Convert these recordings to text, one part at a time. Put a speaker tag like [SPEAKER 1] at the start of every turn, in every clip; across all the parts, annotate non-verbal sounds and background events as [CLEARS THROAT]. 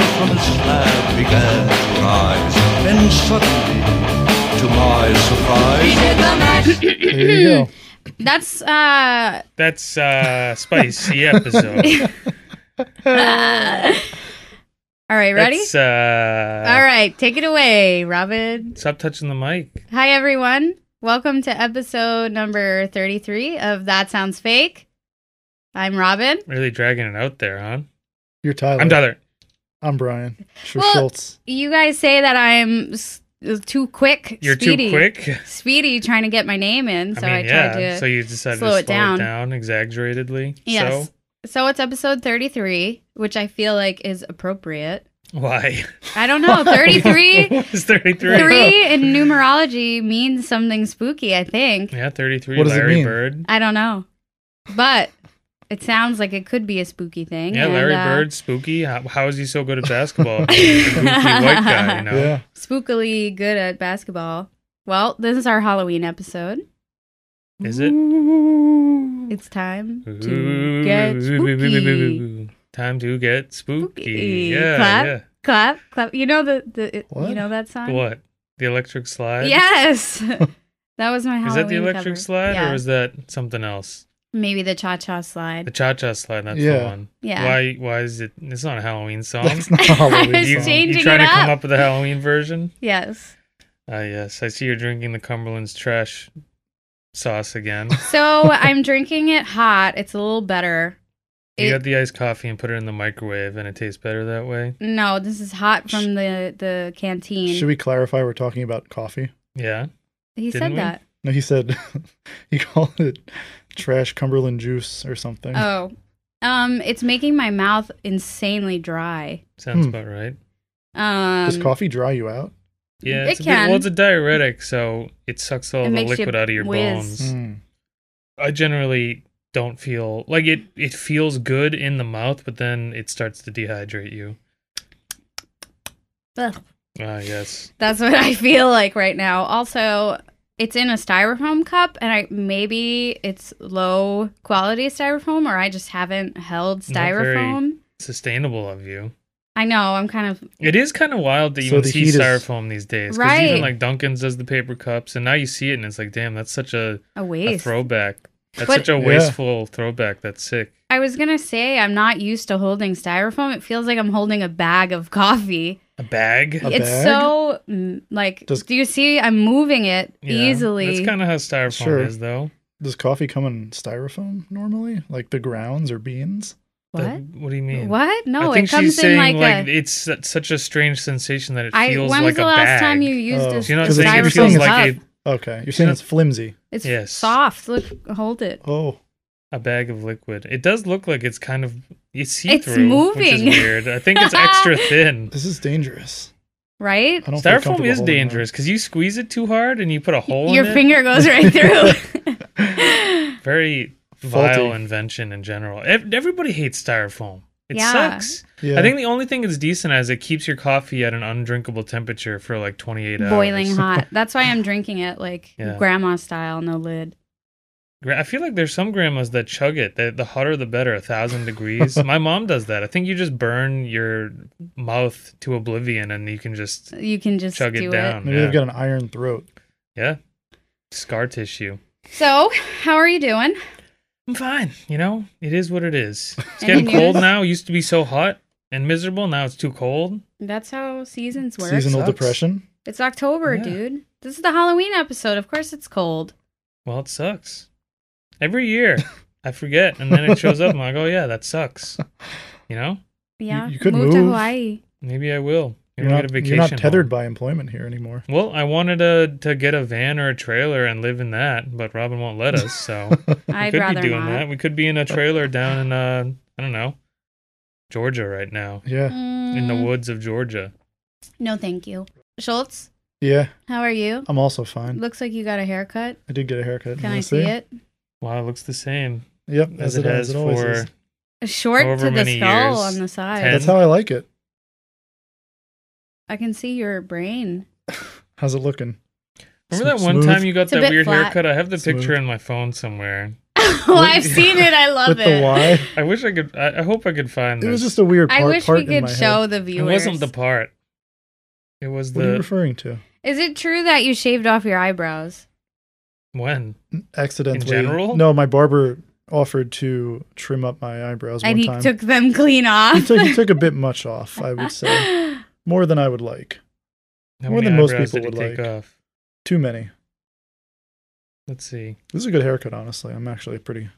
[SPEAKER 1] lad began to rise. Then suddenly, to my surprise,
[SPEAKER 2] There you go.
[SPEAKER 3] [COUGHS] That's uh
[SPEAKER 4] That's uh
[SPEAKER 3] [LAUGHS]
[SPEAKER 4] spicy episode.
[SPEAKER 3] uh, all right, ready?
[SPEAKER 4] That's, uh,
[SPEAKER 3] All right, take it away, Robin.
[SPEAKER 4] Stop touching the mic.
[SPEAKER 3] Hi everyone. Welcome to episode number 33 of That Sounds Fake. I'm Robin.
[SPEAKER 4] Really dragging it out there, huh?
[SPEAKER 2] You're Tyler.
[SPEAKER 4] I'm Tyler.
[SPEAKER 2] I'm Brian. Sure,
[SPEAKER 3] Well-
[SPEAKER 2] Schultz.
[SPEAKER 3] You guys say that I'm s- too quick,
[SPEAKER 4] You're
[SPEAKER 3] speedy,
[SPEAKER 4] too quick.
[SPEAKER 3] speedy trying to get my name in, so I,
[SPEAKER 4] I mean,
[SPEAKER 3] tried
[SPEAKER 4] yeah.
[SPEAKER 3] to
[SPEAKER 4] so you decided
[SPEAKER 3] slow
[SPEAKER 4] to
[SPEAKER 3] it
[SPEAKER 4] slow
[SPEAKER 3] down.
[SPEAKER 4] it down exaggeratedly.
[SPEAKER 3] Yes.
[SPEAKER 4] So
[SPEAKER 3] So it's episode 33, which I feel like is appropriate.
[SPEAKER 4] why [LAUGHS]
[SPEAKER 3] I don't know. 33
[SPEAKER 4] it's 33?
[SPEAKER 3] 3 in numerology means something spooky, I think.
[SPEAKER 4] Oh, Yeah, 33.
[SPEAKER 2] What does it
[SPEAKER 4] Larry
[SPEAKER 2] mean?
[SPEAKER 4] Bird.
[SPEAKER 3] I don't know. But it sounds like it could be a spooky thing.
[SPEAKER 4] Yeah,
[SPEAKER 3] and,
[SPEAKER 4] Larry
[SPEAKER 3] uh,
[SPEAKER 4] Bird, spooky. How, how is he so good at basketball? [LAUGHS] He's a goofy white guy, you know?
[SPEAKER 2] Yeah.
[SPEAKER 3] spookily good at basketball. Well, this is our Halloween episode.
[SPEAKER 4] Is it?
[SPEAKER 3] It's time to
[SPEAKER 4] Ooh,
[SPEAKER 3] get spooky.
[SPEAKER 4] Time to get spooky.
[SPEAKER 3] Spooky.
[SPEAKER 4] Yeah,
[SPEAKER 3] Clap, clap, clap. You know the, the it-
[SPEAKER 2] What?
[SPEAKER 3] you know that song?
[SPEAKER 4] yeah. What? The electric slide?
[SPEAKER 3] Yes. [LAUGHS] that was my Halloween
[SPEAKER 4] Is that the electric
[SPEAKER 3] cover.
[SPEAKER 4] slide
[SPEAKER 3] Yeah.
[SPEAKER 4] or is that something else?
[SPEAKER 3] Maybe the cha-cha
[SPEAKER 4] The
[SPEAKER 3] slide.
[SPEAKER 4] cha cha slide, that's the
[SPEAKER 2] Yeah.
[SPEAKER 4] one.
[SPEAKER 3] Yeah.
[SPEAKER 4] Why why is it it's not a Halloween song? [LAUGHS]
[SPEAKER 2] That's not
[SPEAKER 3] I
[SPEAKER 2] Halloween.
[SPEAKER 3] was
[SPEAKER 4] you,
[SPEAKER 2] song.
[SPEAKER 3] changing
[SPEAKER 4] you trying
[SPEAKER 3] it
[SPEAKER 4] to come
[SPEAKER 3] up.
[SPEAKER 4] up with a Halloween version?
[SPEAKER 3] Yes.
[SPEAKER 4] Ah yes. I see you're drinking the Cumberland's trash
[SPEAKER 3] [LAUGHS]
[SPEAKER 4] sauce again.
[SPEAKER 3] So I'm drinking it hot. It's a little better.
[SPEAKER 4] you
[SPEAKER 3] It-
[SPEAKER 4] got the iced coffee and put it in the microwave and it tastes better that way.
[SPEAKER 3] no, this is hot from the the canteen.
[SPEAKER 2] Should we clarify we're talking about coffee?
[SPEAKER 4] Yeah.
[SPEAKER 3] he
[SPEAKER 4] didn't
[SPEAKER 3] said
[SPEAKER 4] we?
[SPEAKER 3] that.
[SPEAKER 2] No, he said [LAUGHS] he called it trash Cumberland juice or something.
[SPEAKER 3] Oh. Um, it's making my mouth insanely dry.
[SPEAKER 4] Sounds
[SPEAKER 2] Hmm.
[SPEAKER 4] about right.
[SPEAKER 3] Um,
[SPEAKER 2] Does coffee dry you out?
[SPEAKER 4] Yeah,
[SPEAKER 3] It
[SPEAKER 4] it's a Bit,
[SPEAKER 3] can.
[SPEAKER 4] well, it's a diuretic, so it sucks all
[SPEAKER 3] It
[SPEAKER 4] the
[SPEAKER 3] makes you
[SPEAKER 4] liquid out of your
[SPEAKER 3] whiz.
[SPEAKER 4] bones.
[SPEAKER 2] Mm.
[SPEAKER 4] I generally don't feel like it. It feels good in the mouth, but then it starts to dehydrate you.
[SPEAKER 3] ugh,
[SPEAKER 4] Ah, yes.
[SPEAKER 3] that's what I feel like right now. Also, it's in a styrofoam cup, and I maybe it's low quality styrofoam, or I just haven't held
[SPEAKER 4] Not very-
[SPEAKER 3] styrofoam.
[SPEAKER 4] Sustainable of you.
[SPEAKER 3] I know I'm kind of
[SPEAKER 4] It is kind of wild that you
[SPEAKER 2] So
[SPEAKER 4] even
[SPEAKER 2] the
[SPEAKER 4] see
[SPEAKER 2] heat is-
[SPEAKER 4] styrofoam these days. 'cause
[SPEAKER 3] Right.
[SPEAKER 4] Even like Duncan's does the paper cups, and now you see it, and it's like, damn, that's such a,
[SPEAKER 3] a
[SPEAKER 4] a
[SPEAKER 3] waste.
[SPEAKER 4] throwback. That's
[SPEAKER 3] But-
[SPEAKER 4] such a
[SPEAKER 2] Yeah.
[SPEAKER 4] wasteful throwback. That's sick.
[SPEAKER 3] I was gonna say I'm not used to holding styrofoam. It feels like I'm holding a bag of coffee.
[SPEAKER 4] A bag.
[SPEAKER 2] A
[SPEAKER 3] it's
[SPEAKER 2] bag?
[SPEAKER 3] so mm, like.
[SPEAKER 2] Does-
[SPEAKER 3] do you see? I'm moving it
[SPEAKER 4] Yeah,
[SPEAKER 3] easily.
[SPEAKER 4] That's kind of how styrofoam
[SPEAKER 2] Sure.
[SPEAKER 4] is, though.
[SPEAKER 2] Does coffee come in styrofoam normally? Like the grounds or beans?
[SPEAKER 3] what?
[SPEAKER 4] The- what do you mean?
[SPEAKER 3] what? No,
[SPEAKER 4] I think
[SPEAKER 3] it comes
[SPEAKER 4] she's
[SPEAKER 3] in
[SPEAKER 4] saying
[SPEAKER 3] like,
[SPEAKER 4] like,
[SPEAKER 3] a.
[SPEAKER 4] it's su- such a strange sensation that it
[SPEAKER 3] I,
[SPEAKER 4] feels
[SPEAKER 3] when
[SPEAKER 4] like
[SPEAKER 3] was the
[SPEAKER 4] a
[SPEAKER 3] last
[SPEAKER 4] bag.
[SPEAKER 3] time you used
[SPEAKER 2] Oh.
[SPEAKER 3] a
[SPEAKER 4] You're not
[SPEAKER 2] Because
[SPEAKER 4] saying
[SPEAKER 3] styrofoam
[SPEAKER 4] it feels
[SPEAKER 3] cup?
[SPEAKER 4] like a,
[SPEAKER 2] Okay. You're saying it's flimsy.
[SPEAKER 3] It's
[SPEAKER 4] Yes.
[SPEAKER 3] soft. Look, hold it.
[SPEAKER 2] Oh.
[SPEAKER 4] a bag of liquid. It does look like it's kind of it's see
[SPEAKER 3] It's
[SPEAKER 4] through. Which is
[SPEAKER 3] moving.
[SPEAKER 4] weird. I think
[SPEAKER 3] [LAUGHS]
[SPEAKER 4] it's extra thin.
[SPEAKER 2] This is dangerous.
[SPEAKER 3] Right?
[SPEAKER 2] I don't
[SPEAKER 4] Styrofoam
[SPEAKER 2] feel comfortable
[SPEAKER 4] is
[SPEAKER 2] holding that.
[SPEAKER 4] dangerous because you squeeze it too hard and you put a hole
[SPEAKER 3] Your
[SPEAKER 4] in
[SPEAKER 3] finger goes
[SPEAKER 4] [LAUGHS]
[SPEAKER 3] right through.
[SPEAKER 4] it. Very vile
[SPEAKER 2] Faulty.
[SPEAKER 4] invention in general. Ev- Everybody hates styrofoam. It
[SPEAKER 3] Yeah.
[SPEAKER 4] sucks.
[SPEAKER 2] Yeah.
[SPEAKER 4] I think the only thing it's decent as it keeps your coffee at an undrinkable temperature for like
[SPEAKER 3] [LAUGHS]
[SPEAKER 4] 28 hours.
[SPEAKER 3] Boiling hot. That's why I'm drinking it like
[SPEAKER 4] Yeah.
[SPEAKER 3] grandma style, no lid.
[SPEAKER 4] Gra- I feel like there's some grandmas that chug it. That the hotter the better, a thousand
[SPEAKER 2] [LAUGHS]
[SPEAKER 4] degrees. My mom does that. I think you just burn your mouth to oblivion and you can just
[SPEAKER 3] You can just
[SPEAKER 4] chug
[SPEAKER 3] do
[SPEAKER 4] it down.
[SPEAKER 2] Maybe
[SPEAKER 4] yeah.
[SPEAKER 2] they've got an iron throat.
[SPEAKER 4] Yeah. Scar tissue.
[SPEAKER 3] So, how are you doing?
[SPEAKER 4] I'm fine. You know, it is what it is. It's
[SPEAKER 3] Any
[SPEAKER 4] getting cold
[SPEAKER 3] news?
[SPEAKER 4] now. It used to be so hot and miserable. Now it's too cold.
[SPEAKER 3] That's how seasons work.
[SPEAKER 2] Seasonal
[SPEAKER 4] Sucks.
[SPEAKER 2] depression.
[SPEAKER 3] It's October,
[SPEAKER 4] Yeah.
[SPEAKER 3] dude. This is the Halloween episode. Of course, it's cold.
[SPEAKER 4] Well, it sucks. Every
[SPEAKER 3] [LAUGHS]
[SPEAKER 4] year I forget. And then it shows up and I go, yeah, that sucks. You know,
[SPEAKER 3] Yeah.
[SPEAKER 2] you could
[SPEAKER 3] to
[SPEAKER 2] move. [LAUGHS]
[SPEAKER 3] Hawaii.
[SPEAKER 4] maybe I will. Maybe
[SPEAKER 2] You're
[SPEAKER 4] I'll
[SPEAKER 2] not,
[SPEAKER 4] get a
[SPEAKER 2] you're
[SPEAKER 4] vacation.
[SPEAKER 2] not
[SPEAKER 4] home.
[SPEAKER 2] tethered by employment here anymore. [LAUGHS]
[SPEAKER 4] Well, I wanted to, to get a van or a trailer and live in that, but Robin won't let us.
[SPEAKER 3] [LAUGHS]
[SPEAKER 4] So we
[SPEAKER 3] I'd
[SPEAKER 4] could
[SPEAKER 3] rather
[SPEAKER 4] be doing
[SPEAKER 3] not.
[SPEAKER 4] that. We could be in a trailer down in, uh, I don't know, Georgia right now,
[SPEAKER 2] Yeah.
[SPEAKER 4] in the
[SPEAKER 3] Mm,
[SPEAKER 4] woods of Georgia.
[SPEAKER 3] No, thank you. Schultz,
[SPEAKER 2] Yeah.
[SPEAKER 3] how are you?
[SPEAKER 2] I'm also fine.
[SPEAKER 3] Looks like you got a haircut.
[SPEAKER 2] I did get a haircut.
[SPEAKER 3] Can
[SPEAKER 2] You
[SPEAKER 3] I
[SPEAKER 2] wanna
[SPEAKER 3] see it?
[SPEAKER 4] Wow, it looks the same.
[SPEAKER 2] Yep.
[SPEAKER 4] as it has
[SPEAKER 2] always
[SPEAKER 4] for
[SPEAKER 2] is.
[SPEAKER 3] Short
[SPEAKER 4] However
[SPEAKER 3] to the
[SPEAKER 4] many
[SPEAKER 3] skull
[SPEAKER 4] years,
[SPEAKER 3] on the side.
[SPEAKER 4] ten.
[SPEAKER 2] That's how I like it.
[SPEAKER 3] I can see your brain. [LAUGHS]
[SPEAKER 2] How's it looking?
[SPEAKER 4] Remember that
[SPEAKER 2] Sm-
[SPEAKER 4] one
[SPEAKER 2] smooth?
[SPEAKER 4] time you got
[SPEAKER 3] It's a
[SPEAKER 4] that
[SPEAKER 3] bit
[SPEAKER 4] weird
[SPEAKER 3] flat.
[SPEAKER 4] haircut? I have the
[SPEAKER 2] Smooth.
[SPEAKER 4] picture in my phone somewhere.
[SPEAKER 3] Oh, I've seen it. I love
[SPEAKER 2] with
[SPEAKER 3] it.
[SPEAKER 4] [LAUGHS]
[SPEAKER 2] the Y.
[SPEAKER 4] I wish I could. I, I hope I could find.
[SPEAKER 2] It was
[SPEAKER 4] this.
[SPEAKER 2] just a weird
[SPEAKER 3] [LAUGHS]
[SPEAKER 2] part.
[SPEAKER 3] I wish
[SPEAKER 2] part
[SPEAKER 3] we
[SPEAKER 2] in
[SPEAKER 3] could
[SPEAKER 2] my
[SPEAKER 3] show
[SPEAKER 2] head.
[SPEAKER 3] the
[SPEAKER 4] It
[SPEAKER 3] viewers.
[SPEAKER 4] wasn't the part. It was
[SPEAKER 2] What are you
[SPEAKER 4] the
[SPEAKER 2] referring to?
[SPEAKER 3] Is it true that you shaved off your eyebrows?
[SPEAKER 4] when.
[SPEAKER 2] Accidentally.
[SPEAKER 4] general?
[SPEAKER 2] No, my barber offered to trim up my eyebrows
[SPEAKER 3] and
[SPEAKER 2] one
[SPEAKER 3] he
[SPEAKER 2] time.
[SPEAKER 3] took them clean off.
[SPEAKER 2] [LAUGHS] he took he took a bit much off, I
[SPEAKER 3] [LAUGHS]
[SPEAKER 2] would say. More than I would like.
[SPEAKER 4] How
[SPEAKER 2] More
[SPEAKER 4] many
[SPEAKER 2] than most
[SPEAKER 4] eyebrows
[SPEAKER 2] people
[SPEAKER 4] did he
[SPEAKER 2] would
[SPEAKER 4] take
[SPEAKER 2] like.
[SPEAKER 4] off?
[SPEAKER 2] Too many.
[SPEAKER 4] Let's see.
[SPEAKER 2] This is a good haircut, honestly. I'm actually pretty.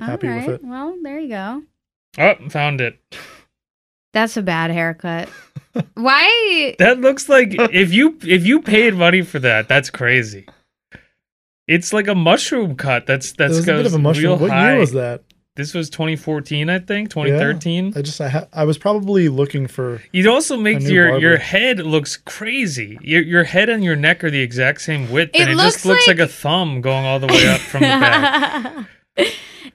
[SPEAKER 2] happy with it.
[SPEAKER 3] Well, there you go.
[SPEAKER 4] Oh, found it.
[SPEAKER 3] That's a bad
[SPEAKER 2] [LAUGHS]
[SPEAKER 3] haircut. Why?
[SPEAKER 4] That looks like if you if you paid money for that, that's crazy. It's like a mushroom cut. That's
[SPEAKER 2] It
[SPEAKER 4] that's
[SPEAKER 2] was a bit
[SPEAKER 4] goes
[SPEAKER 2] of a mushroom.
[SPEAKER 4] real
[SPEAKER 2] What
[SPEAKER 4] high.
[SPEAKER 2] year was that?
[SPEAKER 4] This was 2014, I think, 2013.
[SPEAKER 2] I just I, ha- I was probably looking for
[SPEAKER 4] It also makes
[SPEAKER 2] new
[SPEAKER 4] your
[SPEAKER 2] barber.
[SPEAKER 4] your head looks crazy. Your your head and your neck are the exact same width,
[SPEAKER 3] It
[SPEAKER 4] and it
[SPEAKER 3] looks
[SPEAKER 4] just looks like...
[SPEAKER 3] like-
[SPEAKER 4] a thumb going all the way up from
[SPEAKER 3] [LAUGHS]
[SPEAKER 4] the back.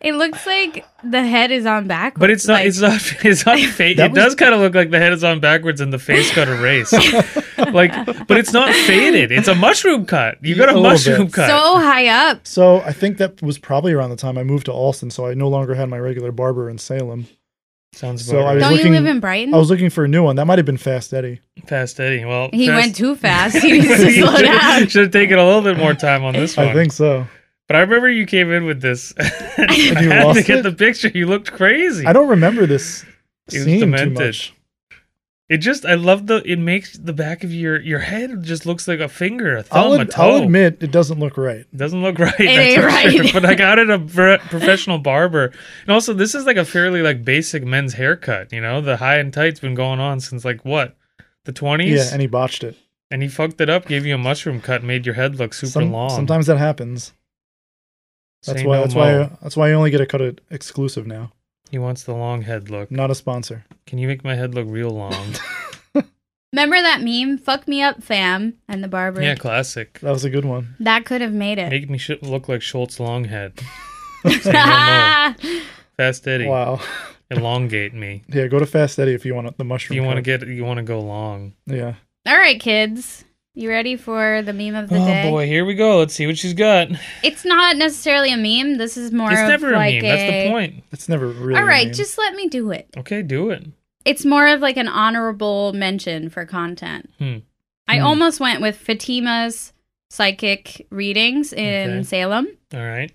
[SPEAKER 3] it looks like the head is on backwards.
[SPEAKER 4] But it's not
[SPEAKER 3] like-
[SPEAKER 4] it's not [LAUGHS] it's not fake.
[SPEAKER 2] That
[SPEAKER 4] It
[SPEAKER 2] was-
[SPEAKER 4] does kind of look like the head is on backwards and the face got erased.
[SPEAKER 2] [LAUGHS]
[SPEAKER 4] like, but it's not faded. It's a mushroom cut. You got
[SPEAKER 2] A
[SPEAKER 4] a,
[SPEAKER 2] little
[SPEAKER 4] mushroom
[SPEAKER 2] bit.
[SPEAKER 4] cut.
[SPEAKER 3] so high up.
[SPEAKER 2] So I think that was probably around the time I moved to Alston, so I no longer had my regular barber in Salem.
[SPEAKER 4] Sounds
[SPEAKER 2] So
[SPEAKER 4] about
[SPEAKER 2] I
[SPEAKER 4] right.
[SPEAKER 2] was
[SPEAKER 3] Don't
[SPEAKER 2] looking-
[SPEAKER 3] you live in Brighton?
[SPEAKER 2] I was looking for a new one. That might have been Fast Eddie.
[SPEAKER 4] Fast Eddie. Well,
[SPEAKER 3] he
[SPEAKER 4] Fast- [LAUGHS]
[SPEAKER 3] went too fast. He needs to [LAUGHS] slow down.
[SPEAKER 4] Should have taken a little bit more time on this one.
[SPEAKER 2] I think so.
[SPEAKER 4] But I remember you came in with this. [LAUGHS] I
[SPEAKER 2] you
[SPEAKER 4] had to
[SPEAKER 2] lost
[SPEAKER 4] get
[SPEAKER 2] it?
[SPEAKER 4] the picture. You looked crazy.
[SPEAKER 2] I don't remember this
[SPEAKER 4] He was
[SPEAKER 2] scene too
[SPEAKER 4] demented.
[SPEAKER 2] much.
[SPEAKER 4] It just, I love the. It makes the back of your your head just looks like a finger, a thumb,
[SPEAKER 2] I'll,
[SPEAKER 4] a
[SPEAKER 2] ad-
[SPEAKER 4] toe.
[SPEAKER 2] I'll admit it doesn't look right.
[SPEAKER 4] Doesn't look [LAUGHS] right.
[SPEAKER 3] ain't
[SPEAKER 4] for
[SPEAKER 3] right.
[SPEAKER 4] Sure. But I got
[SPEAKER 3] [LAUGHS]
[SPEAKER 4] it a pro- professional barber, and also this is like a fairly like basic men's haircut. You know, the high and tight's been going on since like what, the twenties.
[SPEAKER 2] Yeah, and he botched it.
[SPEAKER 4] and he fucked it up, gave you a mushroom cut, and made your head look super
[SPEAKER 2] Some-
[SPEAKER 4] long.
[SPEAKER 2] Sometimes that happens. That's
[SPEAKER 4] Say
[SPEAKER 2] why.
[SPEAKER 4] no
[SPEAKER 2] that's
[SPEAKER 4] mo.
[SPEAKER 2] why. uh, That's why I only get a cut at exclusive now.
[SPEAKER 4] he wants the long head look.
[SPEAKER 2] Not a sponsor.
[SPEAKER 4] Can you make my head look real long?
[SPEAKER 2] [LAUGHS]
[SPEAKER 3] Remember that meme? Fuck me up, fam. And the barber.
[SPEAKER 4] yeah, classic.
[SPEAKER 2] That was a good one.
[SPEAKER 3] That could have made it.
[SPEAKER 4] Make me sh- look like Schultz Longhead. Say no mo. Fast Eddie.
[SPEAKER 2] Wow. [LAUGHS]
[SPEAKER 4] Elongate me.
[SPEAKER 2] Yeah, go to Fast Eddie if you want the mushroom.
[SPEAKER 4] You want to
[SPEAKER 2] cut.
[SPEAKER 4] get. You want to go long.
[SPEAKER 2] Yeah.
[SPEAKER 3] [LAUGHS] All right, kids. You ready for the meme of the
[SPEAKER 4] oh
[SPEAKER 3] day?
[SPEAKER 4] boy, here we go. Let's see what she's got. It's
[SPEAKER 3] It's not necessarily a meme. This is more of
[SPEAKER 4] never a
[SPEAKER 3] like
[SPEAKER 4] meme. That's the
[SPEAKER 3] a-
[SPEAKER 4] point.
[SPEAKER 2] It's never really.
[SPEAKER 3] All right,
[SPEAKER 2] mean.
[SPEAKER 3] just let me do it.
[SPEAKER 4] Okay, do it.
[SPEAKER 3] It's more of like an honorable mention for content.
[SPEAKER 4] Hmm.
[SPEAKER 3] I
[SPEAKER 2] Hmm.
[SPEAKER 3] almost went with Fatima's psychic readings in
[SPEAKER 4] Okay.
[SPEAKER 3] Salem.
[SPEAKER 4] All right.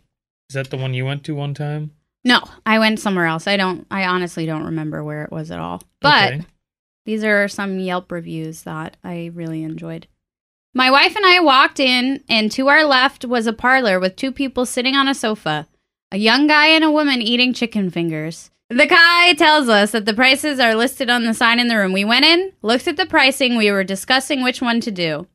[SPEAKER 4] Is that the one you went to one time?
[SPEAKER 3] No, I went somewhere else. I don't I honestly don't remember where it was at all. But
[SPEAKER 4] Okay.
[SPEAKER 3] These are some Yelp reviews that I really enjoyed. My wife and I walked in, and to our left was a parlor with two people sitting on a sofa a young guy and a woman eating chicken fingers. The guy tells us that the prices are listed on the sign in the room. We went in, looked at the pricing, we were discussing which one to do.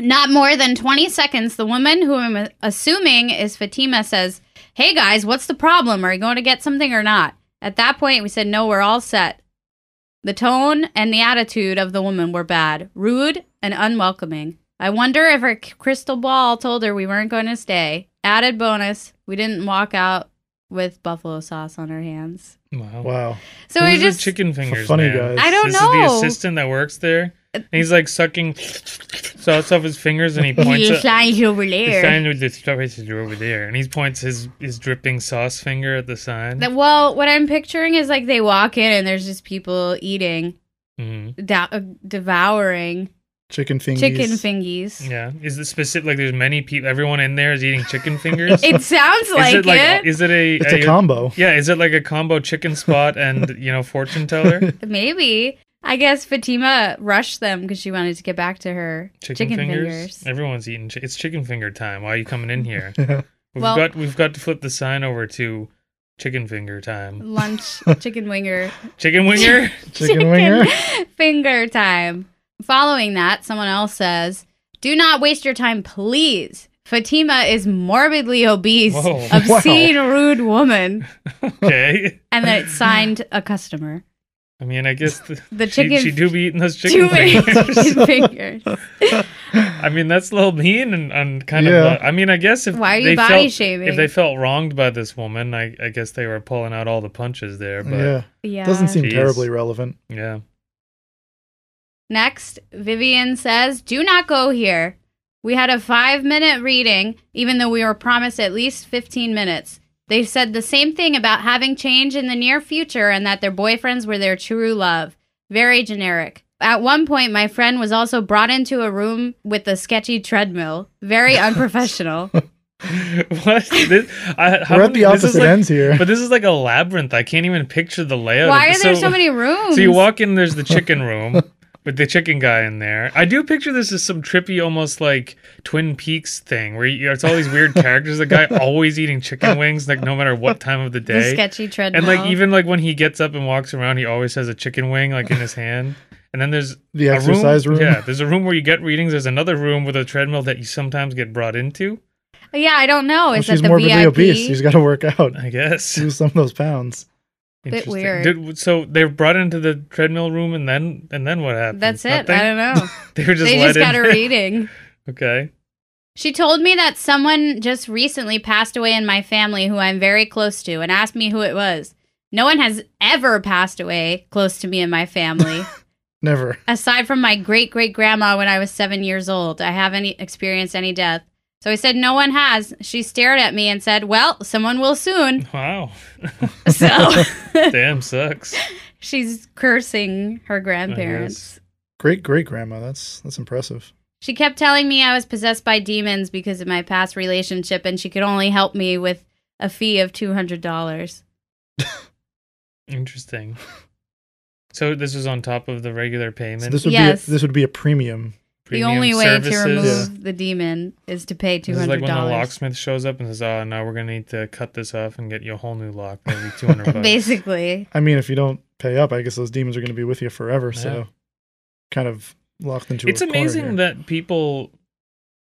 [SPEAKER 3] Not more than 20 seconds, the woman, who I'm assuming is Fatima, says, Hey guys, what's the problem? Are you going to get something or not? At that point, we said, No, we're all set. The tone and the attitude of the woman were bad, rude, and unwelcoming. I wonder if her c- crystal ball told her we weren't going to stay. Added bonus, we didn't walk out with buffalo sauce on our hands.
[SPEAKER 4] Wow.
[SPEAKER 2] Wow.
[SPEAKER 3] So
[SPEAKER 4] Who's
[SPEAKER 3] we're
[SPEAKER 4] the
[SPEAKER 3] just
[SPEAKER 4] chicken fingers.
[SPEAKER 2] funny
[SPEAKER 4] man?
[SPEAKER 2] guys.
[SPEAKER 3] I don't
[SPEAKER 4] this
[SPEAKER 3] know. Uh,
[SPEAKER 4] is
[SPEAKER 3] [LAUGHS]
[SPEAKER 4] the assistant that works there. And he's like sucking [LAUGHS] sauce off his
[SPEAKER 3] [LAUGHS]
[SPEAKER 4] fingers and he points
[SPEAKER 3] He
[SPEAKER 4] at
[SPEAKER 3] signs over
[SPEAKER 4] the
[SPEAKER 3] there.
[SPEAKER 4] sign with the stuff is over there. And he points his, his dripping sauce finger at the sign.
[SPEAKER 3] That- well, what I'm picturing is like they walk in and there's just people eating,
[SPEAKER 4] Mhm.
[SPEAKER 3] da- uh, devouring
[SPEAKER 2] Chicken fingies.
[SPEAKER 3] chicken fingies.
[SPEAKER 4] Yeah. Is it specific? Like there's many people, everyone in there is eating
[SPEAKER 3] [LAUGHS]
[SPEAKER 4] chicken fingers?
[SPEAKER 3] It sounds like
[SPEAKER 4] [LAUGHS] is it
[SPEAKER 3] it.
[SPEAKER 4] like, is it a,
[SPEAKER 2] It's a
[SPEAKER 4] [LAUGHS]
[SPEAKER 2] combo.
[SPEAKER 4] yeah, is it like a combo chicken spot and, you know, fortune
[SPEAKER 2] [LAUGHS]
[SPEAKER 4] teller?
[SPEAKER 3] Maybe. I guess Fatima rushed them because she wanted to get back to her
[SPEAKER 4] Chicken, fingers? Everyone's eating. Chi- it's chicken finger time. Why are you coming in
[SPEAKER 2] [LAUGHS]
[SPEAKER 4] here? We've
[SPEAKER 3] Well-
[SPEAKER 4] got we've got to flip the sign over to chicken finger time.
[SPEAKER 3] Lunch, [LAUGHS] chicken winger,
[SPEAKER 4] Chicken
[SPEAKER 3] [LAUGHS]
[SPEAKER 4] winger.
[SPEAKER 2] Chicken winger.
[SPEAKER 3] finger time. Following that, someone else says, Do not waste your time, please. Fatima is morbidly obese,
[SPEAKER 4] Whoa.
[SPEAKER 3] [LAUGHS] obscene, rude woman.
[SPEAKER 4] okay.
[SPEAKER 3] And then
[SPEAKER 4] [LAUGHS]
[SPEAKER 3] it's signed a customer.
[SPEAKER 4] I mean, I guess the,
[SPEAKER 3] The
[SPEAKER 4] she-
[SPEAKER 3] chicken-
[SPEAKER 4] She, do be eating those
[SPEAKER 3] Too [LAUGHS]
[SPEAKER 4] chicken
[SPEAKER 3] many
[SPEAKER 4] fingers. [LAUGHS]
[SPEAKER 3] chicken fingers.
[SPEAKER 4] I mean, that's a little mean and, and kind
[SPEAKER 2] Yeah.
[SPEAKER 4] of. I mean, I guess if
[SPEAKER 3] Why are you
[SPEAKER 4] they
[SPEAKER 3] body
[SPEAKER 4] felt,
[SPEAKER 3] shaming?
[SPEAKER 4] If they felt wronged by this woman, I, I guess they were pulling out all the punches there. But yeah,
[SPEAKER 2] yeah.
[SPEAKER 3] Yeah.
[SPEAKER 2] Doesn't seem
[SPEAKER 4] Jeez.
[SPEAKER 2] terribly relevant.
[SPEAKER 3] Next, Vivian says, Do not go here. We had a five minute reading, even though we were promised at least 15 minutes. They said the same thing about having change in the near future and that their boyfriends were their true love. Very generic. At one point, my friend was also brought into a room with a sketchy treadmill.
[SPEAKER 4] [LAUGHS]
[SPEAKER 3] Very unprofessional.
[SPEAKER 4] [LAUGHS] what? This, I, how
[SPEAKER 2] We're at
[SPEAKER 4] many-
[SPEAKER 2] the
[SPEAKER 4] this is
[SPEAKER 2] opposite
[SPEAKER 4] like- [LAUGHS]
[SPEAKER 2] ends here.
[SPEAKER 4] But this is like a labyrinth. I can't even picture the layout.
[SPEAKER 3] Why
[SPEAKER 4] of
[SPEAKER 3] are
[SPEAKER 4] this.
[SPEAKER 3] there so, many rooms?
[SPEAKER 4] So you walk in, there's the
[SPEAKER 2] [LAUGHS]
[SPEAKER 4] chicken room with the chicken guy in there. I do picture this as some trippy, almost like Twin Peaks thing, where you, it's all these
[SPEAKER 2] [LAUGHS]
[SPEAKER 4] weird characters. The guy always eating chicken wings, like no matter what time of the
[SPEAKER 3] the
[SPEAKER 4] day.
[SPEAKER 3] sketchy treadmill.
[SPEAKER 4] and like even like when he gets up and walks around, he always has a chicken wing like in his hand. And then there's
[SPEAKER 2] The
[SPEAKER 4] a
[SPEAKER 2] exercise room.
[SPEAKER 4] Yeah, there's a room where you get readings. There's another room with a treadmill that you sometimes get brought into.
[SPEAKER 3] yeah, I don't know.
[SPEAKER 2] Well,
[SPEAKER 3] Is
[SPEAKER 2] she's
[SPEAKER 3] that the
[SPEAKER 2] morbidly
[SPEAKER 3] VIP?
[SPEAKER 2] obese. She's got to work out, [LAUGHS]
[SPEAKER 4] I guess.
[SPEAKER 2] lose some of those pounds.
[SPEAKER 3] Bit
[SPEAKER 4] Interesting.
[SPEAKER 3] weird.
[SPEAKER 4] Did, so they're brought into the treadmill room, and then and then what happened?
[SPEAKER 3] That's it.
[SPEAKER 4] Nothing?
[SPEAKER 3] I don't know.
[SPEAKER 4] [LAUGHS] They were just
[SPEAKER 3] they
[SPEAKER 4] let
[SPEAKER 3] just got
[SPEAKER 4] in.
[SPEAKER 3] a
[SPEAKER 4] [LAUGHS]
[SPEAKER 3] reading.
[SPEAKER 4] Okay.
[SPEAKER 3] She told me that someone just recently passed away in my family who I'm very close to and asked me who it was. No one has ever passed away close to me in my family.
[SPEAKER 2] Never.
[SPEAKER 3] Aside from my great great grandma when I was seven years old, I haven't e- experienced any death. So I said, No one has. She stared at me and said, Well, someone will
[SPEAKER 4] [LAUGHS]
[SPEAKER 3] soon.
[SPEAKER 4] Wow.
[SPEAKER 3] So
[SPEAKER 4] Damn sucks.
[SPEAKER 3] [LAUGHS] she's cursing her grandparents.
[SPEAKER 2] Great great grandma. That's that's impressive.
[SPEAKER 3] She kept telling me I was possessed by demons because of my past relationship and she could only help me with a fee of $200.
[SPEAKER 4] Interesting. So this was on top of the regular payment.
[SPEAKER 2] So this would
[SPEAKER 3] Yes.
[SPEAKER 2] be a, this would be a premium.
[SPEAKER 3] The
[SPEAKER 4] premium
[SPEAKER 3] only way
[SPEAKER 4] services.
[SPEAKER 3] to remove the demon is to pay two
[SPEAKER 4] This is like
[SPEAKER 3] hundred
[SPEAKER 4] when the
[SPEAKER 3] dollars.
[SPEAKER 4] locksmith shows up and says, "Oh, now we're gonna need to cut this off and get you a whole new lock, maybe two hundred bucks."
[SPEAKER 3] Basically,
[SPEAKER 2] I mean, if you don't pay up, I guess those demons are going to be with you forever.
[SPEAKER 4] Yeah.
[SPEAKER 2] So, kind of locked into.
[SPEAKER 4] It's
[SPEAKER 2] a corner
[SPEAKER 4] amazing
[SPEAKER 2] here.
[SPEAKER 4] that people.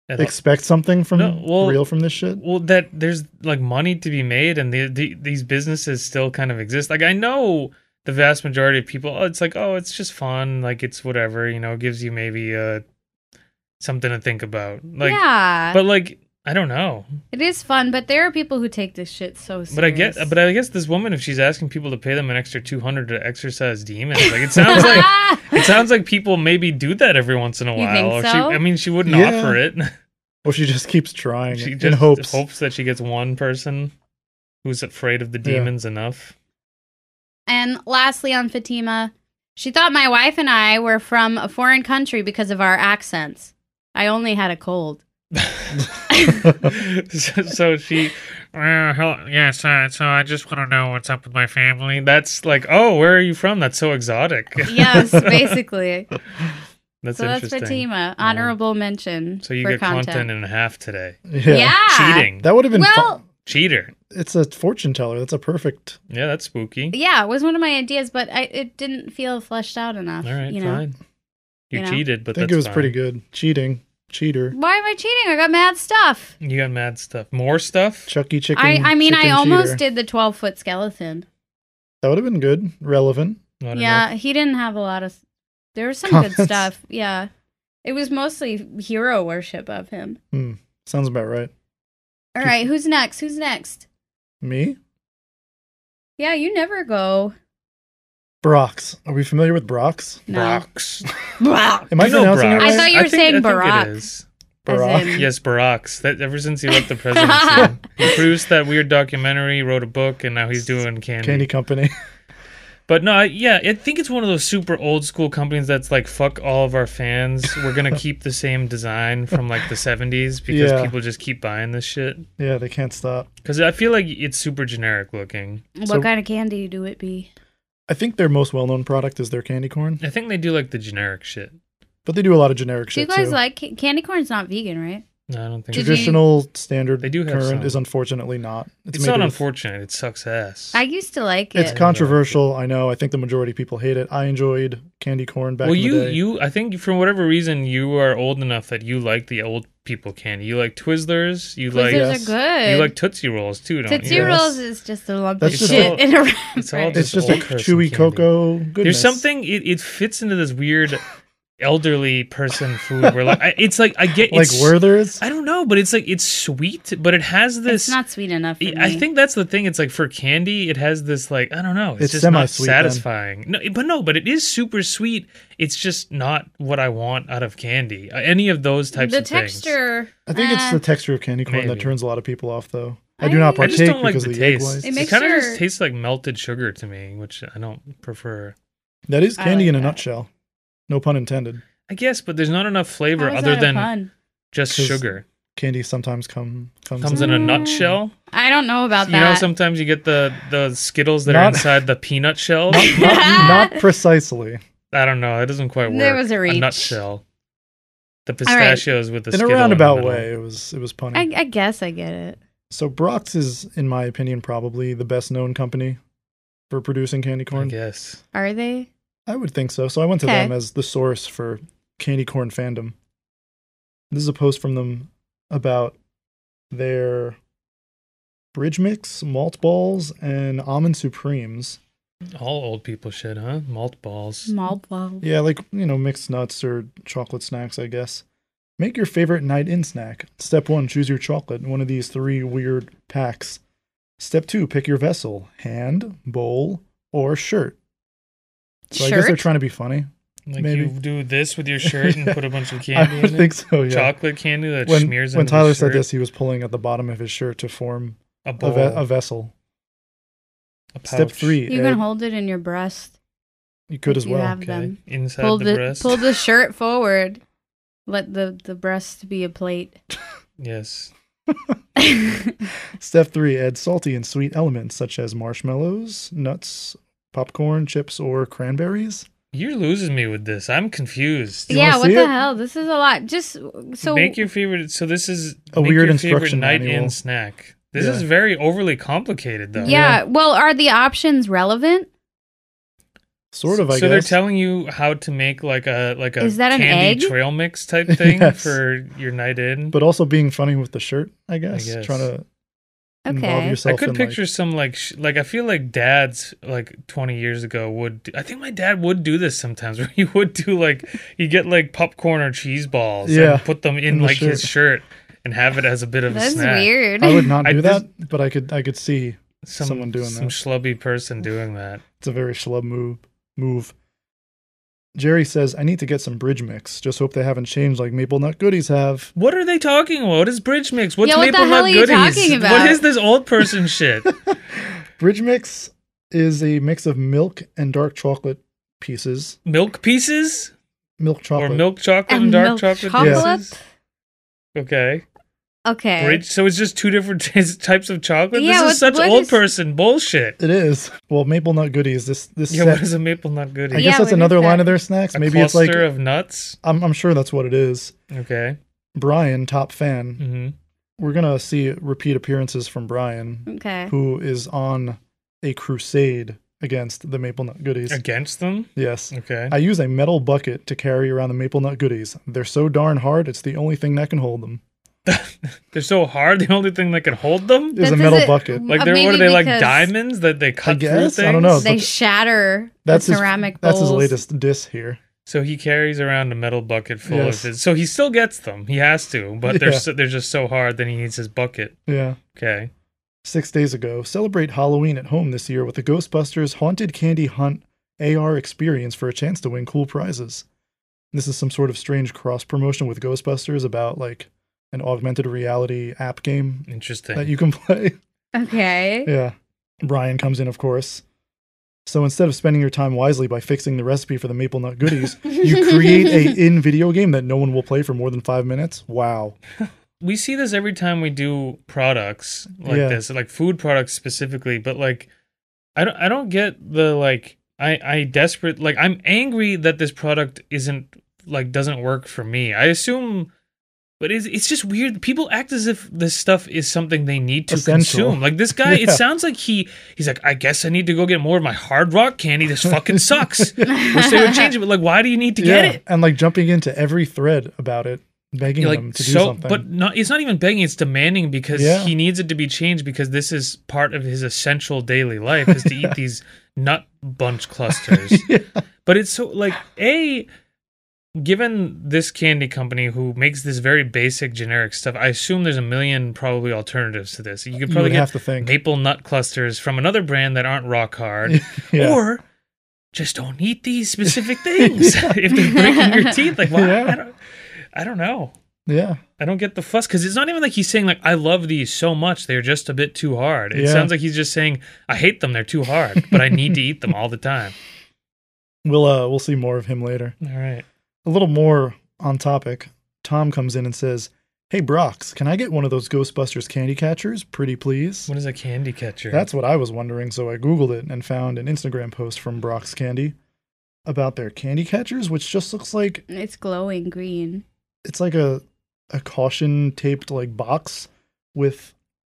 [SPEAKER 4] at
[SPEAKER 2] [LAUGHS] expect something from
[SPEAKER 4] No, well-
[SPEAKER 2] real from this shit.
[SPEAKER 4] well that there's like money to be made and the, the, these businesses still kind of exist like i know the vast majority of people oh, it's like oh it's just fun like it's whatever you know it gives you maybe uh something to think about like
[SPEAKER 3] yeah,
[SPEAKER 4] but like i don't know
[SPEAKER 3] it is fun. But there are people who take this shit so. Serious.
[SPEAKER 4] but i guess but i guess this woman if she's asking people to pay them an extra 200 to exercise demons like it
[SPEAKER 3] [LAUGHS]
[SPEAKER 4] sounds like it sounds like people maybe do that every once in a
[SPEAKER 3] You
[SPEAKER 4] while
[SPEAKER 3] think
[SPEAKER 4] or she,
[SPEAKER 3] so?
[SPEAKER 4] i mean she wouldn't
[SPEAKER 2] Yeah.
[SPEAKER 4] offer it
[SPEAKER 2] Well, she just keeps
[SPEAKER 4] [LAUGHS]
[SPEAKER 2] trying
[SPEAKER 4] she
[SPEAKER 2] in
[SPEAKER 4] just hopes.
[SPEAKER 2] hopes.
[SPEAKER 4] that she gets one person who's afraid of the
[SPEAKER 2] Yeah.
[SPEAKER 4] demons enough
[SPEAKER 3] and lastly, on Fatima, she thought my wife and I were from a foreign country because of our accents. I only had a
[SPEAKER 4] [LAUGHS]
[SPEAKER 3] cold.
[SPEAKER 4] so, so she, uh, hello, yes. Uh, so I just want to know what's up with my family. That's like, oh, where are you from? That's so exotic. [LAUGHS]
[SPEAKER 3] Yes, basically.
[SPEAKER 4] That's
[SPEAKER 3] so that's
[SPEAKER 4] interesting.
[SPEAKER 3] Fatima. Honorable mention.
[SPEAKER 4] So you
[SPEAKER 3] for
[SPEAKER 4] get content. and a half today.
[SPEAKER 2] yeah.
[SPEAKER 3] Yeah.
[SPEAKER 4] Cheating,
[SPEAKER 2] That would have been fu-
[SPEAKER 3] Well,
[SPEAKER 4] cheater.
[SPEAKER 2] It's a fortune teller. That's a perfect.
[SPEAKER 4] Yeah, that's spooky.
[SPEAKER 3] yeah, it was one of my ideas, but I, it didn't feel fleshed out enough.
[SPEAKER 4] All right,
[SPEAKER 3] you know?
[SPEAKER 4] fine. You,
[SPEAKER 3] You know?
[SPEAKER 4] cheated, but
[SPEAKER 2] I think
[SPEAKER 4] that's
[SPEAKER 2] it was
[SPEAKER 4] fine.
[SPEAKER 2] pretty good. Cheating, cheater,
[SPEAKER 3] Why am I cheating? I got mad stuff.
[SPEAKER 4] You got mad stuff. More stuff.
[SPEAKER 2] Chucky E. chicken.
[SPEAKER 3] I, I mean, I
[SPEAKER 2] chicken
[SPEAKER 3] almost
[SPEAKER 2] cheater.
[SPEAKER 3] did the 12 foot skeleton.
[SPEAKER 2] That would have been good. Relevant.
[SPEAKER 4] Not
[SPEAKER 3] Yeah, he didn't have a lot of. There was some good
[SPEAKER 2] Comments.
[SPEAKER 3] stuff. Yeah. It was mostly hero worship of him.
[SPEAKER 2] Hmm. Sounds about right.
[SPEAKER 3] All right, who's next? Who's next?
[SPEAKER 2] Me,
[SPEAKER 3] Yeah, you never go.
[SPEAKER 2] Brox. Are we familiar with Brox?
[SPEAKER 3] No.
[SPEAKER 4] Brox.
[SPEAKER 3] Brock.
[SPEAKER 2] Am I
[SPEAKER 4] You know
[SPEAKER 2] pronouncing
[SPEAKER 4] Brox.
[SPEAKER 2] it right?
[SPEAKER 3] I thought you were
[SPEAKER 4] think-
[SPEAKER 3] saying
[SPEAKER 4] I think it
[SPEAKER 3] Barack.
[SPEAKER 4] is.
[SPEAKER 3] As
[SPEAKER 2] Brock.
[SPEAKER 3] in-
[SPEAKER 4] Yes, Barack's. That ever since he left the presidency,
[SPEAKER 3] [LAUGHS]
[SPEAKER 4] he produced that weird documentary, wrote a book, and now he's doing candy.
[SPEAKER 2] Candy Company. [LAUGHS]
[SPEAKER 4] But no, I, yeah, I think it's one of those super old school companies that's like, fuck all of our fans. We're
[SPEAKER 2] [LAUGHS]
[SPEAKER 4] gonna keep the same design from like the '70s because
[SPEAKER 2] Yeah.
[SPEAKER 4] people just keep buying this shit.
[SPEAKER 2] yeah, they can't stop.
[SPEAKER 4] Because I feel like it's super generic looking.
[SPEAKER 3] What
[SPEAKER 2] So-
[SPEAKER 3] kind of candy do it be?
[SPEAKER 2] I think their most well-known product is their candy corn,
[SPEAKER 4] I think they do like the generic shit.
[SPEAKER 2] but they do a lot of generic
[SPEAKER 3] Do you
[SPEAKER 2] shit
[SPEAKER 3] guys
[SPEAKER 2] too.
[SPEAKER 3] like ca- candy corn's not vegan, right?
[SPEAKER 4] No, I don't think.
[SPEAKER 3] Did
[SPEAKER 4] It's,
[SPEAKER 3] you-
[SPEAKER 2] Traditional standard
[SPEAKER 4] They do have
[SPEAKER 2] current
[SPEAKER 4] some.
[SPEAKER 2] is unfortunately not.
[SPEAKER 4] it's
[SPEAKER 2] made
[SPEAKER 4] not
[SPEAKER 2] with-
[SPEAKER 4] unfortunate. It sucks ass.
[SPEAKER 3] I used to like it.
[SPEAKER 2] It's controversial. I know. I think the majority of people hate it. I enjoyed candy corn back
[SPEAKER 4] well,
[SPEAKER 2] in the
[SPEAKER 4] you
[SPEAKER 2] day.
[SPEAKER 4] you I think for whatever reason you are old enough that you like the old people candy. You like Twizzlers. You like
[SPEAKER 3] Twizzlers
[SPEAKER 2] yes.
[SPEAKER 3] are good.
[SPEAKER 4] You like Tootsie Rolls too, don't
[SPEAKER 3] Tootsie
[SPEAKER 4] you?
[SPEAKER 2] Yes.
[SPEAKER 3] Rolls is just a lump
[SPEAKER 2] That's
[SPEAKER 3] of
[SPEAKER 2] just
[SPEAKER 3] shit
[SPEAKER 4] all-
[SPEAKER 3] in a wrapper.
[SPEAKER 4] it's all
[SPEAKER 2] it's
[SPEAKER 4] just
[SPEAKER 2] just a
[SPEAKER 4] old person
[SPEAKER 2] chewy
[SPEAKER 4] candy.
[SPEAKER 2] cocoa goodness.
[SPEAKER 4] There's something it, it fits into this
[SPEAKER 2] [LAUGHS]
[SPEAKER 4] weird elderly person food where like I, it's like I get
[SPEAKER 2] like
[SPEAKER 4] it's,
[SPEAKER 2] Werther's.
[SPEAKER 4] I don't know, but it's like it's sweet, but it has this.
[SPEAKER 3] It's not sweet enough. For
[SPEAKER 4] I- I
[SPEAKER 3] me.
[SPEAKER 4] think that's the thing. It's like for candy, it has this like I don't know. It's,
[SPEAKER 2] It's
[SPEAKER 4] just not
[SPEAKER 2] semi-sweet then.
[SPEAKER 4] satisfying. No, but no, but it is super sweet. It's just not what I want out of candy. Uh, Any of those types
[SPEAKER 3] the
[SPEAKER 4] of things.
[SPEAKER 3] texture.
[SPEAKER 2] I think it's
[SPEAKER 3] uh,
[SPEAKER 2] the texture of candy corn
[SPEAKER 4] Maybe.
[SPEAKER 2] that turns a lot of people off, though. I do not
[SPEAKER 4] I
[SPEAKER 3] I-
[SPEAKER 4] just don't
[SPEAKER 2] partake
[SPEAKER 4] like
[SPEAKER 2] because
[SPEAKER 4] the
[SPEAKER 2] of the egg
[SPEAKER 4] taste.
[SPEAKER 2] whites.
[SPEAKER 4] It,
[SPEAKER 3] It makes
[SPEAKER 4] kind of
[SPEAKER 3] your-
[SPEAKER 4] just tastes like melted sugar to me, which I don't prefer.
[SPEAKER 2] That is
[SPEAKER 3] I
[SPEAKER 2] candy
[SPEAKER 3] like
[SPEAKER 2] in a
[SPEAKER 3] that.
[SPEAKER 2] nutshell. No pun intended.
[SPEAKER 4] I guess, but there's not enough flavor
[SPEAKER 3] How is
[SPEAKER 4] other
[SPEAKER 3] that a
[SPEAKER 4] than
[SPEAKER 3] pun?
[SPEAKER 4] just
[SPEAKER 2] 'Cause
[SPEAKER 4] sugar.
[SPEAKER 2] Candy sometimes come comes
[SPEAKER 4] Comes
[SPEAKER 2] in.
[SPEAKER 4] in a
[SPEAKER 3] Mm.
[SPEAKER 4] nutshell.
[SPEAKER 3] I don't know about
[SPEAKER 4] you
[SPEAKER 3] that.
[SPEAKER 4] know, sometimes you get the the Skittles that are
[SPEAKER 2] Not-
[SPEAKER 4] inside the peanut shells.
[SPEAKER 2] Not, [LAUGHS] not, not precisely.
[SPEAKER 4] I don't know. It doesn't quite work.
[SPEAKER 3] There was a reach.
[SPEAKER 4] nutshell. The
[SPEAKER 3] right.
[SPEAKER 4] pistachios with the
[SPEAKER 2] in a
[SPEAKER 4] Skittle the
[SPEAKER 2] roundabout
[SPEAKER 4] middle.
[SPEAKER 2] way, it was it was punny.
[SPEAKER 3] I, I guess I get it.
[SPEAKER 2] So Brock's is, in my opinion, probably the best known company for producing candy
[SPEAKER 4] I
[SPEAKER 2] corn.
[SPEAKER 4] guess.
[SPEAKER 3] Are they?
[SPEAKER 2] I would think so. So I went to
[SPEAKER 3] Okay.
[SPEAKER 2] them as the source for candy corn fandom. This is a post from them about their bridge mix, malt balls, and almond supremes.
[SPEAKER 4] All old people shit, huh? Malt balls.
[SPEAKER 3] Malt balls.
[SPEAKER 2] Yeah, like, you know, mixed nuts or chocolate snacks, I guess. Make your favorite night in snack. Step one, choose your chocolate in one of these three weird packs. Step two, pick your vessel hand, bowl, or shirt. So I guess they're
[SPEAKER 3] Shirt?
[SPEAKER 2] trying to be funny. [LAUGHS]
[SPEAKER 4] Like
[SPEAKER 2] Maybe.
[SPEAKER 4] you do this with your shirt and put a bunch of
[SPEAKER 2] [LAUGHS] I
[SPEAKER 4] candy
[SPEAKER 2] would
[SPEAKER 4] in
[SPEAKER 2] think
[SPEAKER 4] it.
[SPEAKER 2] so, yeah.
[SPEAKER 4] Chocolate candy that
[SPEAKER 2] when,
[SPEAKER 4] smears
[SPEAKER 2] when
[SPEAKER 4] into
[SPEAKER 2] Tyler
[SPEAKER 4] the
[SPEAKER 2] said
[SPEAKER 4] shirt.
[SPEAKER 2] this, he was pulling at the bottom of his shirt to form
[SPEAKER 4] a
[SPEAKER 2] a,
[SPEAKER 4] bowl,
[SPEAKER 2] ve- a vessel.
[SPEAKER 4] a
[SPEAKER 2] Step
[SPEAKER 4] Oh. pouch.
[SPEAKER 2] three,
[SPEAKER 3] You
[SPEAKER 2] egg.
[SPEAKER 3] can hold it in your breast.
[SPEAKER 2] you could
[SPEAKER 3] if
[SPEAKER 2] as
[SPEAKER 3] you
[SPEAKER 2] well.
[SPEAKER 3] have them.
[SPEAKER 4] Inside
[SPEAKER 3] Pull
[SPEAKER 4] the,
[SPEAKER 3] the,
[SPEAKER 4] breast.
[SPEAKER 3] pull the shirt forward. Let the the breast be a plate. [LAUGHS]
[SPEAKER 4] yes.
[SPEAKER 2] Step three, add salty and sweet elements such as marshmallows, nuts, popcorn, chips, or cranberries.
[SPEAKER 4] You're losing me with this. I'm confused.
[SPEAKER 2] You
[SPEAKER 3] yeah,
[SPEAKER 2] wanna
[SPEAKER 3] what
[SPEAKER 2] see
[SPEAKER 3] the
[SPEAKER 2] it?
[SPEAKER 3] hell? This is a lot. Just so
[SPEAKER 4] make your favorite. So this is
[SPEAKER 2] A
[SPEAKER 4] make
[SPEAKER 2] weird
[SPEAKER 4] your favorite
[SPEAKER 2] instruction
[SPEAKER 4] night in
[SPEAKER 2] manual.
[SPEAKER 4] snack. This
[SPEAKER 2] Yeah.
[SPEAKER 4] is very overly complicated, though.
[SPEAKER 3] yeah, Well, are the options relevant?
[SPEAKER 2] Sort of, I
[SPEAKER 4] so
[SPEAKER 2] guess.
[SPEAKER 4] they're telling you how to make like a like a
[SPEAKER 3] Is that an
[SPEAKER 4] candy
[SPEAKER 3] egg?
[SPEAKER 4] trail mix
[SPEAKER 2] [LAUGHS]
[SPEAKER 4] type thing
[SPEAKER 2] Yes.
[SPEAKER 4] for your night in.
[SPEAKER 2] but also being funny with the shirt, I guess.
[SPEAKER 4] guess.
[SPEAKER 2] Trying to involve
[SPEAKER 3] Okay.
[SPEAKER 2] yourself
[SPEAKER 4] I could
[SPEAKER 2] in
[SPEAKER 4] picture
[SPEAKER 2] like,
[SPEAKER 4] some like sh- like I feel like dads like 20 years ago would do- I think my dad would do this sometimes [LAUGHS] where he would do like you get like popcorn or cheese balls
[SPEAKER 2] Yeah,
[SPEAKER 4] and put them in,
[SPEAKER 2] in the
[SPEAKER 4] like his shirt and have it as a bit of a
[SPEAKER 3] That's
[SPEAKER 4] snack.
[SPEAKER 3] weird.
[SPEAKER 4] [LAUGHS]
[SPEAKER 2] I would not
[SPEAKER 4] I
[SPEAKER 2] do
[SPEAKER 4] just-
[SPEAKER 2] that, but I could I could see
[SPEAKER 4] Some,
[SPEAKER 2] Someone doing
[SPEAKER 4] some
[SPEAKER 2] that.
[SPEAKER 4] schlubby person doing that.
[SPEAKER 2] it's a very schlub move move. Jerry says, I need to get some bridge mix. Just hope they haven't changed like maple nut goodies have.
[SPEAKER 4] What are they talking about? What is bridge mix? What's
[SPEAKER 3] Yeah, what the
[SPEAKER 4] maple
[SPEAKER 3] hell
[SPEAKER 4] nut
[SPEAKER 3] are you
[SPEAKER 4] goodies?
[SPEAKER 3] talking
[SPEAKER 4] What
[SPEAKER 3] about?
[SPEAKER 4] is this old
[SPEAKER 3] [LAUGHS]
[SPEAKER 4] person shit?
[SPEAKER 2] Bridge mix is a mix of milk and dark chocolate pieces.
[SPEAKER 4] milk pieces
[SPEAKER 2] Milk chocolate.
[SPEAKER 4] or milk chocolate
[SPEAKER 3] [LAUGHS]
[SPEAKER 4] and,
[SPEAKER 3] And
[SPEAKER 4] dark
[SPEAKER 3] milk
[SPEAKER 4] chocolate,
[SPEAKER 3] chocolate?
[SPEAKER 4] pieces? Okay.
[SPEAKER 3] okay.
[SPEAKER 4] Bridge. So it's just two different [LAUGHS] types of chocolate.
[SPEAKER 3] Yeah,
[SPEAKER 4] this
[SPEAKER 3] what-
[SPEAKER 4] is such
[SPEAKER 3] what
[SPEAKER 4] old
[SPEAKER 3] is-
[SPEAKER 4] person bullshit.
[SPEAKER 2] It is. Well, maple nut goodies. This this
[SPEAKER 4] Yeah,
[SPEAKER 2] set,
[SPEAKER 4] what is a maple nut goodie?
[SPEAKER 2] I
[SPEAKER 3] Yeah,
[SPEAKER 2] guess
[SPEAKER 3] what
[SPEAKER 2] that's
[SPEAKER 3] is
[SPEAKER 2] another line
[SPEAKER 3] that?
[SPEAKER 2] of their snacks.
[SPEAKER 4] a
[SPEAKER 2] Maybe it's
[SPEAKER 4] cluster
[SPEAKER 2] like
[SPEAKER 4] of nuts.
[SPEAKER 2] I'm I'm sure that's what it is.
[SPEAKER 4] Okay.
[SPEAKER 2] Brian, top fan.
[SPEAKER 4] hmm
[SPEAKER 2] We're gonna see repeat appearances from Brian,
[SPEAKER 3] Okay.
[SPEAKER 2] who is on a crusade against the maple nut goodies.
[SPEAKER 4] Against them.
[SPEAKER 2] Yes.
[SPEAKER 4] Okay.
[SPEAKER 2] I use a metal bucket to carry around the maple nut goodies. They're so darn hard, it's the only thing that can hold them.
[SPEAKER 4] They're so hard. [LAUGHS] The only thing that can hold them.
[SPEAKER 2] Yeah. There's a
[SPEAKER 3] That
[SPEAKER 2] metal
[SPEAKER 3] doesn't-
[SPEAKER 2] bucket.
[SPEAKER 4] Like
[SPEAKER 3] uh,
[SPEAKER 4] they're what
[SPEAKER 3] maybe
[SPEAKER 4] are they like
[SPEAKER 3] because
[SPEAKER 4] diamonds that they cut through
[SPEAKER 2] guess?
[SPEAKER 4] things?
[SPEAKER 2] I don't know.
[SPEAKER 3] They shatter
[SPEAKER 2] That's
[SPEAKER 3] the
[SPEAKER 2] his,
[SPEAKER 3] ceramic
[SPEAKER 2] That's his
[SPEAKER 3] bowls.
[SPEAKER 2] latest diss here.
[SPEAKER 4] So he carries around a metal bucket full
[SPEAKER 2] Yes.
[SPEAKER 4] of his. So he still gets them. He has to, but they're
[SPEAKER 2] Yeah.
[SPEAKER 4] so, they're just so hard. Then he needs his bucket.
[SPEAKER 2] Yeah.
[SPEAKER 4] Okay.
[SPEAKER 2] Six days ago, celebrate Halloween at home this year with the Ghostbusters Haunted Candy Hunt AR experience for a chance to win cool prizes. This is some sort of strange cross promotion with Ghostbusters about like an augmented reality app game
[SPEAKER 4] Interesting.
[SPEAKER 2] that you can [LAUGHS] play.
[SPEAKER 3] Okay.
[SPEAKER 2] Yeah. Brian comes in, of course. So instead of spending your time wisely by fixing the recipe for the maple nut goodies, you
[SPEAKER 4] [LAUGHS]
[SPEAKER 2] create a in video game that no one will play for more than five minutes. Wow.
[SPEAKER 4] we see this every time we do products like
[SPEAKER 2] Yeah.
[SPEAKER 4] this, like food products specifically, but like I don't I don't get the like I I desperate like I'm angry that this product isn't like doesn't work for me. I assume but it's it's just weird. People act as if this stuff is something they need to
[SPEAKER 2] Essential.
[SPEAKER 4] consume. Like this
[SPEAKER 2] [LAUGHS]
[SPEAKER 4] guy, it
[SPEAKER 2] Yeah.
[SPEAKER 4] sounds like he he's like, I guess I need to go get more of my hard rock candy. This fucking
[SPEAKER 2] [LAUGHS]
[SPEAKER 4] sucks. Wish they would change it, but like why do you need to get it?
[SPEAKER 2] And like jumping into every thread about it, begging
[SPEAKER 4] You're
[SPEAKER 2] them
[SPEAKER 4] like
[SPEAKER 2] to
[SPEAKER 4] so,
[SPEAKER 2] do something.
[SPEAKER 4] but not. It's not even begging. It's demanding because
[SPEAKER 2] Yeah.
[SPEAKER 4] he needs it to be changed because this is part of his essential daily life is to
[SPEAKER 2] [LAUGHS]
[SPEAKER 4] eat these nut bunch clusters.
[SPEAKER 2] Yeah.
[SPEAKER 4] But it's so like a. Given this candy company who makes this very basic generic stuff, I assume there's a million probably alternatives to this. You could
[SPEAKER 2] you
[SPEAKER 4] probably
[SPEAKER 2] would
[SPEAKER 4] get
[SPEAKER 2] have to think.
[SPEAKER 4] maple nut clusters from another brand that aren't rock hard,
[SPEAKER 2] [LAUGHS] Yeah.
[SPEAKER 4] or just don't [LAUGHS]
[SPEAKER 2] [LAUGHS]
[SPEAKER 4] eat these specific things if they're breaking your teeth. Like, why?
[SPEAKER 2] Yeah.
[SPEAKER 4] I, don't, I don't know.
[SPEAKER 2] Yeah.
[SPEAKER 4] I don't get the fuss because it's not even like he's saying like I love these so much they're just a bit too hard. It
[SPEAKER 2] Yeah.
[SPEAKER 4] sounds like he's just saying I hate them they're too hard, but I need to eat them all the
[SPEAKER 2] [LAUGHS]
[SPEAKER 4] time.
[SPEAKER 2] We'll uh we'll see more of him later.
[SPEAKER 4] All right.
[SPEAKER 2] A little more on topic. Tom comes in and says, "Hey Brox, can I get one of those Ghostbusters candy catchers, pretty please?"
[SPEAKER 4] What is a candy catcher?
[SPEAKER 2] That's what I was wondering, so I googled it and found an Instagram post from Brox Candy about their candy catchers, which just looks like
[SPEAKER 3] [LAUGHS] It's glowing green.
[SPEAKER 2] it's like a a caution taped like box with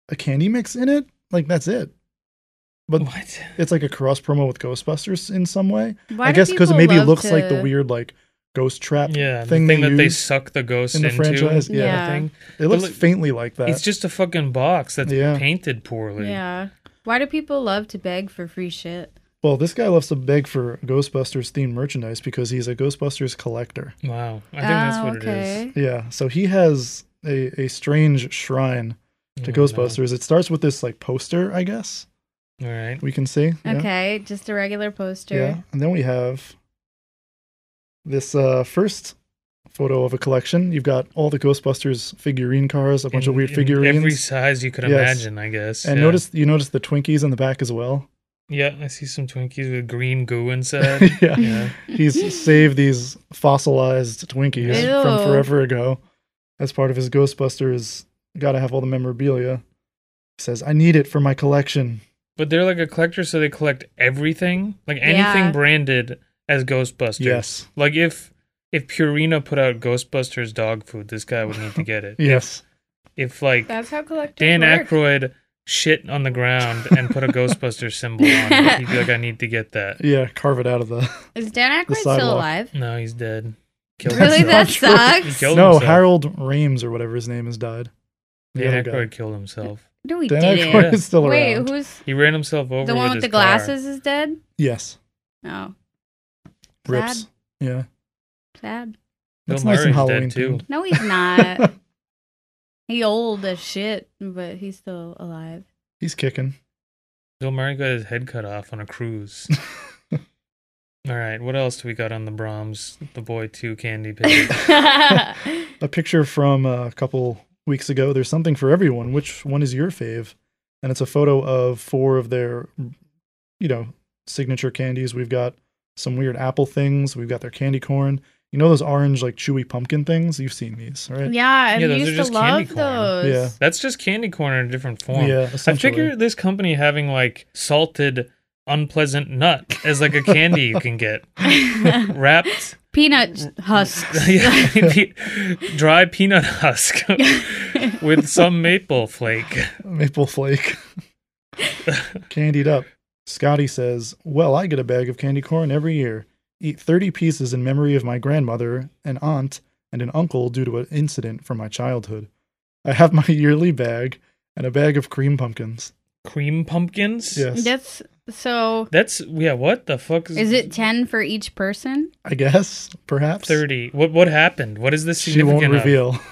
[SPEAKER 2] a candy mix in it. Like that's it. But
[SPEAKER 4] what?
[SPEAKER 2] it's like a cross promo with Ghostbusters in some way.
[SPEAKER 3] Why
[SPEAKER 2] I
[SPEAKER 3] do
[SPEAKER 2] guess because
[SPEAKER 3] people
[SPEAKER 2] maybe it
[SPEAKER 3] love
[SPEAKER 2] looks like the
[SPEAKER 3] to-
[SPEAKER 2] weird like ghost trap
[SPEAKER 4] Yeah,
[SPEAKER 2] thing,
[SPEAKER 4] the thing
[SPEAKER 2] they
[SPEAKER 4] that they
[SPEAKER 2] use.
[SPEAKER 4] suck the ghost
[SPEAKER 2] in the
[SPEAKER 4] into.
[SPEAKER 2] franchise, yeah.
[SPEAKER 4] yeah. Thing.
[SPEAKER 2] it looks
[SPEAKER 4] look-
[SPEAKER 2] faintly like that.
[SPEAKER 4] It's just a fucking box that's
[SPEAKER 2] Yeah.
[SPEAKER 4] painted poorly.
[SPEAKER 3] Yeah. Why do people love to beg for free shit?
[SPEAKER 2] well, this guy loves to beg for Ghostbusters themed merchandise because he's a Ghostbusters collector.
[SPEAKER 4] Wow. I think that's
[SPEAKER 3] Oh,
[SPEAKER 4] what it is.
[SPEAKER 2] Yeah, so he has a, a strange shrine to
[SPEAKER 4] Oh, no.
[SPEAKER 2] Ghostbusters. It starts with this like poster, I guess
[SPEAKER 4] All right.
[SPEAKER 2] we can see. yeah.
[SPEAKER 3] Okay, just a regular poster.
[SPEAKER 2] Yeah, and then we have this uh, first photo of a collection. You've got all the Ghostbusters figurine cars, a bunch
[SPEAKER 4] In-
[SPEAKER 2] of weird
[SPEAKER 4] in
[SPEAKER 2] figurines,
[SPEAKER 4] Every size you could
[SPEAKER 2] Yes.
[SPEAKER 4] imagine, I guess.
[SPEAKER 2] and
[SPEAKER 4] yeah.
[SPEAKER 2] notice you notice the Twinkies in the back as well. [LAUGHS]
[SPEAKER 4] Yeah, I see some Twinkies with green goo
[SPEAKER 2] [LAUGHS]
[SPEAKER 4] inside.
[SPEAKER 2] yeah,
[SPEAKER 4] yeah.
[SPEAKER 2] he's saved these fossilized Twinkies from
[SPEAKER 3] Ew.
[SPEAKER 2] forever ago as part of his Ghostbusters. Got to have all the memorabilia. He says, "I need it for my collection."
[SPEAKER 4] But they're like a collector, so they collect everything, like anything
[SPEAKER 3] Yeah.
[SPEAKER 4] branded as Ghostbusters.
[SPEAKER 2] Yes,
[SPEAKER 4] Like if if Purina put out Ghostbusters dog food, this guy would need to get it.
[SPEAKER 2] yes,
[SPEAKER 4] If like
[SPEAKER 3] That's how collectors
[SPEAKER 4] Dan
[SPEAKER 3] work.
[SPEAKER 4] Aykroyd shit on the ground
[SPEAKER 3] [LAUGHS]
[SPEAKER 4] and put a Ghostbusters symbol on it, he'd be like, I need to get that.
[SPEAKER 2] yeah. Carve it out of the.
[SPEAKER 3] Is Dan
[SPEAKER 2] The
[SPEAKER 3] Aykroyd still
[SPEAKER 2] sidewalk.
[SPEAKER 3] alive?
[SPEAKER 4] No, he's dead. Killed
[SPEAKER 3] Really,
[SPEAKER 4] himself.
[SPEAKER 2] [LAUGHS]
[SPEAKER 3] that
[SPEAKER 2] That's not true.
[SPEAKER 4] He
[SPEAKER 3] sucks.
[SPEAKER 4] killed
[SPEAKER 2] no,
[SPEAKER 4] himself.
[SPEAKER 2] Harold Rames or whatever his name is died. The
[SPEAKER 4] Dan
[SPEAKER 2] other guy.
[SPEAKER 4] Aykroyd killed himself.
[SPEAKER 3] No, he
[SPEAKER 2] Dan
[SPEAKER 3] didn't.
[SPEAKER 2] Aykroyd is still
[SPEAKER 3] Wait,
[SPEAKER 2] around.
[SPEAKER 3] who's
[SPEAKER 4] He ran himself over.
[SPEAKER 3] the one with
[SPEAKER 4] his
[SPEAKER 3] the
[SPEAKER 4] car.
[SPEAKER 3] glasses? Is dead?
[SPEAKER 2] Yes,
[SPEAKER 3] Oh,
[SPEAKER 2] rips.
[SPEAKER 3] Sad.
[SPEAKER 2] Yeah,
[SPEAKER 3] sad.
[SPEAKER 4] Bill
[SPEAKER 2] That's nice and
[SPEAKER 4] Murray's dead
[SPEAKER 2] Halloween
[SPEAKER 4] too.
[SPEAKER 2] themed.
[SPEAKER 3] No, he's not. [LAUGHS] he old as shit, but he's still alive. [LAUGHS]
[SPEAKER 2] he's kicking.
[SPEAKER 4] Bill Murray got his head cut off on a
[SPEAKER 2] [LAUGHS]
[SPEAKER 4] cruise. All right, what else do we got on the Brahms, the boy two candy pig?
[SPEAKER 2] A picture from uh, a couple weeks ago. There's something for everyone. Which one is your fave? And it's a photo of four of their, you know, signature candies. We've got some weird apple things. We've got their candy corn. You know those orange like chewy pumpkin things? You've seen these, right?
[SPEAKER 3] yeah, I
[SPEAKER 4] Yeah, those are
[SPEAKER 3] used to
[SPEAKER 4] just candy
[SPEAKER 3] love
[SPEAKER 4] corn.
[SPEAKER 3] those.
[SPEAKER 2] Yeah.
[SPEAKER 4] That's just candy corn in a different form.
[SPEAKER 2] Yeah,
[SPEAKER 4] I
[SPEAKER 2] essentially.
[SPEAKER 4] figure this company having like salted unpleasant nut as like a candy you can get [LAUGHS] wrapped
[SPEAKER 3] [LAUGHS] Peanut husks.
[SPEAKER 4] [LAUGHS] yeah, pe- dry peanut husk with some maple flake.
[SPEAKER 2] maple flake,
[SPEAKER 4] [LAUGHS]
[SPEAKER 2] candied up. Scotty says, "Well, I get a bag of candy corn every year. Eat 30 pieces in memory of my grandmother, an aunt, and an uncle due to an incident from my childhood. I have my [LAUGHS] yearly bag and a bag of cream pumpkins.
[SPEAKER 4] Cream pumpkins?
[SPEAKER 2] Yes,
[SPEAKER 3] [LAUGHS] That's so.
[SPEAKER 4] That's yeah, what the fuck
[SPEAKER 3] Is it ten for each person?
[SPEAKER 2] I guess perhaps
[SPEAKER 4] 30? What what happened? What is this
[SPEAKER 2] she won't
[SPEAKER 4] significant of?
[SPEAKER 2] reveal. [LAUGHS]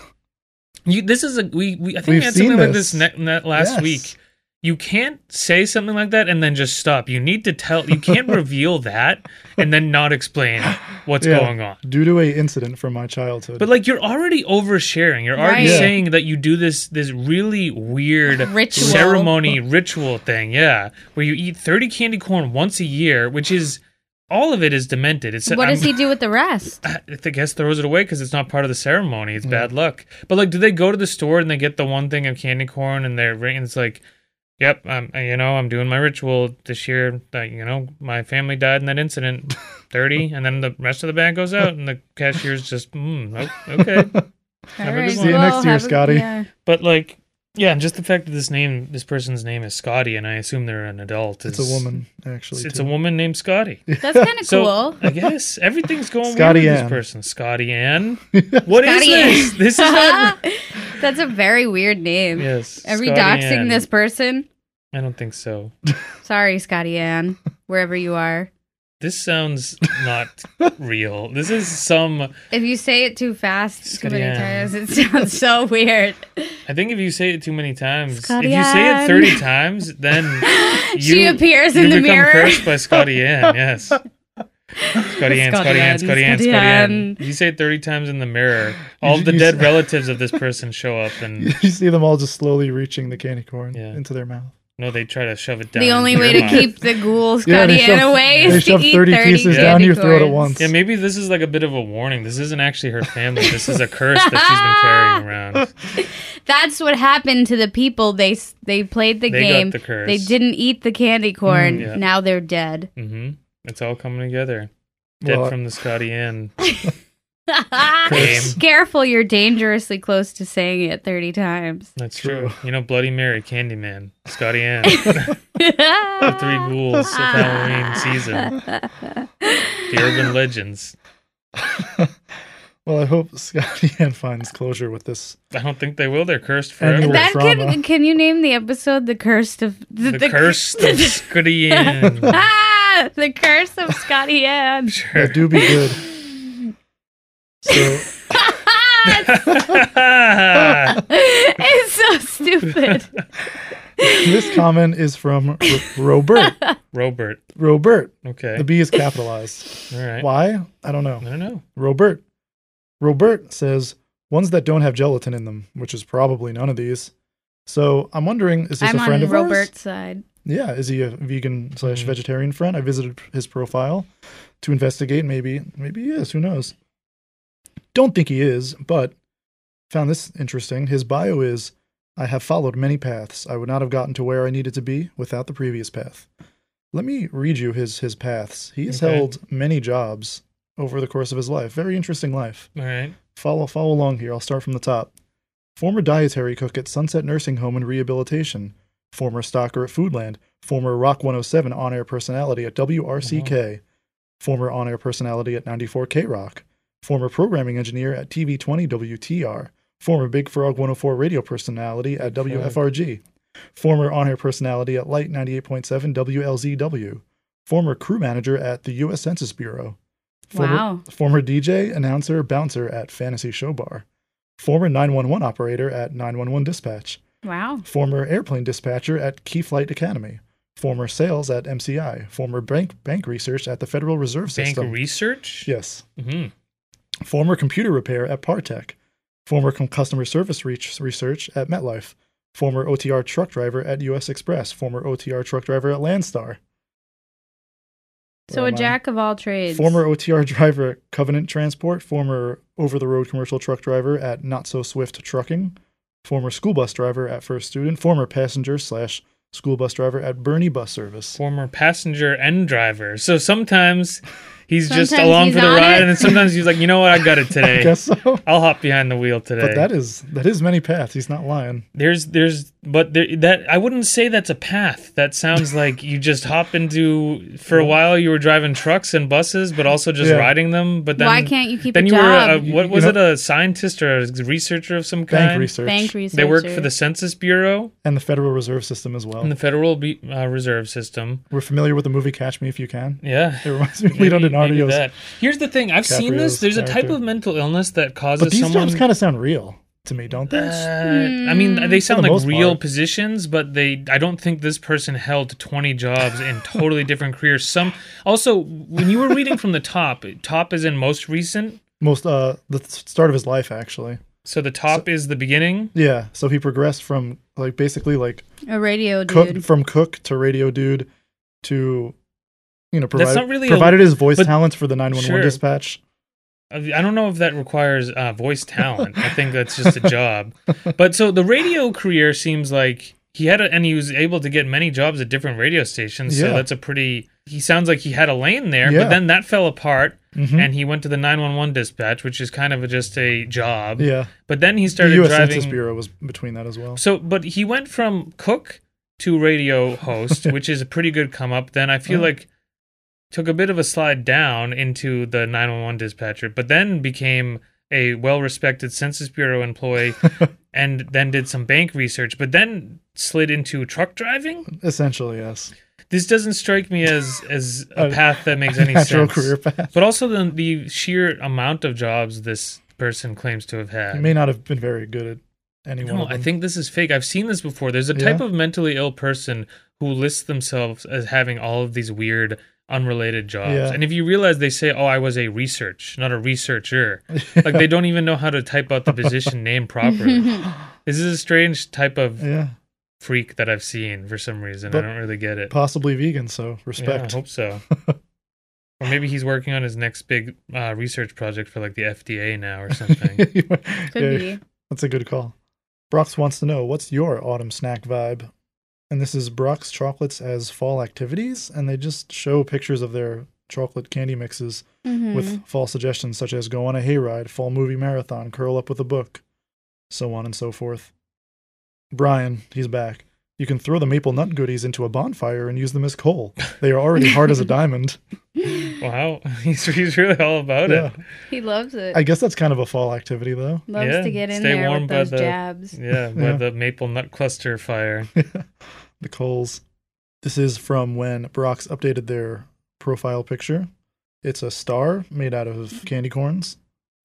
[SPEAKER 4] You, this is a we, we I think
[SPEAKER 2] We've
[SPEAKER 4] we had
[SPEAKER 2] seen
[SPEAKER 4] something like
[SPEAKER 2] this.
[SPEAKER 4] this ne- ne- last
[SPEAKER 2] Yes.
[SPEAKER 4] week. You can't say something like that and then just stop. You need to tell. You
[SPEAKER 2] [LAUGHS]
[SPEAKER 4] can't reveal that and then not explain what's
[SPEAKER 2] Yeah.
[SPEAKER 4] going on.
[SPEAKER 2] Due to a incident from my childhood.
[SPEAKER 4] But like you're already oversharing. You're already
[SPEAKER 3] Right.
[SPEAKER 2] Yeah.
[SPEAKER 4] saying that you do this this really weird
[SPEAKER 3] [LAUGHS] Ritual.
[SPEAKER 4] ceremony ritual thing. Yeah, where you eat 30 candy corn once a year, which is all of it is demented. It's
[SPEAKER 3] what does he
[SPEAKER 4] I'm-
[SPEAKER 3] do with the rest?
[SPEAKER 4] [LAUGHS] I [CLEARS THROAT] I guess throws it away because it's not part of the ceremony. It's bad luck. But like, do they go to the store and they get the one thing of candy corn and they're ring? It's like, yep, I'm uh, you know I'm doing my ritual this year. That you know my family died in that
[SPEAKER 2] [LAUGHS]
[SPEAKER 4] incident, thirty, and then the rest of the bag goes out and the cashier's just mm, o- okay.
[SPEAKER 2] [LAUGHS]
[SPEAKER 4] a good
[SPEAKER 3] Alright,
[SPEAKER 4] one. See you
[SPEAKER 2] next year,
[SPEAKER 3] have a-
[SPEAKER 2] Scotty.
[SPEAKER 3] yeah.
[SPEAKER 4] But like, yeah, and just the fact that this name, this person's name is Scotty, and I assume they're an adult.
[SPEAKER 2] it's
[SPEAKER 4] is-
[SPEAKER 2] a woman actually.
[SPEAKER 4] It's
[SPEAKER 2] too.
[SPEAKER 4] a woman named Scotty.
[SPEAKER 3] That's kind of
[SPEAKER 4] [LAUGHS] So
[SPEAKER 3] cool.
[SPEAKER 4] I guess everything's going
[SPEAKER 2] Scotty
[SPEAKER 4] Scotty with
[SPEAKER 2] Ann.
[SPEAKER 4] this person. Scotty
[SPEAKER 2] [LAUGHS]
[SPEAKER 4] Ann. What is
[SPEAKER 3] Scotty
[SPEAKER 4] this?
[SPEAKER 3] Ann.
[SPEAKER 4] This
[SPEAKER 3] [LAUGHS]
[SPEAKER 4] is not
[SPEAKER 3] That's a very weird name.
[SPEAKER 4] Yes.
[SPEAKER 3] Are we
[SPEAKER 4] Scotty
[SPEAKER 3] doxing
[SPEAKER 4] Ann.
[SPEAKER 3] this person?
[SPEAKER 4] I don't think so.
[SPEAKER 3] Sorry, Scotty Ann, wherever you are.
[SPEAKER 4] This sounds not [LAUGHS] real. This is some.
[SPEAKER 3] If you say it too fast,
[SPEAKER 4] Scotty
[SPEAKER 3] too many
[SPEAKER 4] Ann.
[SPEAKER 3] times, it sounds so
[SPEAKER 4] [LAUGHS]
[SPEAKER 3] weird.
[SPEAKER 4] I think if you say it too many times,
[SPEAKER 3] Scotty
[SPEAKER 4] if you say
[SPEAKER 3] Ann. [LAUGHS]
[SPEAKER 4] it thirty times, then
[SPEAKER 3] she
[SPEAKER 4] You-
[SPEAKER 3] appears
[SPEAKER 4] you
[SPEAKER 3] in the
[SPEAKER 4] become
[SPEAKER 3] mirror.
[SPEAKER 4] cursed by Scotty Ann. Yes. Scotty Ann, Scotty Ann, Scotty Ann, Scotty Ann. You say it 30 times in the mirror. All of the
[SPEAKER 2] you
[SPEAKER 3] [LAUGHS]
[SPEAKER 4] dead
[SPEAKER 2] s-
[SPEAKER 4] relatives of this person show up and
[SPEAKER 2] [LAUGHS] you see them all just slowly reaching the candy corn
[SPEAKER 4] Yeah.
[SPEAKER 2] into their mouth.
[SPEAKER 4] no, they try to shove it down.
[SPEAKER 3] [LAUGHS] The only
[SPEAKER 4] into
[SPEAKER 3] way
[SPEAKER 4] your
[SPEAKER 3] to
[SPEAKER 4] mouth.
[SPEAKER 3] keep the ghouls
[SPEAKER 2] Yeah,
[SPEAKER 3] Scotty
[SPEAKER 2] they
[SPEAKER 3] Ann
[SPEAKER 2] shove-
[SPEAKER 3] away
[SPEAKER 2] they
[SPEAKER 3] is to
[SPEAKER 2] shove
[SPEAKER 3] eat
[SPEAKER 2] 30
[SPEAKER 3] 30
[SPEAKER 2] pieces
[SPEAKER 3] candy
[SPEAKER 2] down your throat at
[SPEAKER 3] corns.
[SPEAKER 2] once.
[SPEAKER 4] Yeah, maybe this is like a bit of a warning. This isn't actually her family. This is a curse that she's
[SPEAKER 3] [LAUGHS]
[SPEAKER 4] been carrying around.
[SPEAKER 3] That's what happened to the people. They s- they played the
[SPEAKER 4] They got
[SPEAKER 3] game.
[SPEAKER 4] the curse.
[SPEAKER 3] They didn't eat the candy corn.
[SPEAKER 4] Mm, yeah.
[SPEAKER 3] Now they're dead.
[SPEAKER 4] Mm-hmm. It's all coming together. Dead
[SPEAKER 2] Well,
[SPEAKER 4] from the Scotty Inn.
[SPEAKER 3] [LAUGHS] Careful, you're dangerously close to saying it 30 times.
[SPEAKER 4] That's
[SPEAKER 2] True.
[SPEAKER 4] true. You know, Bloody Mary, Candyman, Scotty
[SPEAKER 2] [LAUGHS]
[SPEAKER 4] Ann, three
[SPEAKER 3] Three
[SPEAKER 4] ghouls of
[SPEAKER 2] [LAUGHS]
[SPEAKER 4] Halloween season,
[SPEAKER 3] [LAUGHS]
[SPEAKER 4] the urban legends.
[SPEAKER 2] well, I hope [LAUGHS] Scotty Ann finds closure with this.
[SPEAKER 4] I don't think they will. They're cursed
[SPEAKER 2] And
[SPEAKER 4] forever.
[SPEAKER 2] the-
[SPEAKER 3] That
[SPEAKER 2] Trauma.
[SPEAKER 3] can, can you name the episode The Curse of
[SPEAKER 4] The, curse
[SPEAKER 2] [LAUGHS]
[SPEAKER 4] of Scotty Ann.
[SPEAKER 3] ah, [LAUGHS] The [LAUGHS] Curse of Scotty
[SPEAKER 4] [LAUGHS]
[SPEAKER 3] Ann. [LAUGHS]
[SPEAKER 4] Sure.
[SPEAKER 2] That do be good. So
[SPEAKER 3] it's so
[SPEAKER 2] [LAUGHS]
[SPEAKER 3] stupid.
[SPEAKER 2] this comment is from R- Robert.
[SPEAKER 4] [LAUGHS] Robert.
[SPEAKER 2] Robert.
[SPEAKER 4] Okay.
[SPEAKER 2] The B is capitalized.
[SPEAKER 4] All right.
[SPEAKER 2] Why? I don't
[SPEAKER 4] I
[SPEAKER 2] know.
[SPEAKER 4] don't know.
[SPEAKER 2] Robert. Robert says ones that don't have gelatin in them, which is probably none of these. So I'm wondering, is this
[SPEAKER 3] I'm
[SPEAKER 2] a
[SPEAKER 3] on
[SPEAKER 2] friend of ours?
[SPEAKER 3] Robert's side.
[SPEAKER 2] Yeah, is he a vegan slash
[SPEAKER 4] Mhm.
[SPEAKER 2] vegetarian friend? I visited his profile to investigate. Maybe, maybe he is. Who knows? Don't think he is, but found this interesting. His bio is: "I have followed many paths. I would not have gotten to where I needed to be without the previous path." Let me read you his his paths. He has
[SPEAKER 4] Okay.
[SPEAKER 2] held many jobs over the course of his life. Very interesting life.
[SPEAKER 4] All right.
[SPEAKER 2] Follow follow along here. I'll start from the top. Former dietary cook at Sunset Nursing Home and Rehabilitation, former stalker at Foodland, former Rock 107 on-air personality at WRCK, former on-air personality at 94K Rock, former programming engineer at TV20 WTR, former Big Frog 104 radio personality at
[SPEAKER 4] Big Frog.
[SPEAKER 2] WFRG, former on-air personality at Light 98.7 WLZW, former crew manager at the U.S. Census Bureau, former,
[SPEAKER 3] Wow.
[SPEAKER 2] former DJ, announcer, bouncer at Fantasy Show Bar, former 911 operator at 911 Dispatch,
[SPEAKER 3] Wow.
[SPEAKER 2] former airplane dispatcher at Key Flight Academy, former sales at MCI, former bank bank research at the Federal Reserve
[SPEAKER 4] Bank
[SPEAKER 2] System.
[SPEAKER 4] research?
[SPEAKER 2] yes.
[SPEAKER 4] hmm
[SPEAKER 2] Former computer repair at Partech, former com- customer service reach research at MetLife, former OTR truck driver at US Express, former OTR truck driver at Landstar,
[SPEAKER 3] So
[SPEAKER 2] Where
[SPEAKER 3] a
[SPEAKER 2] am I?
[SPEAKER 3] jack of all trades.
[SPEAKER 2] Former OTR driver at Covenant Transport, former over the road commercial truck driver at Not So Swift Trucking, former school bus driver at First Student, former passenger slash school bus driver at Bernie Bus Service.
[SPEAKER 4] Former passenger and driver. So sometimes he's just
[SPEAKER 3] Sometimes
[SPEAKER 4] along
[SPEAKER 3] he's
[SPEAKER 4] for the
[SPEAKER 3] on
[SPEAKER 4] ride,
[SPEAKER 3] it.
[SPEAKER 4] and then sometimes he's like, you know what? I
[SPEAKER 2] [LAUGHS]
[SPEAKER 4] got it
[SPEAKER 2] I
[SPEAKER 4] today.
[SPEAKER 2] guess so.
[SPEAKER 4] I'll hop behind the wheel today.
[SPEAKER 2] But that is that is many paths. He's not lying.
[SPEAKER 4] There's, there's, but there, that I wouldn't say that's a path. That
[SPEAKER 2] [LAUGHS]
[SPEAKER 4] sounds like you just hop into for a while. You were driving trucks and buses, but also just
[SPEAKER 2] Yeah.
[SPEAKER 4] riding them. But then,
[SPEAKER 3] Why can't you keep
[SPEAKER 4] then
[SPEAKER 3] a
[SPEAKER 4] you
[SPEAKER 3] job?
[SPEAKER 4] were a, what
[SPEAKER 2] You
[SPEAKER 4] was
[SPEAKER 2] know-
[SPEAKER 4] it? A scientist or a researcher of some
[SPEAKER 2] Bank
[SPEAKER 4] kind?
[SPEAKER 2] research
[SPEAKER 3] Bank research.
[SPEAKER 4] They worked for the Census Bureau
[SPEAKER 2] and the Federal Reserve System as well.
[SPEAKER 4] and the Federal Be- uh, Reserve System.
[SPEAKER 2] We're familiar with the movie Catch Me If You Can.
[SPEAKER 4] Yeah.
[SPEAKER 2] It reminds me of Leonardo
[SPEAKER 4] Maybe- maybe
[SPEAKER 2] DiCaprio's.
[SPEAKER 4] that. Here's the thing. I've seen this.
[SPEAKER 2] DiCaprio's
[SPEAKER 4] There's a type
[SPEAKER 2] character.
[SPEAKER 4] of mental illness that causes
[SPEAKER 2] But these
[SPEAKER 4] someone.
[SPEAKER 2] jobs kind of sound real to me, don't they?
[SPEAKER 4] Uh, I mean, they sound
[SPEAKER 2] the
[SPEAKER 4] like
[SPEAKER 2] most
[SPEAKER 4] real
[SPEAKER 2] part.
[SPEAKER 4] positions, but they. I don't think this person held 20 jobs in totally different careers. Some also, when you were reading from the top, top is in most recent.
[SPEAKER 2] Most uh, the start of his life actually.
[SPEAKER 4] So the top is the beginning.
[SPEAKER 2] Yeah, so he progressed from like basically like
[SPEAKER 3] a radio
[SPEAKER 2] cook,
[SPEAKER 3] [LAUGHS] dude.
[SPEAKER 2] from cook to radio dude to you know provided,
[SPEAKER 4] not really a-
[SPEAKER 2] provided his voice
[SPEAKER 4] but-
[SPEAKER 2] talents for the 911
[SPEAKER 4] Sure.
[SPEAKER 2] dispatch
[SPEAKER 4] I I don't know if that requires uh, voice talent. I think that's just a job. But so the radio career seems like he had, a, and he was able to get many jobs at different radio stations.
[SPEAKER 2] Yeah.
[SPEAKER 4] So that's a pretty. He sounds like he had a lane there,
[SPEAKER 2] Yeah.
[SPEAKER 4] but then that fell apart,
[SPEAKER 2] Mhm.
[SPEAKER 4] and he went to the nine one one dispatch, which is kind of a, just a job.
[SPEAKER 2] yeah
[SPEAKER 4] But then he
[SPEAKER 2] the
[SPEAKER 4] started
[SPEAKER 2] u.s
[SPEAKER 4] driving.
[SPEAKER 2] census bureau was between that as well
[SPEAKER 4] So, but he went from cook to radio
[SPEAKER 2] [LAUGHS]
[SPEAKER 4] host, which is a pretty good come up. Then I feel
[SPEAKER 2] Yeah.
[SPEAKER 4] like took a bit of a slide down into the 911 dispatcher, but then became a well-respected Census Bureau employee,
[SPEAKER 2] [LAUGHS]
[SPEAKER 4] and then did some bank research, but then slid into truck driving.
[SPEAKER 2] essentially yes
[SPEAKER 4] This doesn't strike me as as a
[SPEAKER 2] [LAUGHS] A-
[SPEAKER 4] path that makes any
[SPEAKER 2] natural
[SPEAKER 4] sense.
[SPEAKER 2] career path
[SPEAKER 4] But also the the sheer amount of jobs this person claims to have had.
[SPEAKER 2] he may not have been very good at any one
[SPEAKER 4] No,
[SPEAKER 2] of them
[SPEAKER 4] I think this is fake. I've seen this before. There's a type
[SPEAKER 2] Mm-hmm. Yeah?
[SPEAKER 4] of mentally ill person who lists themselves as having all of these weird unrelated jobs.
[SPEAKER 2] Yeah.
[SPEAKER 4] And if you realize they say, "Oh, I was a research, not a researcher,"
[SPEAKER 2] [LAUGHS]
[SPEAKER 4] like they don't even know how to type out the position name properly. this is a strange type of
[SPEAKER 2] yeah,
[SPEAKER 4] freak that I've seen for some reason.
[SPEAKER 2] But-
[SPEAKER 4] I don't really get it.
[SPEAKER 2] possibly vegan. So respect.
[SPEAKER 4] Yeah, I hope
[SPEAKER 2] [LAUGHS]
[SPEAKER 4] so. or maybe he's working on his next big uh, research project for like the FDA now or
[SPEAKER 2] [LAUGHS]
[SPEAKER 4] something.
[SPEAKER 3] Could
[SPEAKER 2] Yeah,
[SPEAKER 3] be.
[SPEAKER 2] That's a good call. Brox wants to know what's your autumn snack vibe? And this is Brox chocolates as fall activities, and they just show pictures of their chocolate candy mixes
[SPEAKER 3] Mhm.
[SPEAKER 2] with fall suggestions such as go on a hayride, fall movie marathon, curl up with a book, so on and so forth. Brian, he's back. You can throw the maple nut goodies into a bonfire and use them as coal. They are already hard as a diamond.
[SPEAKER 4] wow, [LAUGHS] he's he's really all about
[SPEAKER 2] Yeah.
[SPEAKER 4] it.
[SPEAKER 3] he loves it.
[SPEAKER 2] I guess that's kind of a fall activity, though. [LAUGHS]
[SPEAKER 3] loves
[SPEAKER 4] Yeah,
[SPEAKER 3] to get in
[SPEAKER 4] stay
[SPEAKER 3] there
[SPEAKER 4] warm
[SPEAKER 3] with
[SPEAKER 4] by
[SPEAKER 3] those
[SPEAKER 4] the-
[SPEAKER 3] jabs.
[SPEAKER 4] Yeah, by
[SPEAKER 2] Yeah.
[SPEAKER 4] the maple nut cluster fire.
[SPEAKER 2] the Coles. This is from when Brock's updated their profile picture. It's a star made out of candy corns.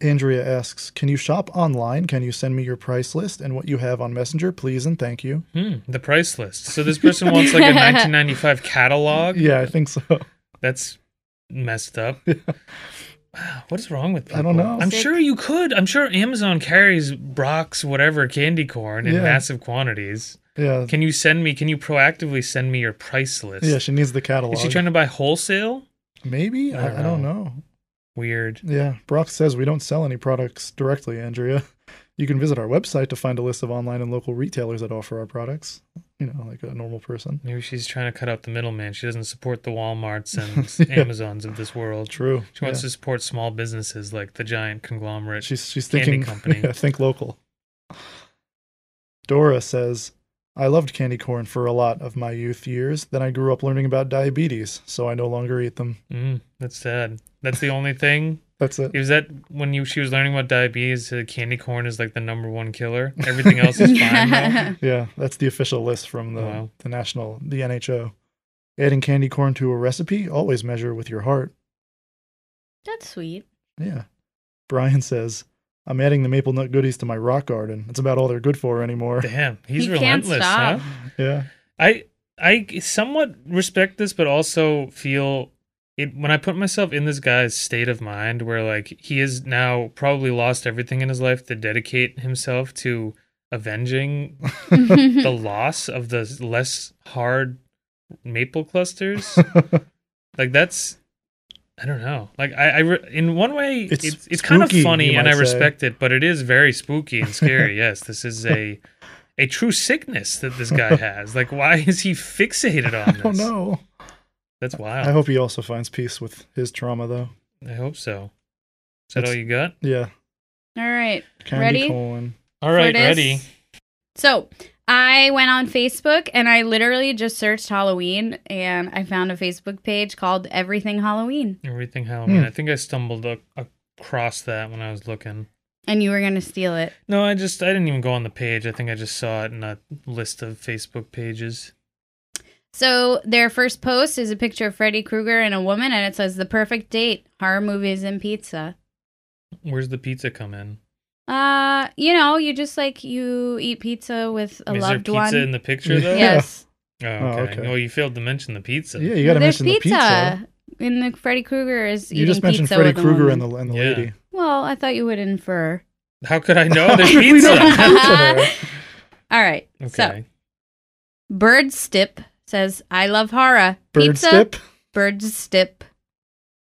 [SPEAKER 2] Andrea asks, "Can you shop online? Can you send me your price list and what you have on Messenger, please and thank you?"
[SPEAKER 4] Hmm, the price list. So this person wants like a 1995 catalog.
[SPEAKER 2] Yeah, I think so. [LAUGHS]
[SPEAKER 4] That's messed up. Wow, What is wrong with people?
[SPEAKER 2] I don't know.
[SPEAKER 4] I'm
[SPEAKER 3] Sick.
[SPEAKER 4] sure you could. I'm sure Amazon carries Brock's whatever candy corn in
[SPEAKER 2] Yeah.
[SPEAKER 4] massive quantities.
[SPEAKER 2] Yeah,
[SPEAKER 4] Can you send me? Can you proactively send me your price list?
[SPEAKER 2] yeah. She needs the catalog.
[SPEAKER 4] Is she trying Uh, to buy wholesale?
[SPEAKER 2] Maybe
[SPEAKER 4] I don't
[SPEAKER 2] I, I don't know.
[SPEAKER 4] Weird.
[SPEAKER 2] Yeah, Brock says we don't sell any products directly, Andrea. You can visit our website to find a list of online and local retailers that offer our products. You know, like a normal person.
[SPEAKER 4] Maybe she's trying to cut out the middleman. She doesn't support the WalMarts and
[SPEAKER 2] [LAUGHS] Yeah.
[SPEAKER 4] Amazons of this world.
[SPEAKER 2] True.
[SPEAKER 4] She wants
[SPEAKER 2] Yeah.
[SPEAKER 4] to support small businesses like the giant conglomerate.
[SPEAKER 2] She's she's
[SPEAKER 4] Candy
[SPEAKER 2] thinking
[SPEAKER 4] company.
[SPEAKER 2] [LAUGHS] yeah, think local. Dora says, I loved candy corn for a lot of my youth years. Then I grew up learning about diabetes, so I no longer eat them.
[SPEAKER 4] Mm, that's sad. That's the only thing.
[SPEAKER 2] That's it.
[SPEAKER 4] Is that when you she was learning about diabetes? Uh, candy corn is like the number one killer. Everything else is fine. though?
[SPEAKER 3] [LAUGHS]
[SPEAKER 2] Yeah, that's the official list from the,
[SPEAKER 4] Wow.
[SPEAKER 2] the national the NHO. Adding candy corn to a recipe, always measure with your heart.
[SPEAKER 3] That's
[SPEAKER 2] [LAUGHS]
[SPEAKER 3] sweet. [LAUGHS]
[SPEAKER 2] Yeah. Brian [LAUGHS] says, I'm adding the maple nut goodies to my rock garden. That's about all they're good for anymore.
[SPEAKER 4] Damn, he's
[SPEAKER 3] He can't
[SPEAKER 4] relentless, huh?
[SPEAKER 3] stop.
[SPEAKER 2] [LAUGHS] Yeah.
[SPEAKER 4] I I somewhat respect this, but also feel it when I put myself in this guy's state of mind, where like he has now probably lost everything in his life to dedicate himself to avenging the loss of the less hard maple
[SPEAKER 2] [LAUGHS]
[SPEAKER 4] clusters. like that's. I don't know. Like I, I re- in one way,
[SPEAKER 2] It's
[SPEAKER 4] it's it's, kind of
[SPEAKER 2] spooky,
[SPEAKER 4] funny,
[SPEAKER 2] you
[SPEAKER 4] and I
[SPEAKER 2] might say.
[SPEAKER 4] respect it, but it is very spooky and
[SPEAKER 2] [LAUGHS]
[SPEAKER 4] scary. yes, this is a a true sickness that this
[SPEAKER 2] [LAUGHS]
[SPEAKER 4] guy has. Like, why is he fixated on
[SPEAKER 2] I
[SPEAKER 4] this?
[SPEAKER 2] don't know.
[SPEAKER 4] That's wild.
[SPEAKER 2] Oh, I hope he also finds peace with his trauma, though.
[SPEAKER 4] so. Is that
[SPEAKER 2] That's-
[SPEAKER 4] all you got?
[SPEAKER 2] Yeah.
[SPEAKER 3] All right.
[SPEAKER 2] Candy
[SPEAKER 3] Ready?
[SPEAKER 2] corn.
[SPEAKER 4] All right,
[SPEAKER 3] Curtis.
[SPEAKER 4] ready.
[SPEAKER 3] So I went on Facebook and I literally just searched Halloween and I found a Facebook page called Everything Halloween.
[SPEAKER 4] Everything Halloween.
[SPEAKER 2] Hmm.
[SPEAKER 4] I think I stumbled ac- across that when I was looking.
[SPEAKER 3] And you were going to steal it.
[SPEAKER 4] No, I just I didn't even go on the page. I think I just saw it in a list of Facebook pages.
[SPEAKER 3] So their first post is a picture of Freddy Krueger and a woman and it says the perfect date, horror movies and pizza.
[SPEAKER 4] Where's the pizza come in?
[SPEAKER 3] Uh, you know, you just like you eat pizza with a
[SPEAKER 4] Is there
[SPEAKER 3] loved
[SPEAKER 4] pizza
[SPEAKER 3] one.
[SPEAKER 4] in the picture
[SPEAKER 3] [LAUGHS]
[SPEAKER 4] though?
[SPEAKER 3] yes.
[SPEAKER 4] Oh,
[SPEAKER 2] Oh,
[SPEAKER 4] okay.
[SPEAKER 2] okay.
[SPEAKER 4] Well, you failed to mention the pizza.
[SPEAKER 2] Yeah, [LAUGHS] you got to
[SPEAKER 3] There's
[SPEAKER 2] mention the pizza.
[SPEAKER 3] And the Freddy Krueger is
[SPEAKER 2] You just
[SPEAKER 3] eating
[SPEAKER 2] mentioned
[SPEAKER 3] pizza
[SPEAKER 2] Freddy
[SPEAKER 3] with a
[SPEAKER 2] Krueger
[SPEAKER 3] woman.
[SPEAKER 2] and the and the
[SPEAKER 4] Yeah.
[SPEAKER 2] lady.
[SPEAKER 3] Well, I thought you would infer.
[SPEAKER 4] How could I
[SPEAKER 2] [LAUGHS]
[SPEAKER 4] know there's
[SPEAKER 2] We don't
[SPEAKER 4] pizza?
[SPEAKER 2] have pizza
[SPEAKER 3] All right. [LAUGHS] So
[SPEAKER 4] okay.
[SPEAKER 3] Bird Stip says, I love Hara.
[SPEAKER 2] there. Bird
[SPEAKER 3] Pizza,
[SPEAKER 4] [LAUGHS]
[SPEAKER 2] stip.
[SPEAKER 3] Bird Stip.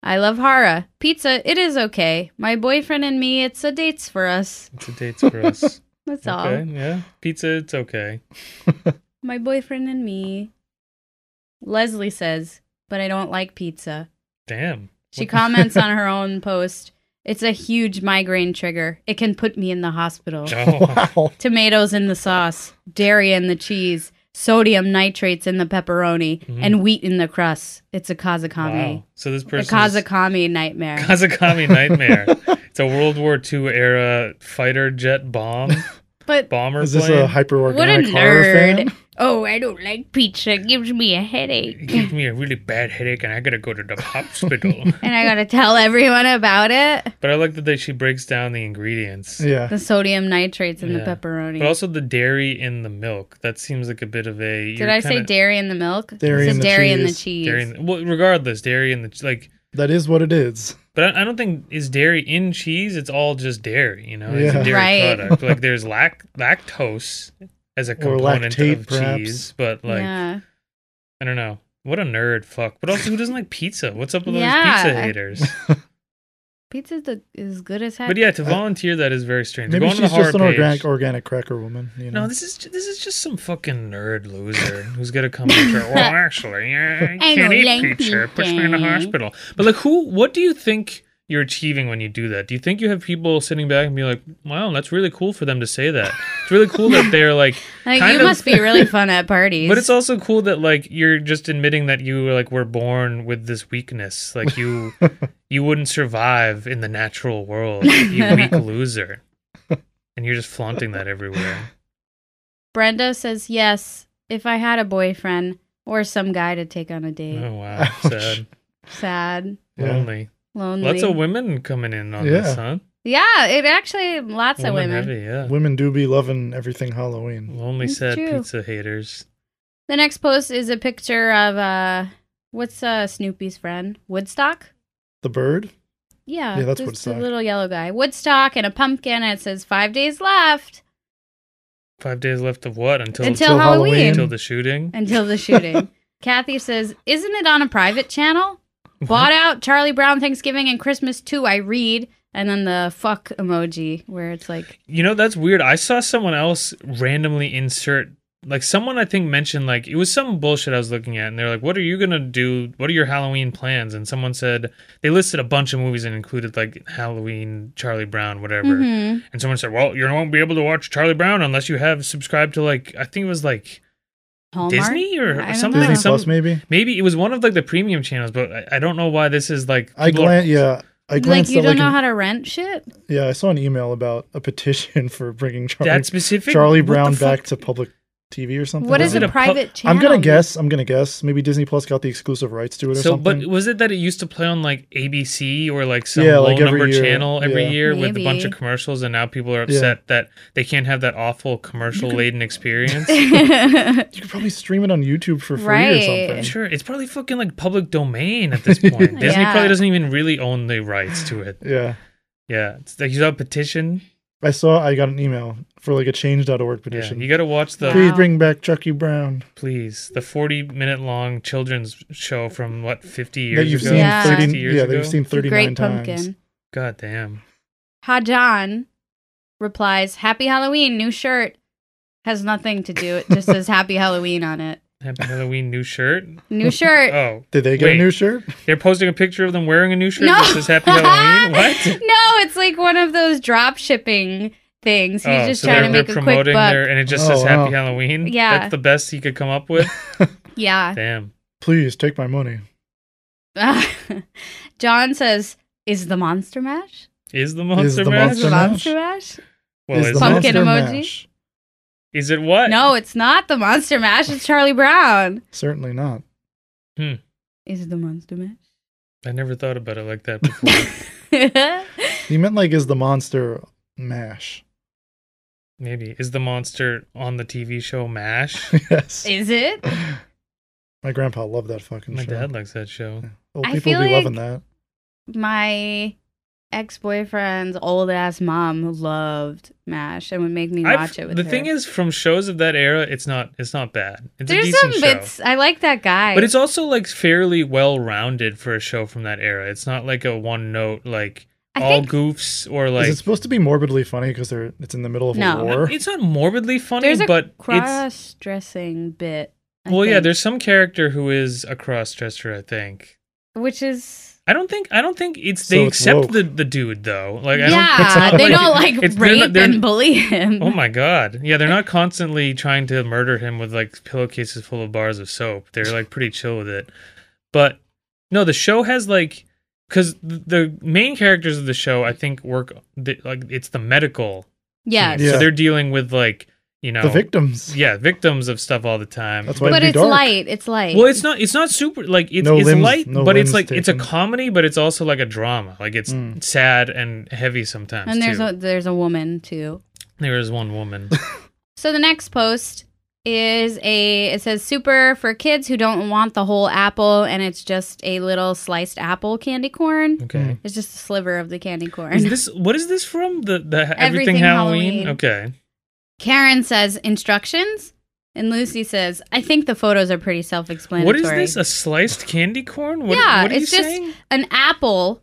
[SPEAKER 3] I love Hara. Pizza, it is okay. My boyfriend and me, it's a dates for us.
[SPEAKER 4] It's a date's for
[SPEAKER 3] [LAUGHS]
[SPEAKER 4] us.
[SPEAKER 3] That's
[SPEAKER 4] okay.
[SPEAKER 3] all.
[SPEAKER 4] Yeah. Pizza, it's okay.
[SPEAKER 3] My boyfriend and me. Leslie says, but I don't like pizza.
[SPEAKER 2] [LAUGHS]
[SPEAKER 4] Damn.
[SPEAKER 3] She
[SPEAKER 4] What- [LAUGHS]
[SPEAKER 3] comments on her own post. It's a huge migraine trigger. It can put me in the hospital.
[SPEAKER 4] Oh,
[SPEAKER 2] Wow.
[SPEAKER 3] tomatoes in the sauce, dairy in the cheese, sodium nitrates in the pepperoni,
[SPEAKER 4] Mm.
[SPEAKER 3] and wheat in the crust. It's a kazakami.
[SPEAKER 4] wow. So this
[SPEAKER 3] A
[SPEAKER 4] person [LAUGHS] is-
[SPEAKER 3] kazakami nightmare. [LAUGHS]
[SPEAKER 4] Kazakami Nightmare. it's a World War II era fighter jet bomb
[SPEAKER 3] but
[SPEAKER 4] bomber
[SPEAKER 2] Is this
[SPEAKER 4] plane.
[SPEAKER 2] a hyper
[SPEAKER 3] what a
[SPEAKER 2] organic horror
[SPEAKER 3] nerd.
[SPEAKER 2] fan?
[SPEAKER 3] Oh, I don't like pizza. It gives me a
[SPEAKER 4] It
[SPEAKER 3] headache.
[SPEAKER 4] gives me a really bad headache, and I gotta go to the hospital.
[SPEAKER 2] [LAUGHS]
[SPEAKER 3] and I gotta tell everyone about it.
[SPEAKER 4] but I like that they, she breaks down the ingredients.
[SPEAKER 2] Yeah.
[SPEAKER 3] The sodium nitrates in
[SPEAKER 4] Yeah.
[SPEAKER 3] the pepperoni.
[SPEAKER 4] But also the dairy in the milk. That seems like a bit of a.
[SPEAKER 3] Did
[SPEAKER 4] you're
[SPEAKER 3] I say
[SPEAKER 4] kinda-
[SPEAKER 3] dairy in the milk?
[SPEAKER 2] Dairy
[SPEAKER 3] It
[SPEAKER 2] in
[SPEAKER 3] said
[SPEAKER 2] the
[SPEAKER 3] dairy in the
[SPEAKER 2] cheese.
[SPEAKER 3] cheese.
[SPEAKER 4] Dairy in, well, regardless, dairy in the like.
[SPEAKER 2] That is what it is.
[SPEAKER 4] But I, I don't think is dairy in cheese. It's all just dairy. You know, it's
[SPEAKER 2] Yeah.
[SPEAKER 4] a dairy
[SPEAKER 3] Right.
[SPEAKER 4] product.
[SPEAKER 3] [LAUGHS]
[SPEAKER 4] Like there's lac- lactose as a
[SPEAKER 2] Or
[SPEAKER 4] component
[SPEAKER 2] lactate,
[SPEAKER 4] of
[SPEAKER 2] perhaps.
[SPEAKER 4] cheese. But like,
[SPEAKER 3] yeah.
[SPEAKER 4] I don't know. What a nerd, fuck. But also, who doesn't like pizza? What's up with
[SPEAKER 3] Yeah.
[SPEAKER 4] those pizza
[SPEAKER 3] [LAUGHS]
[SPEAKER 4] haters?
[SPEAKER 3] Pizza's the, is good as heck.
[SPEAKER 4] But yeah, to
[SPEAKER 2] I-
[SPEAKER 4] volunteer that is very strange.
[SPEAKER 2] Maybe
[SPEAKER 4] Go on
[SPEAKER 2] she's
[SPEAKER 4] the horror
[SPEAKER 2] just an
[SPEAKER 4] page.
[SPEAKER 2] organic, organic cracker woman. You know?
[SPEAKER 4] No, this is this is just some fucking nerd loser who's gonna come after.
[SPEAKER 2] [LAUGHS]
[SPEAKER 4] Well, actually, I can't
[SPEAKER 3] don't
[SPEAKER 4] eat
[SPEAKER 3] like
[SPEAKER 4] pizza. It puts me in the
[SPEAKER 3] pizza."
[SPEAKER 4] hospital. But like, who? What do you think you're achieving when you do that? Do you think you have people sitting back and be like, "Wow, that's really cool for them to say that. It's really cool
[SPEAKER 2] [LAUGHS]
[SPEAKER 4] that they're like."
[SPEAKER 3] like
[SPEAKER 4] kind
[SPEAKER 3] you
[SPEAKER 4] of-
[SPEAKER 3] must be really fun
[SPEAKER 4] [LAUGHS]
[SPEAKER 3] at parties.
[SPEAKER 4] But it's also cool that like you're just admitting that you like were born with this weakness. Like
[SPEAKER 2] [LAUGHS]
[SPEAKER 4] you, you wouldn't survive in the natural world.
[SPEAKER 2] [LAUGHS]
[SPEAKER 4] You weak loser. And you're just flaunting that everywhere.
[SPEAKER 3] Brenda says yes. If I had a boyfriend or some guy to take on a date,
[SPEAKER 4] Oh wow,
[SPEAKER 2] Ouch.
[SPEAKER 4] sad,
[SPEAKER 3] sad,
[SPEAKER 2] Yeah.
[SPEAKER 4] lonely.
[SPEAKER 3] lonely.
[SPEAKER 4] Lots of women coming in on
[SPEAKER 2] Yeah.
[SPEAKER 4] this, huh?
[SPEAKER 3] yeah, it actually lots of
[SPEAKER 4] Women
[SPEAKER 3] women.
[SPEAKER 4] heavy, yeah.
[SPEAKER 2] Women do be loving everything Halloween.
[SPEAKER 4] Lonely,
[SPEAKER 3] It's
[SPEAKER 4] sad
[SPEAKER 3] true.
[SPEAKER 4] pizza haters.
[SPEAKER 3] The next post is a picture of uh, what's uh Snoopy's friend Woodstock.
[SPEAKER 2] The bird?
[SPEAKER 3] Yeah,
[SPEAKER 2] Yeah, that's
[SPEAKER 3] just
[SPEAKER 2] Woodstock.
[SPEAKER 3] The little yellow guy, Woodstock, and a pumpkin, and it says five days left
[SPEAKER 4] Five days left of what until
[SPEAKER 3] until,
[SPEAKER 2] till
[SPEAKER 3] Halloween,
[SPEAKER 2] Halloween.
[SPEAKER 4] until the shooting?
[SPEAKER 3] until the
[SPEAKER 4] [LAUGHS]
[SPEAKER 3] shooting. Kathy says, "Isn't it on a private channel?" Bought out Charlie Brown Thanksgiving and Christmas too. I read, and then the fuck emoji where it's like,
[SPEAKER 4] You know that's weird. I saw someone else randomly insert like someone I think mentioned like it was some bullshit I was looking at, and they're like, "What are you gonna do? What are your Halloween plans?" And someone said they listed a bunch of movies and included like Halloween, Charlie Brown, whatever.
[SPEAKER 3] mhm.
[SPEAKER 4] And someone said, "Well, you won't be able to watch Charlie Brown unless you have subscribed to like I think it was like."
[SPEAKER 3] Hallmark?
[SPEAKER 4] Disney or
[SPEAKER 3] I don't
[SPEAKER 4] something?
[SPEAKER 2] Disney
[SPEAKER 3] know.
[SPEAKER 4] Some-
[SPEAKER 2] Plus, maybe?
[SPEAKER 4] Maybe it was one of like the premium channels, but I, I don't know why this is like.
[SPEAKER 2] I
[SPEAKER 4] people are-
[SPEAKER 2] glanced, yeah. I
[SPEAKER 3] like
[SPEAKER 2] glanced
[SPEAKER 3] you
[SPEAKER 2] at
[SPEAKER 3] don't
[SPEAKER 2] like
[SPEAKER 3] know
[SPEAKER 2] an-
[SPEAKER 3] how to rent shit.
[SPEAKER 2] yeah, I saw an email about a petition [LAUGHS] for bringing Charlie,
[SPEAKER 4] that specific.
[SPEAKER 2] Charlie
[SPEAKER 4] what the
[SPEAKER 2] Brown
[SPEAKER 4] fuck?
[SPEAKER 2] back to public TV or something.
[SPEAKER 3] What
[SPEAKER 4] Was
[SPEAKER 3] is
[SPEAKER 4] it
[SPEAKER 3] a
[SPEAKER 4] a pu-
[SPEAKER 3] private channel?
[SPEAKER 2] I'm
[SPEAKER 3] [LAUGHS]
[SPEAKER 2] gonna guess. I'm gonna guess. Maybe Disney Plus got the exclusive rights to it or
[SPEAKER 4] So,
[SPEAKER 2] something.
[SPEAKER 4] but was it that it used to play on like ABC or like some
[SPEAKER 2] Yeah,
[SPEAKER 4] low
[SPEAKER 2] like, every
[SPEAKER 4] number
[SPEAKER 2] year.
[SPEAKER 4] channel every
[SPEAKER 2] Yeah.
[SPEAKER 4] year with a bunch of
[SPEAKER 3] Maybe.
[SPEAKER 4] commercials, and now people are
[SPEAKER 2] Yeah.
[SPEAKER 4] upset that they can't have that awful commercial
[SPEAKER 3] [LAUGHS]
[SPEAKER 4] laden experience?
[SPEAKER 2] you could probably stream it on YouTube for free
[SPEAKER 3] Right.
[SPEAKER 2] or something.
[SPEAKER 4] sure, it's probably fucking like public domain at this
[SPEAKER 2] [LAUGHS]
[SPEAKER 4] point. Disney
[SPEAKER 3] Yeah.
[SPEAKER 4] probably doesn't even really own the rights to it.
[SPEAKER 2] Yeah,
[SPEAKER 4] Yeah, it's like you saw a petition.
[SPEAKER 2] I saw. I got an email for like a Change.org
[SPEAKER 4] Yeah,
[SPEAKER 2] petition.
[SPEAKER 4] you got to watch the
[SPEAKER 2] Please
[SPEAKER 3] Wow.
[SPEAKER 2] bring back Chucky Brown
[SPEAKER 4] please the forty minute long children's show from what fifty years
[SPEAKER 2] that you've
[SPEAKER 4] ago,
[SPEAKER 2] seen
[SPEAKER 3] Yeah.
[SPEAKER 2] 30,
[SPEAKER 4] 60 years
[SPEAKER 2] yeah,
[SPEAKER 4] ago.
[SPEAKER 2] that you've seen
[SPEAKER 3] The
[SPEAKER 2] 39
[SPEAKER 3] Great
[SPEAKER 2] times.
[SPEAKER 3] Pumpkin.
[SPEAKER 4] God damn.
[SPEAKER 3] Hajan replies, "Happy Halloween, new shirt." Has nothing to do. It just
[SPEAKER 4] [LAUGHS]
[SPEAKER 3] says "Happy Halloween" on it.
[SPEAKER 4] Happy
[SPEAKER 2] [LAUGHS]
[SPEAKER 4] Halloween new shirt.
[SPEAKER 3] New
[SPEAKER 4] [LAUGHS]
[SPEAKER 3] shirt.
[SPEAKER 4] Oh,
[SPEAKER 2] Did they get
[SPEAKER 4] Wait.
[SPEAKER 2] a new shirt?
[SPEAKER 4] they're posting a picture of them wearing a new shirt
[SPEAKER 3] No.
[SPEAKER 4] that says
[SPEAKER 3] [LAUGHS]
[SPEAKER 4] Happy Halloween. What?
[SPEAKER 3] no, it's like one of those drop shipping things. He's
[SPEAKER 4] oh,
[SPEAKER 3] just
[SPEAKER 4] so
[SPEAKER 3] trying
[SPEAKER 4] they're,
[SPEAKER 3] to make a
[SPEAKER 4] they're
[SPEAKER 3] quick
[SPEAKER 4] promoting
[SPEAKER 3] buck.
[SPEAKER 4] their and it just
[SPEAKER 2] Oh,
[SPEAKER 4] says Happy
[SPEAKER 2] wow.
[SPEAKER 4] Halloween.
[SPEAKER 3] Yeah.
[SPEAKER 4] that's the best he could come up with.
[SPEAKER 3] Yeah.
[SPEAKER 4] Damn.
[SPEAKER 2] Please take my money.
[SPEAKER 3] [LAUGHS] John says, "Is the monster mash?
[SPEAKER 4] Is the monster
[SPEAKER 2] the
[SPEAKER 4] mash?
[SPEAKER 3] Is the
[SPEAKER 2] Monster mash?
[SPEAKER 3] monster mash?
[SPEAKER 4] Well,
[SPEAKER 2] Is
[SPEAKER 4] is,
[SPEAKER 2] the
[SPEAKER 4] it-
[SPEAKER 3] Pumpkin
[SPEAKER 2] monster
[SPEAKER 3] emoji?
[SPEAKER 2] mash?
[SPEAKER 4] is it [LAUGHS] what?
[SPEAKER 3] No, it's not the monster mash. It's Charlie Brown.
[SPEAKER 2] Certainly not.
[SPEAKER 3] Is the monster mash?"
[SPEAKER 4] I never thought about it like that before.
[SPEAKER 3] [LAUGHS]
[SPEAKER 2] You meant like is the monster mash? [LAUGHS]
[SPEAKER 4] Maybe is the monster on the TV show
[SPEAKER 2] [LAUGHS]
[SPEAKER 4] Mash?
[SPEAKER 2] yes.
[SPEAKER 3] is it?
[SPEAKER 2] My grandpa loved that fucking
[SPEAKER 4] My
[SPEAKER 2] show.
[SPEAKER 4] dad likes that show.
[SPEAKER 2] Old
[SPEAKER 3] I
[SPEAKER 2] people
[SPEAKER 3] feel
[SPEAKER 2] be
[SPEAKER 3] like-
[SPEAKER 2] loving that.
[SPEAKER 3] My ex boyfriend's old ass mom loved MASH and would make me
[SPEAKER 4] I've-
[SPEAKER 3] watch it with
[SPEAKER 4] the
[SPEAKER 3] her.
[SPEAKER 4] thing is, from shows of that era, it's not it's not bad. It's a
[SPEAKER 3] there's some
[SPEAKER 4] decent show.
[SPEAKER 3] bits. I like that guy.
[SPEAKER 4] But it's also like fairly well rounded for a show from that era. It's not like a one note like
[SPEAKER 3] I
[SPEAKER 4] all
[SPEAKER 3] think
[SPEAKER 4] goofs or
[SPEAKER 2] Is
[SPEAKER 4] like
[SPEAKER 2] it supposed to be morbidly funny because they're it's in the middle of
[SPEAKER 3] No.
[SPEAKER 2] a war?
[SPEAKER 4] it's not morbidly funny,
[SPEAKER 3] there's a
[SPEAKER 4] but it's
[SPEAKER 3] cross dressing bit. I
[SPEAKER 4] well, yeah.
[SPEAKER 3] think,
[SPEAKER 4] There's some character who is a cross dresser. I think.
[SPEAKER 3] which is
[SPEAKER 4] I don't think I don't think it's
[SPEAKER 2] So
[SPEAKER 4] they
[SPEAKER 2] it's
[SPEAKER 4] accept
[SPEAKER 2] woke.
[SPEAKER 4] the, the dude though. Like I don't, it's
[SPEAKER 3] yeah,
[SPEAKER 4] not
[SPEAKER 3] they don't like
[SPEAKER 4] it's- they're
[SPEAKER 3] rape
[SPEAKER 4] not- they're-
[SPEAKER 3] and bully him.
[SPEAKER 4] Oh my god. Yeah, they're not constantly trying to murder him with like pillowcases full of bars of soap. They're like pretty chill with it. But no, the show has like cuz the main characters of the show I think work th- like it's the medical.
[SPEAKER 3] yes.
[SPEAKER 4] team. So
[SPEAKER 2] Yeah.
[SPEAKER 4] they're dealing with like you know
[SPEAKER 2] the victims.
[SPEAKER 4] yeah victims of stuff all the time
[SPEAKER 2] That's why
[SPEAKER 3] but
[SPEAKER 2] it'd be
[SPEAKER 3] it's
[SPEAKER 2] dark.
[SPEAKER 3] light. It's light.
[SPEAKER 4] well it's not it's not super like it's,
[SPEAKER 2] No
[SPEAKER 4] it's
[SPEAKER 2] limbs-
[SPEAKER 4] light
[SPEAKER 2] no
[SPEAKER 4] but it's
[SPEAKER 2] limbs
[SPEAKER 4] like it's a
[SPEAKER 2] taken.
[SPEAKER 4] comedy but it's also like a drama like it's
[SPEAKER 2] Mm.
[SPEAKER 4] sad and heavy sometimes
[SPEAKER 3] and there's
[SPEAKER 4] too.
[SPEAKER 3] a there's a woman too.
[SPEAKER 4] there is one
[SPEAKER 2] [LAUGHS]
[SPEAKER 4] woman
[SPEAKER 3] So the next post is a it says super for kids who don't want the whole apple and it's just a little sliced apple candy corn.
[SPEAKER 4] okay
[SPEAKER 3] It's just a sliver of the
[SPEAKER 4] [LAUGHS]
[SPEAKER 3] candy corn.
[SPEAKER 4] is this what is this from the the everything,
[SPEAKER 3] Everything
[SPEAKER 4] halloween?
[SPEAKER 3] Halloween.
[SPEAKER 4] okay
[SPEAKER 3] Karen says instructions and Lucy says I think the photos are pretty
[SPEAKER 4] what
[SPEAKER 3] self-explanatory.
[SPEAKER 4] is this a sliced candy corn what,
[SPEAKER 3] Yeah,
[SPEAKER 4] what are
[SPEAKER 3] it's
[SPEAKER 4] you
[SPEAKER 3] just-
[SPEAKER 4] saying
[SPEAKER 3] An apple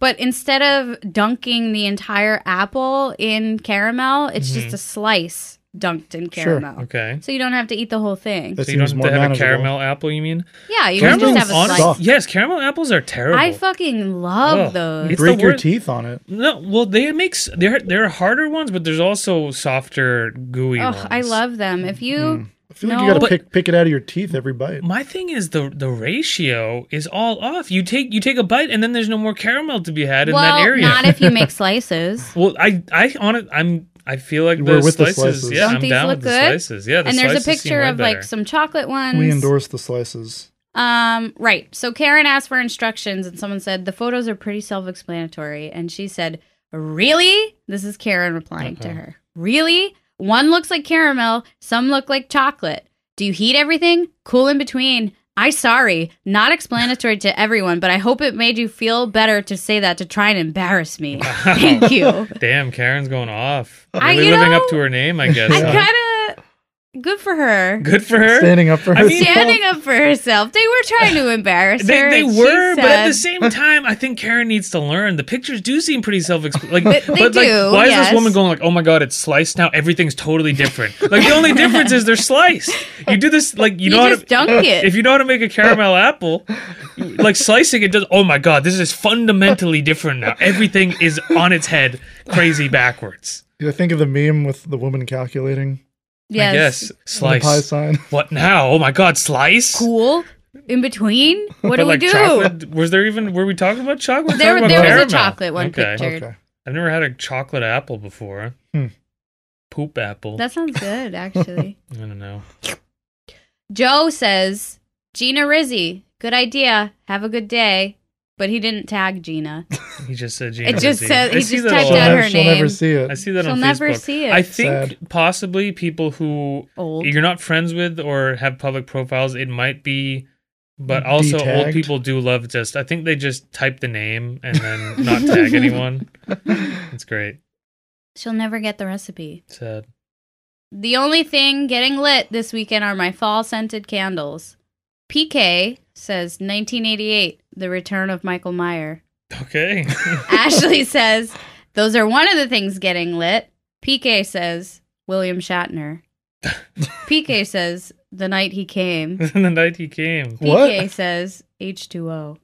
[SPEAKER 3] but instead of dunking the entire apple in caramel, it's
[SPEAKER 4] Mhm.
[SPEAKER 3] just a slice dunked in
[SPEAKER 2] Sure.
[SPEAKER 3] caramel.
[SPEAKER 4] okay
[SPEAKER 3] So you don't have to eat the whole thing.
[SPEAKER 2] That
[SPEAKER 4] so you don't
[SPEAKER 2] seems
[SPEAKER 4] have
[SPEAKER 2] more
[SPEAKER 4] to have a
[SPEAKER 2] manageable.
[SPEAKER 4] caramel apple you mean
[SPEAKER 3] yeah, you can
[SPEAKER 4] caramel
[SPEAKER 3] just have a
[SPEAKER 2] Caramel's
[SPEAKER 3] slice.
[SPEAKER 2] honest-
[SPEAKER 4] yes caramel apples are terrible
[SPEAKER 3] I fucking love
[SPEAKER 4] Ugh.
[SPEAKER 3] those.
[SPEAKER 2] You
[SPEAKER 4] It's
[SPEAKER 2] break
[SPEAKER 4] the
[SPEAKER 2] your
[SPEAKER 4] wor-
[SPEAKER 2] teeth on it.
[SPEAKER 4] No, well, they mix. There, there are harder ones, but there's also softer, gooey
[SPEAKER 3] Oh,
[SPEAKER 4] ones.
[SPEAKER 3] I love them. If you
[SPEAKER 2] Mm. I feel like you
[SPEAKER 3] No.
[SPEAKER 2] gotta
[SPEAKER 4] But-
[SPEAKER 2] pick pick it out of your teeth every bite.
[SPEAKER 4] My thing is the the ratio is all off. You take you take a bite, and then there's no more caramel to be had
[SPEAKER 3] well,
[SPEAKER 4] in that area.
[SPEAKER 3] not if you
[SPEAKER 4] [LAUGHS]
[SPEAKER 3] make slices.
[SPEAKER 4] well, I I on it. I'm I feel like
[SPEAKER 2] We're
[SPEAKER 4] the
[SPEAKER 2] with the
[SPEAKER 4] slices.
[SPEAKER 2] slices.
[SPEAKER 4] Yeah,
[SPEAKER 3] Don't
[SPEAKER 4] I'm
[SPEAKER 3] these
[SPEAKER 4] down
[SPEAKER 3] look
[SPEAKER 4] with the
[SPEAKER 3] good?
[SPEAKER 4] slices. Yeah, the
[SPEAKER 3] and there's a
[SPEAKER 4] slices seem
[SPEAKER 3] picture
[SPEAKER 4] way
[SPEAKER 3] of like
[SPEAKER 4] better.
[SPEAKER 3] some chocolate ones.
[SPEAKER 2] We endorse the slices.
[SPEAKER 3] Um, right. So Karen asked for instructions, and someone said the photos are pretty self-explanatory, and she said, "Really?" This is Karen replying to
[SPEAKER 4] Uh-oh.
[SPEAKER 3] her. Really? One looks like caramel. Some look like chocolate. Do you heat everything? Cool in between. I sorry, not explanatory to everyone, but I hope it made you feel better to say that to try and embarrass
[SPEAKER 4] [LAUGHS]
[SPEAKER 3] me. Thank you.
[SPEAKER 4] Damn, Karen's going off.
[SPEAKER 3] I-
[SPEAKER 4] Really
[SPEAKER 3] you
[SPEAKER 4] living
[SPEAKER 3] know,
[SPEAKER 4] up to her
[SPEAKER 3] [LAUGHS]
[SPEAKER 4] name, I guess.
[SPEAKER 3] I
[SPEAKER 4] huh?
[SPEAKER 3] kind of good for her.
[SPEAKER 4] Good for her.
[SPEAKER 2] Standing up for
[SPEAKER 4] I mean-
[SPEAKER 2] herself.
[SPEAKER 3] Standing up for herself. They were trying
[SPEAKER 4] [LAUGHS]
[SPEAKER 3] to embarrass her.
[SPEAKER 4] They, they
[SPEAKER 3] and she
[SPEAKER 4] were, but at the
[SPEAKER 3] said-
[SPEAKER 4] same time, I think Karen needs to learn. The pictures do seem pretty
[SPEAKER 3] [LAUGHS]
[SPEAKER 4] self-explanatory. Like,
[SPEAKER 3] They- they
[SPEAKER 4] but, like,
[SPEAKER 3] do,
[SPEAKER 4] why is
[SPEAKER 3] yes.
[SPEAKER 4] this woman going like, "Oh my god, it's sliced now. Everything's totally different." Like the
[SPEAKER 3] [LAUGHS]
[SPEAKER 4] only difference is they're sliced. You do this like you,
[SPEAKER 3] You,
[SPEAKER 4] know how
[SPEAKER 3] just
[SPEAKER 4] to, [LAUGHS]
[SPEAKER 3] dunk it.
[SPEAKER 4] if you know how to make a caramel apple, you- like slicing it does. Oh my god, this is fundamentally different now. Everything is on its head, crazy backwards.
[SPEAKER 2] I think of the meme with the woman calculating
[SPEAKER 3] yes.
[SPEAKER 4] I guess
[SPEAKER 2] the pie
[SPEAKER 4] slice.
[SPEAKER 2] sign.
[SPEAKER 4] What now? Oh my god, slice.
[SPEAKER 3] Cool. In
[SPEAKER 4] [LAUGHS]
[SPEAKER 3] between, what
[SPEAKER 4] But
[SPEAKER 3] do
[SPEAKER 4] like
[SPEAKER 3] we do?
[SPEAKER 4] chocolate, was there even were we talking about chocolate?
[SPEAKER 3] There-
[SPEAKER 4] Talking about
[SPEAKER 3] there was a
[SPEAKER 4] caramel.
[SPEAKER 3] chocolate one
[SPEAKER 4] Okay.
[SPEAKER 3] picture. Jared.
[SPEAKER 2] Okay.
[SPEAKER 4] I've never had a chocolate apple before.
[SPEAKER 2] Hmm.
[SPEAKER 4] Poop apple.
[SPEAKER 3] That sounds good,
[SPEAKER 4] [LAUGHS]
[SPEAKER 3] actually.
[SPEAKER 4] I don't know.
[SPEAKER 3] Joe says, Gina Rizzi, good idea. Have a good day. But he didn't tag
[SPEAKER 4] [LAUGHS]
[SPEAKER 3] Gina.
[SPEAKER 4] He just said Gina.
[SPEAKER 3] It just
[SPEAKER 4] Rizzi.
[SPEAKER 3] said-
[SPEAKER 4] I
[SPEAKER 3] he
[SPEAKER 4] see
[SPEAKER 3] just
[SPEAKER 4] that
[SPEAKER 3] typed
[SPEAKER 4] a
[SPEAKER 2] She'll,
[SPEAKER 3] out
[SPEAKER 4] lot.
[SPEAKER 2] never,
[SPEAKER 3] her
[SPEAKER 2] she'll never
[SPEAKER 3] name.
[SPEAKER 2] see
[SPEAKER 4] I
[SPEAKER 2] it.
[SPEAKER 4] see that
[SPEAKER 3] She'll
[SPEAKER 4] on
[SPEAKER 3] never
[SPEAKER 4] Facebook.
[SPEAKER 3] see it.
[SPEAKER 4] I think
[SPEAKER 2] Sad.
[SPEAKER 4] possibly people who
[SPEAKER 3] Old.
[SPEAKER 4] you're not friends with or have public profiles, it might be. But also, old
[SPEAKER 2] Detagged.
[SPEAKER 4] people do love just. I think they just type the name and then not
[SPEAKER 2] [LAUGHS]
[SPEAKER 4] tag anyone. It's great.
[SPEAKER 3] She'll never get the recipe.
[SPEAKER 4] Sad.
[SPEAKER 3] The only thing getting lit this weekend are my fall scented candles. PK says 1988, the return of Michael Meyer.
[SPEAKER 4] Okay. [LAUGHS]
[SPEAKER 3] Ashley says, those are one of the things getting lit. PK says, William
[SPEAKER 4] [LAUGHS]
[SPEAKER 3] Shatner. PK says, the night he came.
[SPEAKER 4] the night he came.
[SPEAKER 3] PK
[SPEAKER 2] What?
[SPEAKER 3] says, H2O.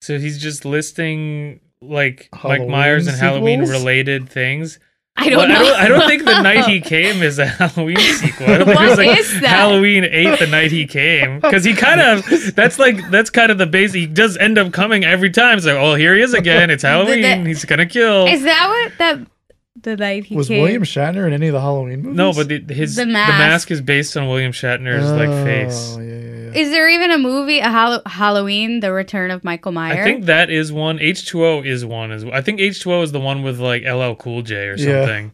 [SPEAKER 4] So he's just listing like Mike
[SPEAKER 2] Halloween
[SPEAKER 4] Myers and Halloween
[SPEAKER 2] sequels?
[SPEAKER 4] related things.
[SPEAKER 3] I don't
[SPEAKER 4] Well,
[SPEAKER 3] know.
[SPEAKER 4] I, don't, I don't think
[SPEAKER 3] [LAUGHS]
[SPEAKER 4] the night he came is a Halloween sequel. I don't think
[SPEAKER 3] What
[SPEAKER 4] it was like
[SPEAKER 3] is that?
[SPEAKER 4] Halloween eight the night he came because he kind of that's like that's kind of the base. He does end up coming every time. It's like, oh, here he is
[SPEAKER 3] [LAUGHS]
[SPEAKER 4] again. It's Halloween. He's gonna kill.
[SPEAKER 3] Is that what that the night he
[SPEAKER 2] Was
[SPEAKER 3] came?
[SPEAKER 2] William Shatner in any of the Halloween movies?
[SPEAKER 4] No, but the, his
[SPEAKER 3] The
[SPEAKER 4] the mask.
[SPEAKER 3] mask.
[SPEAKER 4] is based on William Shatner's like face.
[SPEAKER 2] Oh, yeah, yeah, yeah.
[SPEAKER 3] is there even a movie, a Hall- Halloween, The Return of Michael Meyer?
[SPEAKER 4] I think that is one. H two O is one as well. I think H two O is the one with like LL Cool J or
[SPEAKER 2] Yeah.
[SPEAKER 4] something.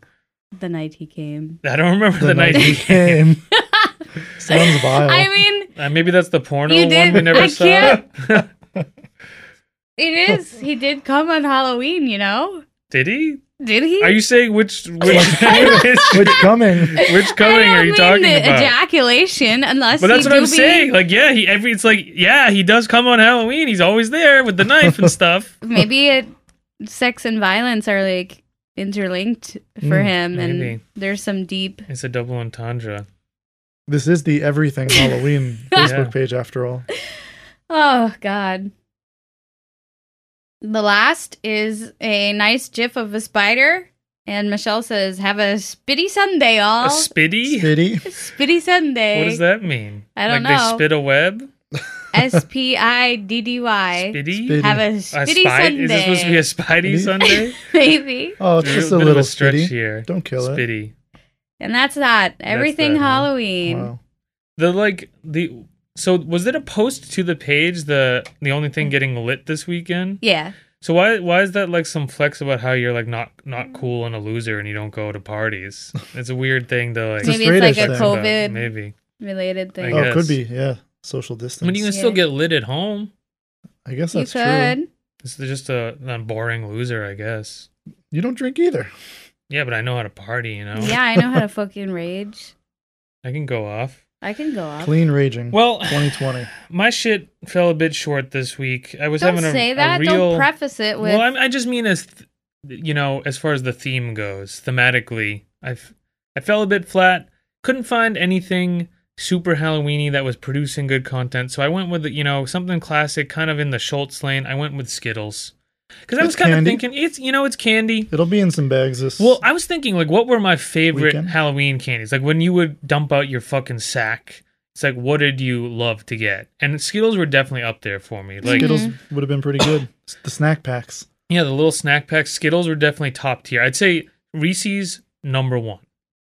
[SPEAKER 3] the night he came.
[SPEAKER 4] I don't remember [LAUGHS] the, night. he came.
[SPEAKER 2] came.
[SPEAKER 3] [LAUGHS]
[SPEAKER 2] Sounds vile.
[SPEAKER 3] I mean,
[SPEAKER 4] Uh, maybe that's the porno
[SPEAKER 3] You
[SPEAKER 4] one we
[SPEAKER 3] did-
[SPEAKER 4] never
[SPEAKER 3] I
[SPEAKER 4] saw.
[SPEAKER 2] [LAUGHS]
[SPEAKER 3] it is. He did come on Halloween, you know?
[SPEAKER 4] Did he?
[SPEAKER 3] Did he?
[SPEAKER 4] Are you saying
[SPEAKER 3] [LAUGHS]
[SPEAKER 4] which which [LAUGHS] which
[SPEAKER 2] Which coming?
[SPEAKER 4] Which
[SPEAKER 3] I
[SPEAKER 4] coming
[SPEAKER 3] don't
[SPEAKER 4] are you
[SPEAKER 3] mean
[SPEAKER 4] talking
[SPEAKER 3] the
[SPEAKER 4] about?
[SPEAKER 3] Ejaculation, unless.
[SPEAKER 4] but that's
[SPEAKER 3] he
[SPEAKER 4] what
[SPEAKER 3] do
[SPEAKER 4] I'm
[SPEAKER 3] be-
[SPEAKER 4] saying. Like, yeah, he every it's like, yeah, he does come on Halloween. He's always there with the
[SPEAKER 3] [LAUGHS]
[SPEAKER 4] knife and stuff.
[SPEAKER 3] maybe it, sex and violence are like interlinked for
[SPEAKER 2] Mm,
[SPEAKER 3] him,
[SPEAKER 4] maybe.
[SPEAKER 3] and there's some deep.
[SPEAKER 4] It's a double entendre.
[SPEAKER 2] This is the everything
[SPEAKER 3] [LAUGHS]
[SPEAKER 2] Halloween
[SPEAKER 4] Yeah.
[SPEAKER 2] Facebook page
[SPEAKER 4] [LAUGHS]
[SPEAKER 2] after all.
[SPEAKER 3] Oh God. The last is a nice gif of a spider, and Michelle says, "Have a spitty Sunday, all
[SPEAKER 4] A spitty?
[SPEAKER 2] City.
[SPEAKER 3] spitty Sunday."
[SPEAKER 4] What does that mean?
[SPEAKER 3] I don't
[SPEAKER 4] like
[SPEAKER 3] know.
[SPEAKER 4] they spit a web?
[SPEAKER 3] [LAUGHS] S P I D D Y.
[SPEAKER 4] Spitty?
[SPEAKER 2] Spitty
[SPEAKER 3] Have a
[SPEAKER 4] [LAUGHS] A
[SPEAKER 3] spitty
[SPEAKER 4] spy-
[SPEAKER 3] Sunday.
[SPEAKER 4] is this supposed to be a Spidey
[SPEAKER 2] Spitty?
[SPEAKER 4] Sunday?
[SPEAKER 3] [LAUGHS] Maybe.
[SPEAKER 2] Oh, it's
[SPEAKER 4] There's
[SPEAKER 2] just a
[SPEAKER 4] bit of
[SPEAKER 2] little
[SPEAKER 4] stretch
[SPEAKER 2] stretch
[SPEAKER 4] here.
[SPEAKER 2] Don't kill it.
[SPEAKER 4] Spitty.
[SPEAKER 3] And that's that. Everything
[SPEAKER 4] that, huh?
[SPEAKER 3] Halloween.
[SPEAKER 2] Wow. Oh,
[SPEAKER 4] The like the so was it a post to the page the the only thing getting lit this weekend?
[SPEAKER 3] Yeah.
[SPEAKER 4] So why why is that like some flex about how you're like not not cool and a loser and you don't go to parties? It's a weird thing to like
[SPEAKER 2] It's a
[SPEAKER 3] Maybe it's like
[SPEAKER 2] straight-ish
[SPEAKER 3] a
[SPEAKER 4] flex about,
[SPEAKER 3] COVID
[SPEAKER 4] maybe.
[SPEAKER 3] related
[SPEAKER 4] I
[SPEAKER 3] thing.
[SPEAKER 2] Oh, it
[SPEAKER 4] guess.
[SPEAKER 2] could be. Yeah. Social
[SPEAKER 4] I
[SPEAKER 2] distance.
[SPEAKER 4] mean, you can
[SPEAKER 3] Yeah.
[SPEAKER 4] still get lit at home.
[SPEAKER 2] I guess
[SPEAKER 3] You
[SPEAKER 2] that's true.
[SPEAKER 3] could.
[SPEAKER 4] It's just a, a boring loser, I guess.
[SPEAKER 2] You don't drink either.
[SPEAKER 4] Yeah, but I know how to party. You know,
[SPEAKER 3] Yeah, I know how to fucking rage.
[SPEAKER 4] I can go off.
[SPEAKER 3] I can go up.
[SPEAKER 2] Clean raging.
[SPEAKER 4] Well,
[SPEAKER 2] 2020.
[SPEAKER 4] [SIGHS] my shit fell a bit short this week. I was
[SPEAKER 3] Don't
[SPEAKER 4] having a,
[SPEAKER 3] say
[SPEAKER 4] a
[SPEAKER 3] that.
[SPEAKER 4] real.
[SPEAKER 3] Don't preface it with
[SPEAKER 4] well, I'm, I just mean as th- you know, as far as the theme goes, thematically, I've I fell a bit flat. Couldn't find anything super Halloweeny that was producing good content, so I went with you know something classic, kind of in the Schultz lane. I went with Skittles because I
[SPEAKER 2] It's
[SPEAKER 4] was kind
[SPEAKER 2] candy.
[SPEAKER 4] of thinking it's you know it's candy.
[SPEAKER 2] It'll be in some bags this.
[SPEAKER 4] Well, I was thinking like, what were my favorite
[SPEAKER 2] Weekend?
[SPEAKER 4] Halloween candies? Like when you would dump out your fucking sack. It's like, what did you love to get? And Skittles were definitely up there for me. Like,
[SPEAKER 2] Skittles would have been pretty good. S- Mm-hmm. [COUGHS] the snack packs.
[SPEAKER 4] yeah, the little snack packs. Skittles were definitely top tier. I'd say Reese's number one.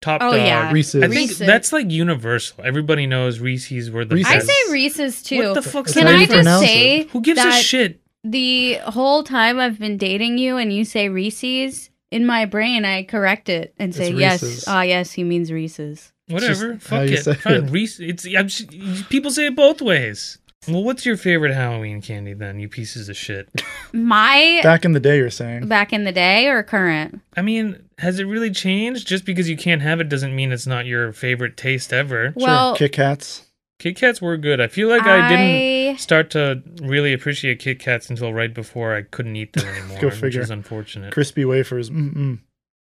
[SPEAKER 4] Top
[SPEAKER 3] Oh,
[SPEAKER 4] dog.
[SPEAKER 3] yeah.
[SPEAKER 2] Reese's.
[SPEAKER 4] I think
[SPEAKER 3] Reese's.
[SPEAKER 4] that's like universal. Everybody knows Reese's were the
[SPEAKER 2] Reese's.
[SPEAKER 3] I
[SPEAKER 4] best.
[SPEAKER 3] say Reese's too.
[SPEAKER 4] What the fuck's
[SPEAKER 3] Can
[SPEAKER 4] that?
[SPEAKER 3] I
[SPEAKER 2] Ready for
[SPEAKER 3] just
[SPEAKER 2] announcement.
[SPEAKER 3] say
[SPEAKER 4] Who gives
[SPEAKER 3] that
[SPEAKER 4] a shit?
[SPEAKER 3] the whole time I've been dating you and you say Reese's in my brain, I correct it and
[SPEAKER 2] It's
[SPEAKER 3] say yes.
[SPEAKER 2] Reese's.
[SPEAKER 3] Ah, yes, he means Reese's.
[SPEAKER 4] Whatever.
[SPEAKER 2] just how
[SPEAKER 4] Fuck
[SPEAKER 2] you
[SPEAKER 4] it.
[SPEAKER 2] say
[SPEAKER 4] Fine.
[SPEAKER 2] it.
[SPEAKER 4] Reese. It's I'm, s- people say it both ways. Well, what's your favorite Halloween candy then? You pieces of shit.
[SPEAKER 3] My
[SPEAKER 2] Back in the day, you're saying.
[SPEAKER 3] back in the day or current?
[SPEAKER 4] I mean, has it really changed? Just because you can't have it doesn't mean it's not your favorite taste ever.
[SPEAKER 3] Well,
[SPEAKER 2] Kit Kats.
[SPEAKER 4] Kit Kats were good. I feel like I, didn't start to really appreciate Kit Kats until right before I couldn't eat them anymore,
[SPEAKER 2] [LAUGHS] Go
[SPEAKER 4] which
[SPEAKER 2] figure.
[SPEAKER 4] is unfortunate.
[SPEAKER 2] Crispy wafers. Mm-mm.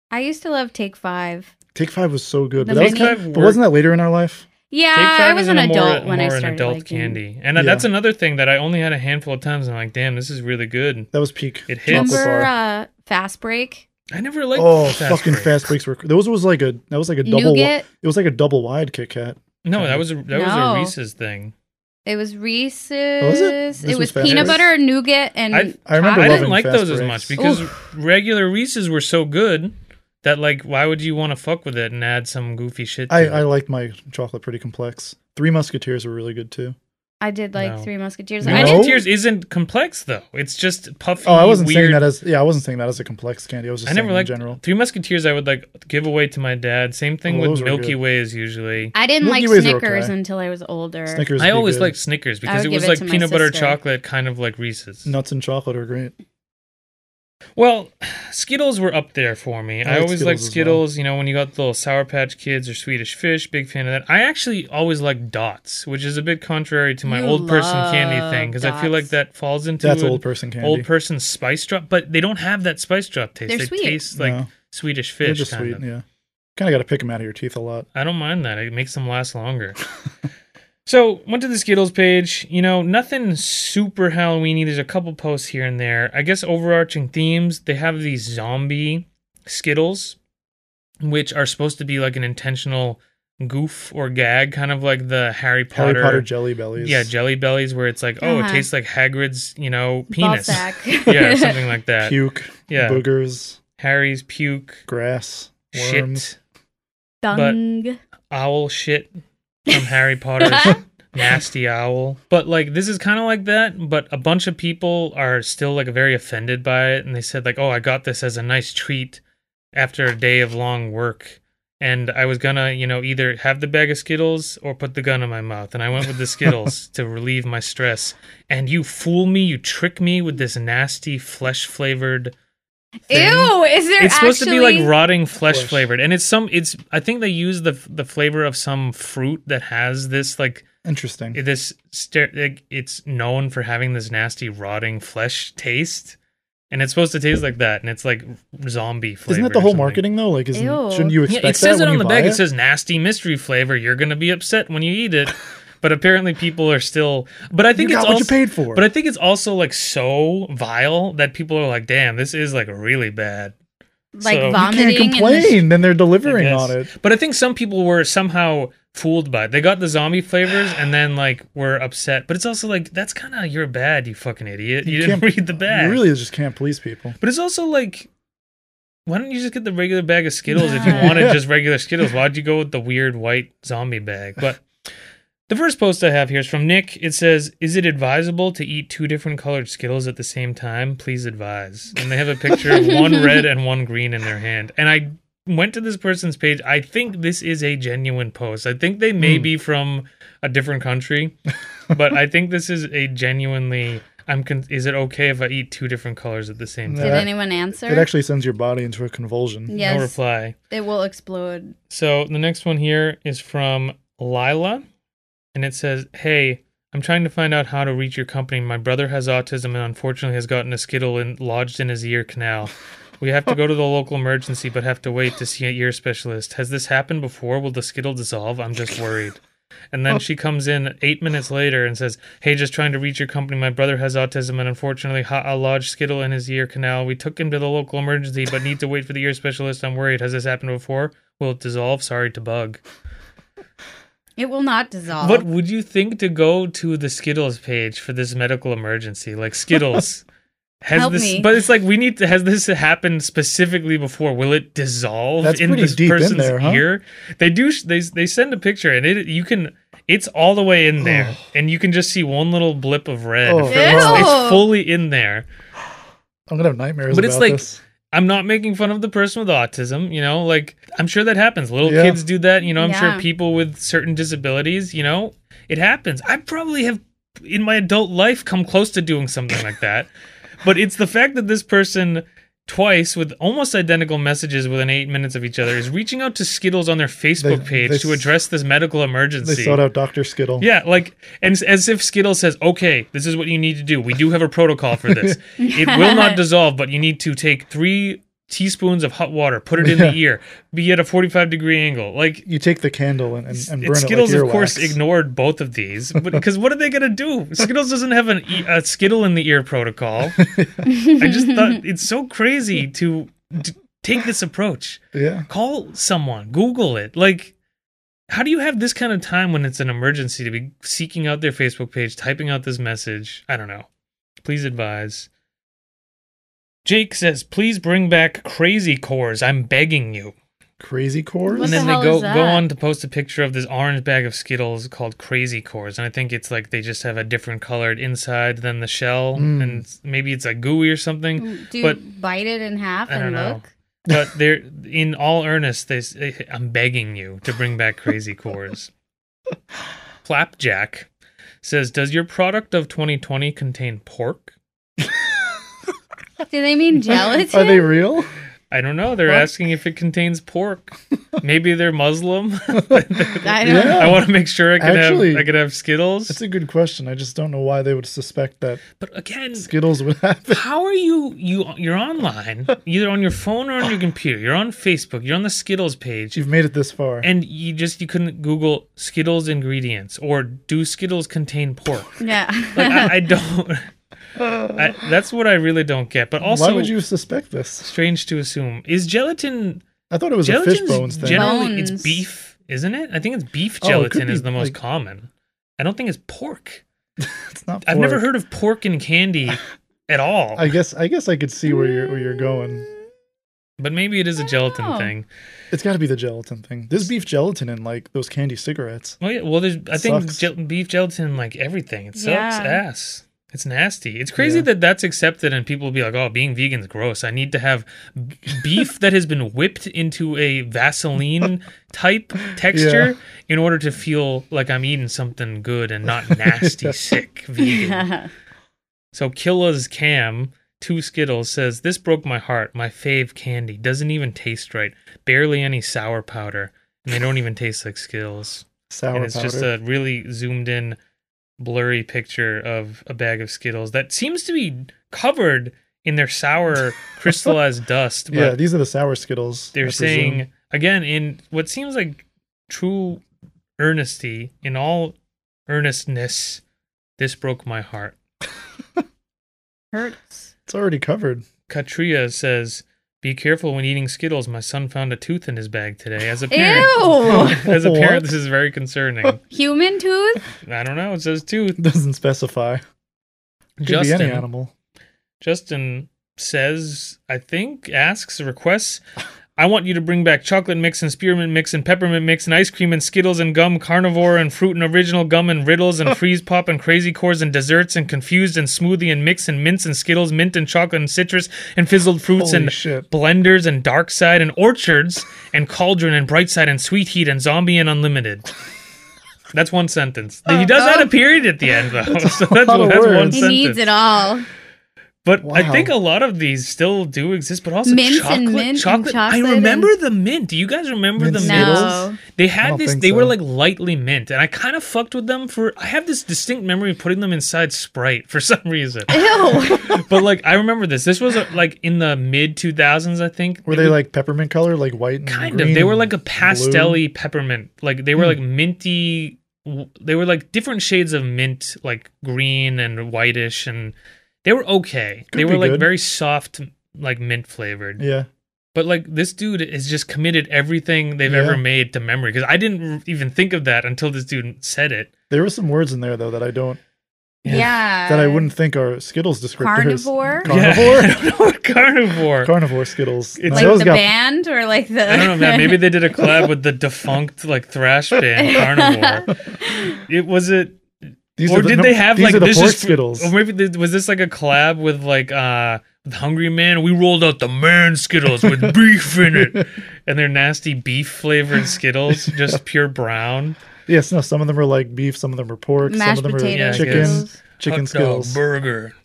[SPEAKER 3] I used to love Take Five.
[SPEAKER 2] Take Five was so good.
[SPEAKER 3] The
[SPEAKER 2] But, that was
[SPEAKER 3] mini-
[SPEAKER 2] kind of- but wasn't that later in our life?
[SPEAKER 3] Yeah,
[SPEAKER 4] Take Five
[SPEAKER 3] Uh, I was
[SPEAKER 4] is
[SPEAKER 3] an
[SPEAKER 4] in a more-
[SPEAKER 3] adult when I
[SPEAKER 4] more an
[SPEAKER 3] started
[SPEAKER 4] adult
[SPEAKER 3] liking.
[SPEAKER 4] candy, and uh,
[SPEAKER 2] Yeah.
[SPEAKER 4] that's another thing that I only had a handful of times. And I'm like, damn, this is really good.
[SPEAKER 2] That was peak.
[SPEAKER 4] It hits.
[SPEAKER 2] chocolate
[SPEAKER 3] Remember
[SPEAKER 2] bar.
[SPEAKER 3] uh, Fast Break?
[SPEAKER 4] I never liked
[SPEAKER 2] oh,
[SPEAKER 4] Fast
[SPEAKER 2] fucking
[SPEAKER 4] Break.
[SPEAKER 2] fast breaks were. Those was like a. That was like a double. wi-
[SPEAKER 3] Nougat?
[SPEAKER 2] it was like a double wide Kit Kat.
[SPEAKER 4] No, that was a, that was
[SPEAKER 3] No.
[SPEAKER 4] a Reese's thing.
[SPEAKER 3] It was Reese's.
[SPEAKER 2] This
[SPEAKER 3] It was
[SPEAKER 2] Oh, was Fast
[SPEAKER 3] peanut
[SPEAKER 2] Break?
[SPEAKER 3] butter, nougat, and
[SPEAKER 4] I-
[SPEAKER 2] I remember
[SPEAKER 3] chocolate.
[SPEAKER 4] I didn't
[SPEAKER 2] loving
[SPEAKER 4] like
[SPEAKER 2] Fast
[SPEAKER 4] those as
[SPEAKER 2] Breaks.
[SPEAKER 4] much because regular Reese's were so good that like, why would you want to fuck with it and add some goofy shit? To
[SPEAKER 2] I,
[SPEAKER 4] it?
[SPEAKER 2] I liked my chocolate pretty complex. Three Musketeers were really good too.
[SPEAKER 3] I did like
[SPEAKER 4] No.
[SPEAKER 3] Three Musketeers.
[SPEAKER 2] No?
[SPEAKER 3] I
[SPEAKER 4] Magic
[SPEAKER 3] didn't.
[SPEAKER 4] Tears isn't complex though. It's just puffy.
[SPEAKER 2] Oh, I wasn't
[SPEAKER 4] weird.
[SPEAKER 2] saying that as yeah, I wasn't saying that as a complex candy. I was just
[SPEAKER 4] I
[SPEAKER 2] saying
[SPEAKER 4] never
[SPEAKER 2] in
[SPEAKER 4] liked
[SPEAKER 2] general.
[SPEAKER 4] Three Musketeers. I would like give away to my dad. Same thing
[SPEAKER 2] Oh, those
[SPEAKER 4] with
[SPEAKER 2] were
[SPEAKER 4] Milky
[SPEAKER 2] good.
[SPEAKER 4] Ways. Usually,
[SPEAKER 3] I didn't
[SPEAKER 2] Milky
[SPEAKER 3] like
[SPEAKER 2] Ways are
[SPEAKER 3] Snickers
[SPEAKER 2] okay.
[SPEAKER 3] until I was older.
[SPEAKER 2] Snickers.
[SPEAKER 4] I
[SPEAKER 2] would be
[SPEAKER 4] always
[SPEAKER 2] good.
[SPEAKER 4] liked Snickers because
[SPEAKER 3] would
[SPEAKER 4] it
[SPEAKER 3] give
[SPEAKER 4] was
[SPEAKER 3] it
[SPEAKER 4] like
[SPEAKER 3] to my
[SPEAKER 4] peanut butter
[SPEAKER 3] sister.
[SPEAKER 4] chocolate, kind of like Reese's.
[SPEAKER 2] nuts and chocolate are great.
[SPEAKER 4] Well, [SIGHS] Skittles were up there for me.
[SPEAKER 2] I
[SPEAKER 4] I,
[SPEAKER 2] like
[SPEAKER 4] always liked
[SPEAKER 2] Skittles as well.
[SPEAKER 4] Skittles. You know, when you got the little Sour Patch Kids or Swedish Fish, big fan of that. I actually always liked Dots, which is a bit contrary to my
[SPEAKER 3] You
[SPEAKER 4] old person
[SPEAKER 3] love
[SPEAKER 4] candy thing because I feel like
[SPEAKER 3] Dots.
[SPEAKER 4] that falls into
[SPEAKER 2] That's
[SPEAKER 4] an
[SPEAKER 2] old person candy.
[SPEAKER 4] old person spice drop, but they don't have that spice drop taste.
[SPEAKER 3] They're
[SPEAKER 4] they
[SPEAKER 3] sweet.
[SPEAKER 4] taste like
[SPEAKER 2] No.
[SPEAKER 4] Swedish
[SPEAKER 2] They're
[SPEAKER 4] fish.
[SPEAKER 2] just
[SPEAKER 4] kind
[SPEAKER 2] sweet.
[SPEAKER 4] of.
[SPEAKER 2] Yeah, kind of got to pick them out of your teeth a lot.
[SPEAKER 4] I don't mind that. It makes them last longer. [LAUGHS] so went to the Skittles page. You know, nothing super Halloweeny. There's a couple posts here and there. I guess overarching themes. They have these zombie Skittles, which are supposed to be like an intentional goof or gag, kind of like the Harry Potter.
[SPEAKER 2] Harry Potter jelly bellies.
[SPEAKER 4] yeah, jelly bellies, where it's like, oh, it
[SPEAKER 3] Uh-huh.
[SPEAKER 4] tastes like Hagrid's, you know,
[SPEAKER 3] Ball
[SPEAKER 4] penis.
[SPEAKER 3] sack. [LAUGHS]
[SPEAKER 4] [LAUGHS] yeah, something like that.
[SPEAKER 2] puke,
[SPEAKER 4] Yeah.
[SPEAKER 2] boogers,
[SPEAKER 4] Harry's puke,
[SPEAKER 2] grass, worms.
[SPEAKER 4] shit,
[SPEAKER 3] [LAUGHS] Dung.
[SPEAKER 4] owl shit from Harry Potter. nasty owl. But like this is kind of like that, but a bunch of people are still like very offended by it and they said like, "Oh, I got this as a nice treat after a day of long work." And I was gonna, you know, either have the bag of Skittles or put the gun in my mouth. And I went with the Skittles to relieve my stress. And you fool me, you trick me with this nasty flesh flavored
[SPEAKER 3] Ew, is there
[SPEAKER 4] it's supposed to be
[SPEAKER 3] actually-
[SPEAKER 4] like rotting flesh
[SPEAKER 2] course.
[SPEAKER 4] flavored, and it's some. It's I think they use the the flavor of some fruit that has this like
[SPEAKER 2] Interesting.
[SPEAKER 4] this. Ster- like, it's known for having this nasty rotting flesh taste, and it's supposed to taste like that, and it's like zombie flavor.
[SPEAKER 2] Isn't that the whole marketing though? Like, isn't,
[SPEAKER 3] Ew.
[SPEAKER 2] shouldn't you
[SPEAKER 4] Yeah,
[SPEAKER 2] expect
[SPEAKER 4] it says
[SPEAKER 2] that
[SPEAKER 4] it
[SPEAKER 2] when
[SPEAKER 4] on
[SPEAKER 2] you
[SPEAKER 4] the
[SPEAKER 2] buy
[SPEAKER 4] bag. It?
[SPEAKER 2] It?
[SPEAKER 4] says nasty mystery flavor. You're gonna be upset when you eat it, but apparently people are still. But I think
[SPEAKER 2] you
[SPEAKER 4] it's
[SPEAKER 2] got
[SPEAKER 4] also.
[SPEAKER 2] what you paid for.
[SPEAKER 4] but I think it's also like so vile that people are like, "Damn, this is like really bad."
[SPEAKER 3] like
[SPEAKER 4] so- You
[SPEAKER 2] you can't
[SPEAKER 3] vomiting? and
[SPEAKER 2] complain. Then they're delivering
[SPEAKER 4] I guess.
[SPEAKER 2] on it.
[SPEAKER 4] But I think some people were somehow fooled by it. They got the zombie flavors and then like were upset. But it's also like that's kind of your bad, you fucking idiot. You, didn't
[SPEAKER 2] can't-
[SPEAKER 4] read the bag.
[SPEAKER 2] You really just can't police people.
[SPEAKER 4] But it's also like why don't you just get the regular bag of Skittles if you wanted just regular Skittles? Why'd you go with the weird white zombie bag? But the first post I have here is from Nick. It says, Is it advisable to eat two different colored Skittles at the same time? Please advise. And they have a picture of one red and one green in their hand. And I went to this person's page. I think this is a genuine post. I think they may
[SPEAKER 2] Hmm.
[SPEAKER 4] be from a different country, but I think this is a genuinely. I'm. Con- is it okay if I eat two different colors at the same time?
[SPEAKER 2] Yeah.
[SPEAKER 3] Did anyone answer?
[SPEAKER 2] It actually sends your body into a convulsion.
[SPEAKER 4] No
[SPEAKER 3] yes,
[SPEAKER 4] reply.
[SPEAKER 3] it will explode.
[SPEAKER 4] So the next one here is from Lila, and it says, "Hey, I'm trying to find out how to reach your company. My brother has autism and unfortunately has gotten a skittle in, lodged in his ear canal. We have to go to the local emergency, but have to wait to see an ear specialist. Has this happened before? Will the skittle dissolve? I'm just worried." And then she comes in eight minutes later and says, Hey, just trying to reach your company. My brother has autism and unfortunately ha- a large skittle in his ear canal. We took him to the local emergency, but need to wait for the ear specialist. I'm worried. Has this happened before? Will it dissolve? Sorry to bug.
[SPEAKER 3] It will not dissolve.
[SPEAKER 4] What would you think to go to the Skittles page for this medical emergency? Like Skittles. Has
[SPEAKER 3] Help
[SPEAKER 4] this
[SPEAKER 3] me.
[SPEAKER 4] but it's like we need to has this happened specifically before will it dissolve
[SPEAKER 2] That's
[SPEAKER 4] in
[SPEAKER 2] pretty
[SPEAKER 4] this
[SPEAKER 2] deep in
[SPEAKER 4] person's
[SPEAKER 2] there, huh?
[SPEAKER 4] ear they do sh- they they send a picture and it you can it's all the way in there and you can just see one little blip of red
[SPEAKER 2] Oh,
[SPEAKER 4] It's- it's
[SPEAKER 3] Ew.
[SPEAKER 4] fully in there
[SPEAKER 2] I'm gonna have nightmares.
[SPEAKER 4] But it's
[SPEAKER 2] about
[SPEAKER 4] like-
[SPEAKER 2] this.
[SPEAKER 4] I'm not making fun of the person with autism, you know, like I'm sure that happens. Little
[SPEAKER 2] Yeah.
[SPEAKER 4] kids do that, you know, I'm
[SPEAKER 3] Yeah.
[SPEAKER 4] sure people with certain disabilities, you know, it happens. I probably have in my adult life come close to doing something like
[SPEAKER 2] [LAUGHS]
[SPEAKER 4] that. But it's the fact that this person twice with almost identical messages within 8 minutes of each other is reaching out to Skittles on their Facebook page
[SPEAKER 2] they
[SPEAKER 4] to
[SPEAKER 2] s-
[SPEAKER 4] address this medical emergency.
[SPEAKER 2] they sought out Doctor Skittle.
[SPEAKER 4] Yeah, like, and s- as if Skittles says, "Okay, this is what you need to do. We do have a protocol for this. it will not dissolve, but you need to take three teaspoons of hot water, put it in the ear, be at a forty-five degree angle." Like,
[SPEAKER 2] You take the candle and, and, and burn
[SPEAKER 4] it, Skittles,
[SPEAKER 2] it like
[SPEAKER 4] of course,
[SPEAKER 2] earwax.
[SPEAKER 4] ignored both of these because what are they gonna do? Skittles doesn't have an e- a Skittle in the ear protocol. I
[SPEAKER 3] [LAUGHS]
[SPEAKER 4] just thought it's so crazy to d- take this approach
[SPEAKER 2] Yeah.
[SPEAKER 4] call someone google it like how do you have this kind of time when it's an emergency to be seeking out their facebook page typing out this message i don't know please advise jake says please bring back crazy cores i'm begging you
[SPEAKER 2] Crazy cores.
[SPEAKER 3] What
[SPEAKER 4] and
[SPEAKER 3] the
[SPEAKER 4] then they
[SPEAKER 3] hell
[SPEAKER 4] go
[SPEAKER 3] is that?
[SPEAKER 4] go on to post a picture of this orange bag of skittles called crazy cores and i think it's like they just have a different colored inside than the shell
[SPEAKER 2] Mm.
[SPEAKER 4] and maybe it's like gooey or something
[SPEAKER 3] Do you
[SPEAKER 4] but-
[SPEAKER 3] bite it in half
[SPEAKER 4] I don't
[SPEAKER 3] and
[SPEAKER 4] know.
[SPEAKER 3] look?
[SPEAKER 4] but they're in all earnest. They, say, I'm begging you to bring back Crazy Cores. Flapjack says, "Does your product of 2020 contain pork?"
[SPEAKER 3] Do they mean gelatin?
[SPEAKER 2] [LAUGHS] Are they real?
[SPEAKER 4] I don't know. They're
[SPEAKER 2] Pork?
[SPEAKER 4] asking if it contains
[SPEAKER 2] [LAUGHS]
[SPEAKER 4] pork. Maybe they're Muslim. [LAUGHS]
[SPEAKER 3] I don't know.
[SPEAKER 4] I want to make sure I can
[SPEAKER 2] Actually,
[SPEAKER 4] have I could have Skittles.
[SPEAKER 2] That's a good question. I just don't know why they would suspect that
[SPEAKER 4] but again,
[SPEAKER 2] Skittles would happen.
[SPEAKER 4] how are you you you're
[SPEAKER 2] [LAUGHS]
[SPEAKER 4] online, either on your phone or on your computer. You're on Facebook, you're on the Skittles page.
[SPEAKER 2] You've made it this far.
[SPEAKER 4] and you just you couldn't google skittles ingredients or do skittles contain pork
[SPEAKER 3] [LAUGHS]
[SPEAKER 4] like
[SPEAKER 3] Yeah.
[SPEAKER 4] I, I don't I, that's what i really don't get but also
[SPEAKER 2] why would you suspect this?
[SPEAKER 4] strange to assume is gelatin
[SPEAKER 2] I thought it was a fish
[SPEAKER 4] gelatin's
[SPEAKER 2] bones thing.
[SPEAKER 4] generally it's
[SPEAKER 3] Bones.
[SPEAKER 4] beef isn't it i think it's beef
[SPEAKER 2] Oh, it could
[SPEAKER 4] gelatin is
[SPEAKER 2] be,
[SPEAKER 4] the most
[SPEAKER 2] like-
[SPEAKER 4] common i don't think it's pork
[SPEAKER 2] it's not.
[SPEAKER 4] i've never
[SPEAKER 2] pork.
[SPEAKER 4] heard of pork and
[SPEAKER 2] [LAUGHS]
[SPEAKER 4] candy at all
[SPEAKER 2] I guess. I guess I could see where you're where you're going.
[SPEAKER 4] but maybe it is a
[SPEAKER 3] don't
[SPEAKER 4] gelatin
[SPEAKER 3] know.
[SPEAKER 4] thing
[SPEAKER 2] It's got to be the gelatin thing. There's beef gelatin in like those candy cigarettes.
[SPEAKER 4] Well, Oh, yeah. Well, there's. I think
[SPEAKER 2] Sucks.
[SPEAKER 4] gel- beef gelatin, like everything, it sucks
[SPEAKER 3] Yeah.
[SPEAKER 4] ass. It's nasty. It's crazy
[SPEAKER 2] Yeah.
[SPEAKER 4] that that's accepted and people will be like, "Oh, being vegan's gross. I need to have b- beef that has been whipped into a Vaseline
[SPEAKER 2] [LAUGHS]
[SPEAKER 4] type texture in order to feel like I'm eating something good and not
[SPEAKER 2] [LAUGHS]
[SPEAKER 4] nasty, sick vegan." So Killa's Cam, two Skittles, says, This broke my heart. My fave candy. Doesn't even taste right. Barely any sour powder. And they don't even taste like Skittles.
[SPEAKER 2] Sour
[SPEAKER 4] and it's
[SPEAKER 2] powder.
[SPEAKER 4] just a really zoomed in, blurry picture of a bag of Skittles that seems to be covered in their
[SPEAKER 2] [LAUGHS]
[SPEAKER 4] sour crystallized dust. But
[SPEAKER 2] yeah, these are the sour Skittles. I
[SPEAKER 4] they're
[SPEAKER 2] presume.
[SPEAKER 4] saying again in what seems like true earnesty in all earnestness this broke my heart
[SPEAKER 3] Hurts.
[SPEAKER 2] it's already covered. [LAUGHS]
[SPEAKER 4] Katria says, "Be careful when eating Skittles. My son found a tooth in his bag today." As a parent,
[SPEAKER 3] Ew.
[SPEAKER 4] [LAUGHS] as a
[SPEAKER 2] What?
[SPEAKER 4] parent, this is very concerning.
[SPEAKER 3] [LAUGHS] Human tooth?
[SPEAKER 4] I don't know. It says tooth.
[SPEAKER 2] Doesn't specify. Could be any
[SPEAKER 4] Justin,
[SPEAKER 2] animal.
[SPEAKER 4] Justin says, I think, asks, requests, I want you to bring back chocolate mix and spearmint mix and peppermint mix and ice cream and Skittles and gum, carnivore and fruit and original gum and riddles
[SPEAKER 2] [LAUGHS]
[SPEAKER 4] and freeze pop and crazy cores and desserts and confused and smoothie and mix and mints and Skittles, mint and chocolate and citrus and fizzled fruits
[SPEAKER 2] Holy
[SPEAKER 4] and
[SPEAKER 2] shit.
[SPEAKER 4] blenders and dark side and orchards and cauldron and bright side and sweet heat and zombie and unlimited.
[SPEAKER 2] [LAUGHS]
[SPEAKER 4] That's one sentence. He does add a period at the end, though. [LAUGHS] so that's,
[SPEAKER 2] lot of
[SPEAKER 4] that's one
[SPEAKER 2] words.
[SPEAKER 3] He
[SPEAKER 4] sentence.
[SPEAKER 3] needs it all.
[SPEAKER 4] But I
[SPEAKER 2] Wow.
[SPEAKER 4] think a lot of these still do exist, but also
[SPEAKER 3] Mints and
[SPEAKER 4] chocolate,
[SPEAKER 3] mint and
[SPEAKER 4] chocolate. I
[SPEAKER 3] chocolate
[SPEAKER 4] remember the mint. Do you guys remember
[SPEAKER 2] Mint
[SPEAKER 4] the
[SPEAKER 2] Skittles?
[SPEAKER 4] mint?
[SPEAKER 3] No.
[SPEAKER 4] They
[SPEAKER 2] I
[SPEAKER 4] had
[SPEAKER 2] don't
[SPEAKER 4] this.
[SPEAKER 2] think
[SPEAKER 4] They were
[SPEAKER 2] so.
[SPEAKER 4] like lightly mint, and I kind of fucked with them for. I have this distinct memory of putting them inside Sprite for [LAUGHS] some reason.
[SPEAKER 2] [LAUGHS]
[SPEAKER 3] Ew.
[SPEAKER 4] but like I remember this. This was uh, like in the mid two thousands, I think.
[SPEAKER 2] Were
[SPEAKER 4] It
[SPEAKER 2] they
[SPEAKER 4] was
[SPEAKER 2] like peppermint color, like white and
[SPEAKER 4] kind
[SPEAKER 2] green
[SPEAKER 4] of? They were
[SPEAKER 2] and
[SPEAKER 4] like a
[SPEAKER 2] blue? Hmm.
[SPEAKER 4] pastelly peppermint. Like they were like minty. w- They were like different shades of mint, like green and whitish, and they were okay.
[SPEAKER 2] Could
[SPEAKER 4] they
[SPEAKER 2] be
[SPEAKER 4] were like
[SPEAKER 2] good.
[SPEAKER 4] very soft, like mint flavored.
[SPEAKER 2] Yeah,
[SPEAKER 4] But like this dude has just committed everything they've
[SPEAKER 2] Yeah.
[SPEAKER 4] ever made to memory because I didn't r- even think of that until this dude said it.
[SPEAKER 2] there were some words in there though that I don't
[SPEAKER 4] Yeah.
[SPEAKER 3] yeah.
[SPEAKER 2] that I wouldn't think are Skittles descriptors.
[SPEAKER 3] Uh, Carnivore?
[SPEAKER 2] Carnivore?
[SPEAKER 4] Yeah, [LAUGHS] I don't know what carnivore.
[SPEAKER 2] Carnivore Skittles.
[SPEAKER 4] It's-
[SPEAKER 2] Now,
[SPEAKER 3] Like
[SPEAKER 2] those
[SPEAKER 3] the
[SPEAKER 2] got-
[SPEAKER 3] band or like the.
[SPEAKER 4] I don't know, man.
[SPEAKER 3] [LAUGHS]
[SPEAKER 4] Maybe they did a collab with the defunct like thrash
[SPEAKER 2] [LAUGHS]
[SPEAKER 4] band Carnivore. It was it,
[SPEAKER 2] these
[SPEAKER 4] or
[SPEAKER 2] are the-
[SPEAKER 4] did
[SPEAKER 2] no,
[SPEAKER 4] they have
[SPEAKER 2] these
[SPEAKER 4] like Oh,
[SPEAKER 2] are the
[SPEAKER 4] this
[SPEAKER 2] pork
[SPEAKER 4] is
[SPEAKER 2] Skittles?
[SPEAKER 4] or maybe th- was this like a collab with like uh with Hungry Man? We rolled out the man Skittles
[SPEAKER 2] [LAUGHS]
[SPEAKER 4] with beef in it, and they're nasty beef flavored Skittles, just pure brown.
[SPEAKER 2] Yes, no. Some of them are like beef. Some of them are pork.
[SPEAKER 3] Mashed
[SPEAKER 2] some of them
[SPEAKER 4] Yeah, I
[SPEAKER 3] potatoes.
[SPEAKER 2] are
[SPEAKER 4] guess.
[SPEAKER 2] chicken.
[SPEAKER 4] Hot
[SPEAKER 2] Chicken
[SPEAKER 4] dog,
[SPEAKER 2] Skittles.
[SPEAKER 4] burger,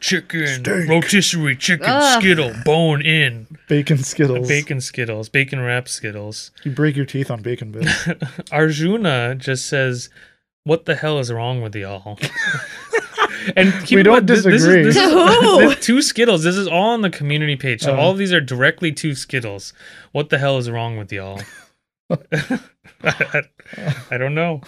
[SPEAKER 4] chicken,
[SPEAKER 2] Steak.
[SPEAKER 4] rotisserie chicken,
[SPEAKER 3] Ugh.
[SPEAKER 4] skittle, bone in,
[SPEAKER 2] Bacon Skittles.
[SPEAKER 4] bacon skittles, bacon wrap skittles.
[SPEAKER 2] You break your teeth on bacon
[SPEAKER 4] [LAUGHS]
[SPEAKER 2] bits. [LAUGHS]
[SPEAKER 4] Arjuna just says, "What the hell is wrong with
[SPEAKER 2] [LAUGHS]
[SPEAKER 4] y'all?" and keep
[SPEAKER 2] We
[SPEAKER 4] in
[SPEAKER 2] don't
[SPEAKER 4] mind, this- this is-
[SPEAKER 2] disagree.
[SPEAKER 4] This, is,
[SPEAKER 3] To who?
[SPEAKER 4] this- two skittles. This is all on the community page, so
[SPEAKER 2] Uh.
[SPEAKER 4] all of these are directly to skittles. What the hell is wrong with y'all? [LAUGHS] I, I don't know.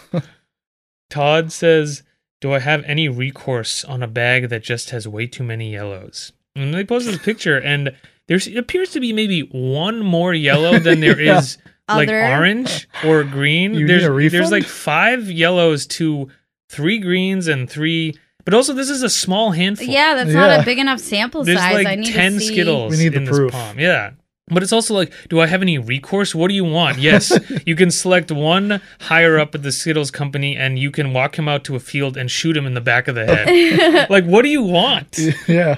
[SPEAKER 4] Todd says, "Do I have any recourse on a bag that just has way too many yellows?" And they posted this picture, and there appears to be maybe one more yellow than there is
[SPEAKER 2] [LAUGHS] Yeah.
[SPEAKER 4] like
[SPEAKER 3] Other?
[SPEAKER 4] orange or green.
[SPEAKER 2] [LAUGHS] You need
[SPEAKER 4] there's
[SPEAKER 2] a refund?
[SPEAKER 4] there's like five yellows to three greens and three. But also, this is a small handful.
[SPEAKER 3] Yeah, that's not
[SPEAKER 2] Yeah.
[SPEAKER 3] a big enough sample
[SPEAKER 4] there's
[SPEAKER 3] size.
[SPEAKER 4] like
[SPEAKER 3] I need
[SPEAKER 4] ten
[SPEAKER 3] to see. [LAUGHS]
[SPEAKER 4] skittles
[SPEAKER 2] We need the
[SPEAKER 4] in this
[SPEAKER 2] proof.
[SPEAKER 4] palm. Yeah. But it's also like, do I have any recourse? What do you want?
[SPEAKER 2] [LAUGHS]
[SPEAKER 4] Yes, you can select one higher up at the Skittles company, and you can walk him out to a field and shoot him in the back of
[SPEAKER 3] [LAUGHS]
[SPEAKER 4] the head. like, what do you
[SPEAKER 2] [LAUGHS]
[SPEAKER 4] want?
[SPEAKER 2] yeah,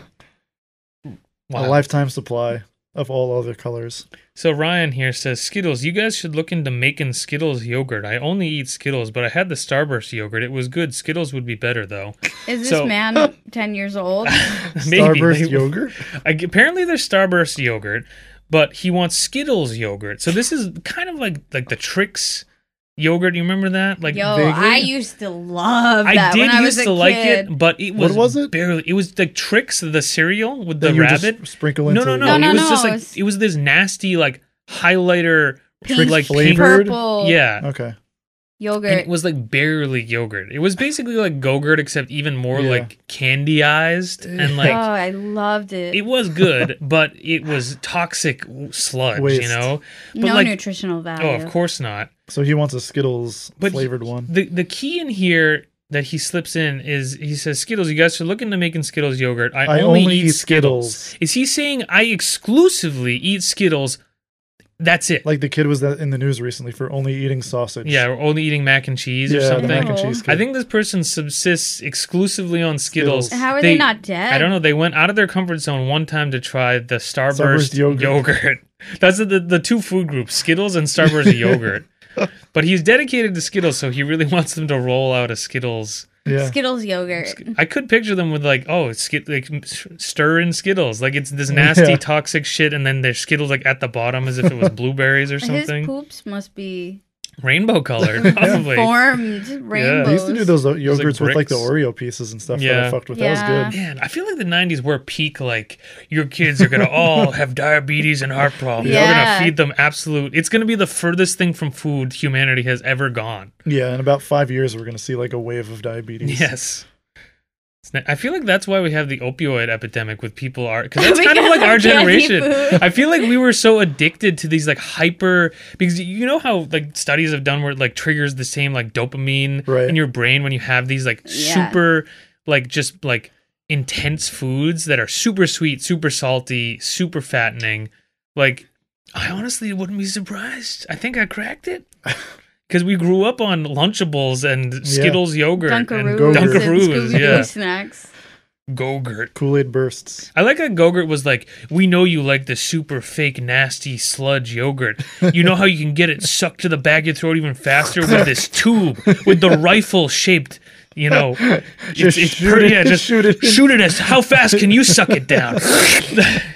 [SPEAKER 4] Wow.
[SPEAKER 2] a lifetime supply of all other
[SPEAKER 4] [LAUGHS]
[SPEAKER 2] colors.
[SPEAKER 4] So Ryan here says Skittles. You guys should look into making Skittles yogurt. I only eat Skittles, but I had the Starburst yogurt. It was good. Skittles would be better though.
[SPEAKER 3] Is this
[SPEAKER 4] So-
[SPEAKER 2] [LAUGHS]
[SPEAKER 3] man 10 years old?
[SPEAKER 2] Starburst
[SPEAKER 4] they-
[SPEAKER 2] yogurt.
[SPEAKER 4] I, apparently, there's Starburst yogurt, but he wants Skittles yogurt. So this is kind of like like the tricks yogurt. You remember that? Like
[SPEAKER 3] Yo,
[SPEAKER 2] vaguely?
[SPEAKER 3] I used to love that
[SPEAKER 4] I did
[SPEAKER 3] when I was
[SPEAKER 4] used
[SPEAKER 3] a
[SPEAKER 4] to like
[SPEAKER 3] kid.
[SPEAKER 4] it, but it
[SPEAKER 2] What
[SPEAKER 4] was,
[SPEAKER 2] was it?
[SPEAKER 4] barely. It was the tricks, the cereal with
[SPEAKER 2] That
[SPEAKER 4] the
[SPEAKER 2] you just
[SPEAKER 4] rabbit.
[SPEAKER 2] Sprinkle
[SPEAKER 4] No,
[SPEAKER 2] into
[SPEAKER 3] No,
[SPEAKER 4] no, no,
[SPEAKER 3] no,
[SPEAKER 4] It was
[SPEAKER 3] no,
[SPEAKER 4] just
[SPEAKER 3] it
[SPEAKER 4] like
[SPEAKER 3] was-
[SPEAKER 4] it was this nasty like highlighter,
[SPEAKER 3] Pink
[SPEAKER 4] like
[SPEAKER 2] flavor. Bird?
[SPEAKER 3] Purple
[SPEAKER 4] Pink, yeah.
[SPEAKER 2] Okay.
[SPEAKER 4] And it
[SPEAKER 3] yogurt.
[SPEAKER 4] was like barely yogurt. It was basically like Gogurt, except even more
[SPEAKER 2] Yeah.
[SPEAKER 4] like candyized and
[SPEAKER 3] oh, [LAUGHS]
[SPEAKER 4] like
[SPEAKER 3] I loved it.
[SPEAKER 4] it was good, but it was toxic sludge,
[SPEAKER 2] Waste.
[SPEAKER 4] you know. But
[SPEAKER 3] no
[SPEAKER 4] like,
[SPEAKER 3] nutritional value.
[SPEAKER 4] oh, of course not.
[SPEAKER 2] So he wants a Skittles
[SPEAKER 4] But
[SPEAKER 2] flavored one.
[SPEAKER 4] The the key in here that he slips in is he says Skittles. You guys should look into making Skittles yogurt. I, only, eat Skittles. Is he saying I exclusively eat Skittles? That's it.
[SPEAKER 2] Like the kid was that in the news recently for only eating sausage.
[SPEAKER 4] yeah, or only eating mac and cheese or
[SPEAKER 2] Yeah, the
[SPEAKER 4] something.
[SPEAKER 2] mac and
[SPEAKER 3] No.
[SPEAKER 2] cheese. Kid.
[SPEAKER 4] I think this person subsists exclusively on Skittles.
[SPEAKER 2] Skittles.
[SPEAKER 3] How are they, not dead?
[SPEAKER 4] I don't know. They went out of their comfort zone one time to try the Starburst,
[SPEAKER 2] Starburst yogurt.
[SPEAKER 4] yogurt. [LAUGHS] That's the, the two food groups: Skittles and
[SPEAKER 2] [LAUGHS]
[SPEAKER 4] Starburst yogurt. But he's dedicated to Skittles, so he really [LAUGHS] wants them to roll out a Skittles.
[SPEAKER 2] Yeah.
[SPEAKER 3] Skittles yogurt.
[SPEAKER 4] I could picture them with like, oh, it's skit like s- stir in Skittles, like it's this nasty
[SPEAKER 2] Yeah.
[SPEAKER 4] toxic shit, and then there's Skittles like at the bottom as if it
[SPEAKER 2] [LAUGHS]
[SPEAKER 4] was blueberries or
[SPEAKER 3] His
[SPEAKER 4] something,
[SPEAKER 3] poops must be
[SPEAKER 4] rainbow colored, probably.
[SPEAKER 3] formed rainbows.
[SPEAKER 2] They used to do those uh,
[SPEAKER 4] like,
[SPEAKER 2] yogurts with like
[SPEAKER 4] bricks.
[SPEAKER 2] the Oreo pieces and stuff that
[SPEAKER 4] Yeah.
[SPEAKER 2] I fucked with. That
[SPEAKER 3] Yeah.
[SPEAKER 2] was good.
[SPEAKER 4] Man, I feel like the '90s were peak. Like your kids are gonna all have diabetes and heart problems. We're
[SPEAKER 3] Yeah.
[SPEAKER 4] gonna feed them absolute. It's gonna be the furthest thing from food humanity has ever gone.
[SPEAKER 2] Yeah, in about five years we're gonna see like a wave of diabetes.
[SPEAKER 4] Yes. It's not- I feel like that's why we have the opioid epidemic with people are because that's kind of
[SPEAKER 3] Because
[SPEAKER 4] like
[SPEAKER 3] of
[SPEAKER 4] our
[SPEAKER 3] candy
[SPEAKER 4] generation.
[SPEAKER 3] food.
[SPEAKER 4] I feel like we were so addicted to these like hyper because you know how like studies have done where it like triggers the same like dopamine
[SPEAKER 2] Right.
[SPEAKER 4] in your brain when you have these like
[SPEAKER 3] Yeah.
[SPEAKER 4] super like just like intense foods that are super sweet, super salty, super fattening. Like, I honestly wouldn't be surprised. I think I cracked it. Because we grew up on Lunchables and Skittles yogurt and
[SPEAKER 3] Dunkaroos, and
[SPEAKER 4] Dunkaroos,
[SPEAKER 3] Scooby-Doo [LAUGHS]
[SPEAKER 4] yeah,
[SPEAKER 3] snacks.
[SPEAKER 4] Gogurt.
[SPEAKER 2] Kool Aid bursts.
[SPEAKER 4] I like how Gogurt was like, we know you like the super fake nasty sludge yogurt. You know how you can get it sucked to the back of your throat even faster with this tube with the rifle shaped. You know,
[SPEAKER 2] Just shoot it-
[SPEAKER 4] just
[SPEAKER 2] shoot
[SPEAKER 4] shoot
[SPEAKER 2] it
[SPEAKER 4] it.
[SPEAKER 2] in.
[SPEAKER 4] Shoot it as how fast can you suck it down?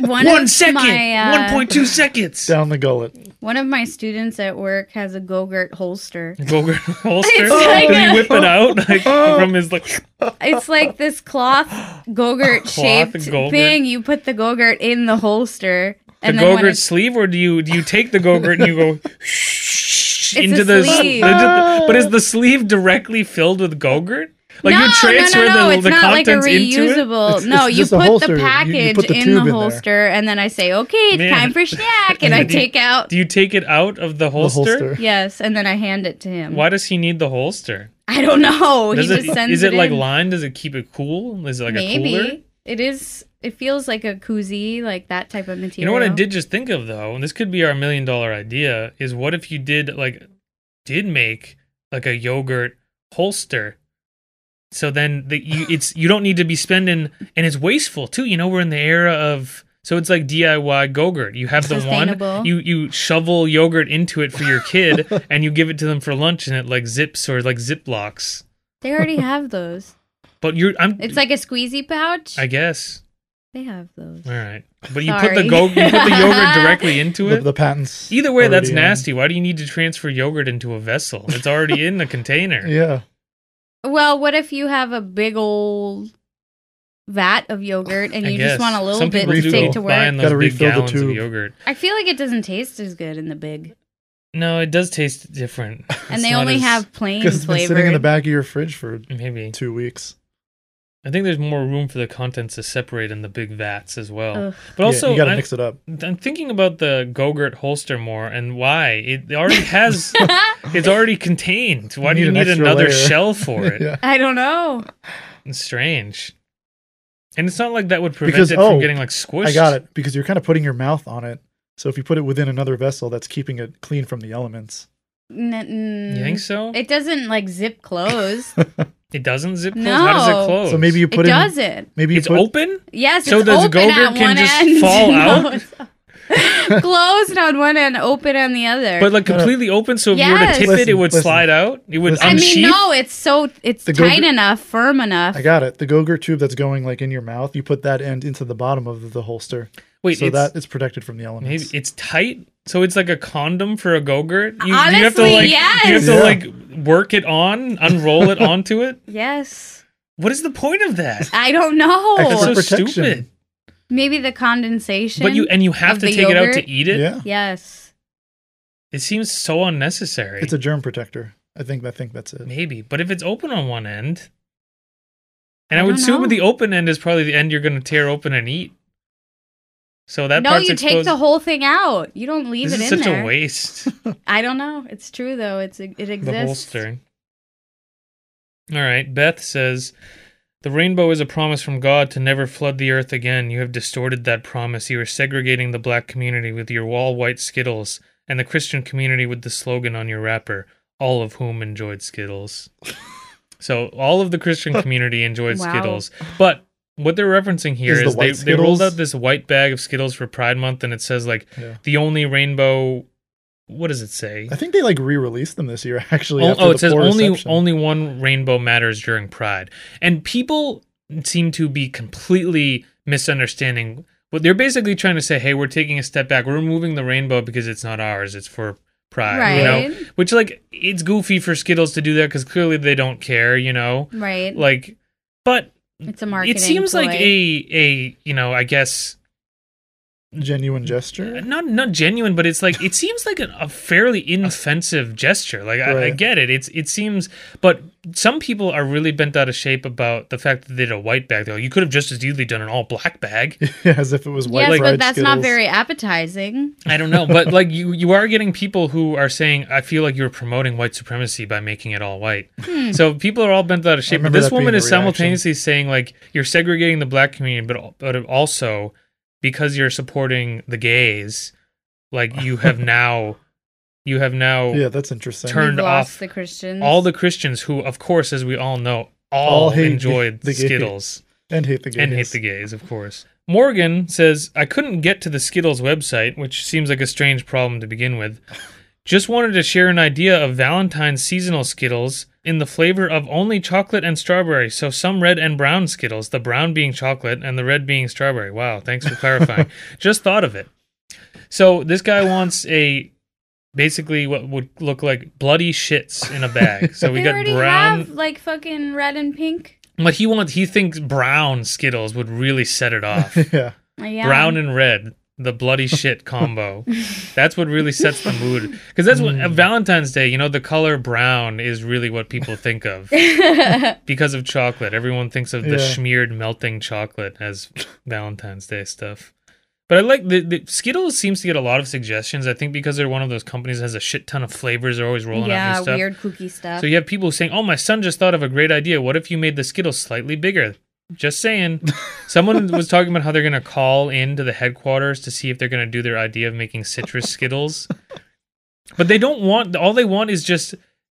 [SPEAKER 3] One,
[SPEAKER 4] One
[SPEAKER 3] of
[SPEAKER 4] second,
[SPEAKER 3] my, uh,
[SPEAKER 4] one point two seconds.
[SPEAKER 2] Down the gullet.
[SPEAKER 3] One of my students at work has a Go-Gurt holster. [LAUGHS]
[SPEAKER 4] Gogurt holster.
[SPEAKER 3] It's like
[SPEAKER 4] Did
[SPEAKER 3] a-
[SPEAKER 4] he whip it out like, from his like?
[SPEAKER 3] It's like this cloth Go-Gurt shaped
[SPEAKER 4] Go-Gurt.
[SPEAKER 3] thing. You put the Go-Gurt in the holster.
[SPEAKER 4] the
[SPEAKER 3] then when
[SPEAKER 4] Gogurt
[SPEAKER 3] it's-
[SPEAKER 4] sleeve, or do you do you take the Gogurt and you
[SPEAKER 3] [LAUGHS]
[SPEAKER 4] go into
[SPEAKER 3] a
[SPEAKER 4] the,
[SPEAKER 3] sleeve.
[SPEAKER 4] into the- But is the sleeve directly filled with Gogurt? Like you transfer
[SPEAKER 3] no, no, no,
[SPEAKER 4] the,
[SPEAKER 3] it's
[SPEAKER 4] the
[SPEAKER 3] not like a
[SPEAKER 4] contents into it?
[SPEAKER 3] reusable.
[SPEAKER 2] It's-
[SPEAKER 3] no,
[SPEAKER 2] it's
[SPEAKER 3] you
[SPEAKER 2] just a
[SPEAKER 3] put
[SPEAKER 2] holster. You-
[SPEAKER 3] the
[SPEAKER 2] you
[SPEAKER 3] package
[SPEAKER 2] put the
[SPEAKER 3] in
[SPEAKER 2] tube in
[SPEAKER 3] the
[SPEAKER 2] there.
[SPEAKER 3] holster, and then I say, "Okay, it's
[SPEAKER 4] Man.
[SPEAKER 3] time
[SPEAKER 4] [LAUGHS]
[SPEAKER 3] for snack," and I
[SPEAKER 4] Do you-
[SPEAKER 3] take out
[SPEAKER 4] Do you take it out of the
[SPEAKER 2] The
[SPEAKER 4] holster?
[SPEAKER 2] holster.
[SPEAKER 3] yes, and then I hand it to him.
[SPEAKER 4] Why does he need the holster?
[SPEAKER 3] I don't know.
[SPEAKER 4] Does
[SPEAKER 3] he
[SPEAKER 4] it,
[SPEAKER 3] just sends
[SPEAKER 4] is it, like
[SPEAKER 3] in.
[SPEAKER 4] lined? Does it keep it cool? Is it like
[SPEAKER 3] maybe
[SPEAKER 4] a cooler?
[SPEAKER 3] it is. It feels like a koozie, like that type of material.
[SPEAKER 4] You know what I did just think of though, and this could be our million dollar idea, is what if you did like did make like a yogurt holster? So then the
[SPEAKER 3] [LAUGHS]
[SPEAKER 4] you it's you don't need to be spending and it's wasteful too. You know, we're in the era of so it's like DIY Gogurt. You have the
[SPEAKER 3] Sustainable.
[SPEAKER 4] one you you shovel yogurt into it for
[SPEAKER 3] [LAUGHS]
[SPEAKER 4] your kid and you give it to them for lunch and it like zips or like ziplocs.
[SPEAKER 3] They already have those.
[SPEAKER 4] But you're I'm
[SPEAKER 3] It's like a squeezy pouch.
[SPEAKER 4] I guess.
[SPEAKER 3] they have those.
[SPEAKER 4] All right. But you put
[SPEAKER 3] Sorry.
[SPEAKER 4] the go you put the
[SPEAKER 3] [LAUGHS]
[SPEAKER 4] yogurt directly into
[SPEAKER 2] The,
[SPEAKER 4] it.
[SPEAKER 2] the patents.
[SPEAKER 4] Either way, that's
[SPEAKER 2] already in.
[SPEAKER 4] nasty. Why do you need to transfer yogurt into a vessel? It's already in the container.
[SPEAKER 2] [LAUGHS] Yeah.
[SPEAKER 3] Well, what if you have a big old vat of yogurt and
[SPEAKER 4] I
[SPEAKER 3] you
[SPEAKER 4] guess.
[SPEAKER 3] just want a little
[SPEAKER 4] Some
[SPEAKER 3] bit
[SPEAKER 4] people
[SPEAKER 3] to
[SPEAKER 4] do
[SPEAKER 3] take
[SPEAKER 4] go
[SPEAKER 3] to
[SPEAKER 4] Buying
[SPEAKER 3] work?
[SPEAKER 4] those
[SPEAKER 2] Gotta
[SPEAKER 4] big
[SPEAKER 2] refill the
[SPEAKER 4] gallons of
[SPEAKER 2] tube.
[SPEAKER 4] yogurt.
[SPEAKER 3] I feel like it doesn't taste as good in the big,
[SPEAKER 4] No, it does taste different.
[SPEAKER 3] [LAUGHS]
[SPEAKER 4] It's
[SPEAKER 3] and they
[SPEAKER 4] not
[SPEAKER 3] only
[SPEAKER 4] as-
[SPEAKER 3] have plain
[SPEAKER 2] Because it's been sitting in the
[SPEAKER 3] flavor.
[SPEAKER 2] back of your fridge for
[SPEAKER 4] maybe.
[SPEAKER 2] two weeks.
[SPEAKER 4] I think there's more room for the contents to separate in the big vats as well.
[SPEAKER 3] Ugh. [LAUGHS]
[SPEAKER 4] But
[SPEAKER 2] Yeah,
[SPEAKER 4] also,
[SPEAKER 2] you got to
[SPEAKER 4] I-
[SPEAKER 2] mix it up.
[SPEAKER 4] I'm thinking about the Gogurt holster more and why it already has.
[SPEAKER 2] [LAUGHS]
[SPEAKER 4] it's already contained. Why
[SPEAKER 2] You
[SPEAKER 4] do you
[SPEAKER 2] need an
[SPEAKER 4] need
[SPEAKER 2] extra
[SPEAKER 4] another
[SPEAKER 2] layer.
[SPEAKER 4] shell
[SPEAKER 2] [LAUGHS]
[SPEAKER 4] for it?
[SPEAKER 2] yeah.
[SPEAKER 3] I don't know.
[SPEAKER 4] It's strange. And it's not like that would prevent
[SPEAKER 2] Because-
[SPEAKER 4] it
[SPEAKER 2] oh,
[SPEAKER 4] from getting like squished.
[SPEAKER 2] I got it because you're kind of putting your mouth on it. So if you put it within another vessel, that's keeping it clean from the elements.
[SPEAKER 3] N- n-
[SPEAKER 4] You think so?
[SPEAKER 3] It doesn't like zip close.
[SPEAKER 4] It doesn't zip close. How does
[SPEAKER 3] No.
[SPEAKER 4] it close?
[SPEAKER 2] So maybe you
[SPEAKER 3] it
[SPEAKER 2] put in
[SPEAKER 3] doesn't.
[SPEAKER 2] maybe you
[SPEAKER 4] Oh, it's
[SPEAKER 2] put
[SPEAKER 4] open.
[SPEAKER 3] Yes,
[SPEAKER 4] So
[SPEAKER 3] it's
[SPEAKER 4] does
[SPEAKER 3] open
[SPEAKER 4] Gogurt
[SPEAKER 3] on
[SPEAKER 4] can
[SPEAKER 3] one
[SPEAKER 4] just
[SPEAKER 3] end.
[SPEAKER 4] fall
[SPEAKER 3] [LAUGHS] No,
[SPEAKER 4] out?
[SPEAKER 3] it's Closed on one end, open on the other.
[SPEAKER 4] But like completely open, so if you were to
[SPEAKER 3] Yes.
[SPEAKER 4] tip it, it
[SPEAKER 2] Listen,
[SPEAKER 4] would
[SPEAKER 2] listen.
[SPEAKER 4] slide out. It would
[SPEAKER 2] Listen.
[SPEAKER 3] I
[SPEAKER 4] unsheath.
[SPEAKER 3] mean, no, it's so it's
[SPEAKER 2] The
[SPEAKER 3] tight
[SPEAKER 2] Gogurt-
[SPEAKER 3] enough, firm enough.
[SPEAKER 2] I got it. The Gogurt tube that's going like in your mouth, you put that end into the bottom of the holster.
[SPEAKER 4] Wait,
[SPEAKER 2] so
[SPEAKER 4] it's,
[SPEAKER 2] that it's protected from the elements.
[SPEAKER 4] maybe it's tight, so it's like a condom for a go-gurt. You, you have to
[SPEAKER 3] Honestly,
[SPEAKER 4] like
[SPEAKER 3] yes.
[SPEAKER 4] you have to
[SPEAKER 2] Yeah.
[SPEAKER 4] like work it on, unroll it [LAUGHS] onto it.
[SPEAKER 3] yes,
[SPEAKER 4] What is the point of that?
[SPEAKER 3] I don't know.
[SPEAKER 2] Extra
[SPEAKER 4] It's so
[SPEAKER 2] protection.
[SPEAKER 4] stupid.
[SPEAKER 3] Maybe the condensation.
[SPEAKER 4] But you and you have
[SPEAKER 3] Of
[SPEAKER 4] to
[SPEAKER 3] the
[SPEAKER 4] take it out
[SPEAKER 3] yogurt?
[SPEAKER 4] to eat it.
[SPEAKER 2] yeah.
[SPEAKER 3] yes,
[SPEAKER 4] It seems so unnecessary.
[SPEAKER 2] It's a germ protector. I think I think that's it.
[SPEAKER 4] Maybe, but if it's open on one end, and
[SPEAKER 3] I
[SPEAKER 4] I, would
[SPEAKER 3] don't
[SPEAKER 4] assume
[SPEAKER 3] know.
[SPEAKER 4] the open end is probably the end you're going to tear open and eat. So that
[SPEAKER 3] no,
[SPEAKER 4] part's
[SPEAKER 3] you take
[SPEAKER 4] exposed.
[SPEAKER 3] the whole thing out. You don't leave
[SPEAKER 4] This
[SPEAKER 3] it
[SPEAKER 4] is
[SPEAKER 3] in
[SPEAKER 4] such
[SPEAKER 3] there. [LAUGHS]
[SPEAKER 4] a waste.
[SPEAKER 3] I don't know. It's true though. It's it exists.
[SPEAKER 4] the holster. All right, Beth says. The rainbow is a promise from God to never flood the earth again. You have distorted that promise. You are segregating the black community with your wall white Skittles and the Christian community with the slogan on your wrapper, all of whom enjoyed Skittles. so, all of the Christian community enjoyed
[SPEAKER 3] Wow.
[SPEAKER 4] Skittles. But what they're referencing here
[SPEAKER 2] Is the
[SPEAKER 4] is, they,
[SPEAKER 2] white
[SPEAKER 4] they rolled
[SPEAKER 2] Skittles?
[SPEAKER 4] out this white bag of Skittles for Pride Month and it says, like,
[SPEAKER 2] Yeah.
[SPEAKER 4] the only rainbow. What does it say?
[SPEAKER 2] I think they like re-released them this year [LAUGHS] actually.
[SPEAKER 4] Oh,
[SPEAKER 2] after
[SPEAKER 4] oh,
[SPEAKER 2] the
[SPEAKER 4] it says
[SPEAKER 2] poor
[SPEAKER 4] only
[SPEAKER 2] reception.
[SPEAKER 4] only one rainbow matters during Pride, and people seem to be completely misunderstanding. What they're basically trying to say, hey, we're taking a step back. We're removing the rainbow because it's not ours. It's for Pride, you know.
[SPEAKER 3] Right.
[SPEAKER 4] Which like it's goofy for Skittles to do that because clearly they don't care, you know.
[SPEAKER 3] right?
[SPEAKER 4] Like, but
[SPEAKER 3] it's a marketing.
[SPEAKER 4] it seems like
[SPEAKER 3] ploy.
[SPEAKER 4] a a you know I guess
[SPEAKER 2] genuine gesture. [LAUGHS]
[SPEAKER 4] not not genuine, but it's like it seems like an, a fairly inoffensive gesture. Like I, I
[SPEAKER 2] Right.
[SPEAKER 4] get it. It's it seems, but some people are really bent out of shape about the fact that they did a white bag. Though you could have just as easily done an all black bag.
[SPEAKER 2] as if it was white
[SPEAKER 3] yes,
[SPEAKER 2] fried
[SPEAKER 3] but that's not
[SPEAKER 2] Skittles.
[SPEAKER 3] very appetizing.
[SPEAKER 4] I don't know, but like you, you are getting people who are saying, "I feel like you're promoting white supremacy by making it all white." So people are all bent out of shape. But
[SPEAKER 2] remember
[SPEAKER 4] this
[SPEAKER 2] that being
[SPEAKER 4] woman
[SPEAKER 2] the
[SPEAKER 4] is
[SPEAKER 2] reaction.
[SPEAKER 4] simultaneously saying, like, you're segregating the black community, but al- but also because you're supporting the gays, like you
[SPEAKER 2] [LAUGHS]
[SPEAKER 4] have now, you have now
[SPEAKER 2] Yeah, that's interesting.
[SPEAKER 4] Oh. Turn- Turned
[SPEAKER 3] We've lost
[SPEAKER 4] off
[SPEAKER 3] the Christians.
[SPEAKER 4] all the Christians who, of course, as we all know, all,
[SPEAKER 2] All hate
[SPEAKER 4] enjoyed
[SPEAKER 2] the gays.
[SPEAKER 4] Skittles
[SPEAKER 2] and hate the game.
[SPEAKER 4] and hate
[SPEAKER 2] [LAUGHS]
[SPEAKER 4] the gays, of course. Morgan says, I couldn't get to the Skittles website, which seems like a strange problem to begin [LAUGHS] with. Just wanted to share an idea of Valentine's seasonal Skittles in the flavor of only chocolate and strawberry. So some red and brown Skittles, the brown being chocolate and the red being strawberry. Wow, thanks for [LAUGHS] clarifying. Just thought of it. So this guy wants a basically what would look like bloody shits in a bag. So
[SPEAKER 3] [LAUGHS]
[SPEAKER 4] we
[SPEAKER 3] they
[SPEAKER 4] got
[SPEAKER 3] already
[SPEAKER 4] brown
[SPEAKER 3] have like fucking red and pink.
[SPEAKER 4] but he wants he thinks brown Skittles would really set it off.
[SPEAKER 2] yeah.
[SPEAKER 3] Yeah.
[SPEAKER 4] brown and red, the
[SPEAKER 3] [LAUGHS]
[SPEAKER 4] bloody shit combo. that's what really sets the mood. Because that's what uh, Valentine's Day, you know, the color brown is really what people
[SPEAKER 3] [LAUGHS]
[SPEAKER 4] think of because of chocolate. Everyone thinks of the
[SPEAKER 2] Yeah.
[SPEAKER 4] smeared melting chocolate as Valentine's Day stuff. But I like the, the Skittles seems to get a lot of suggestions. I think because they're one of those companies that has a shit ton of flavors, they're always rolling out
[SPEAKER 3] yeah,
[SPEAKER 4] new stuff.
[SPEAKER 3] weird kooky stuff.
[SPEAKER 4] So you have people saying, "Oh, my son just thought of a great idea. What if you made the Skittles slightly bigger?" Just
[SPEAKER 2] [LAUGHS]
[SPEAKER 4] saying. Someone was talking about how they're going to call in to the headquarters to see if they're going to do their idea of making citrus Skittles. But they don't want all they want is just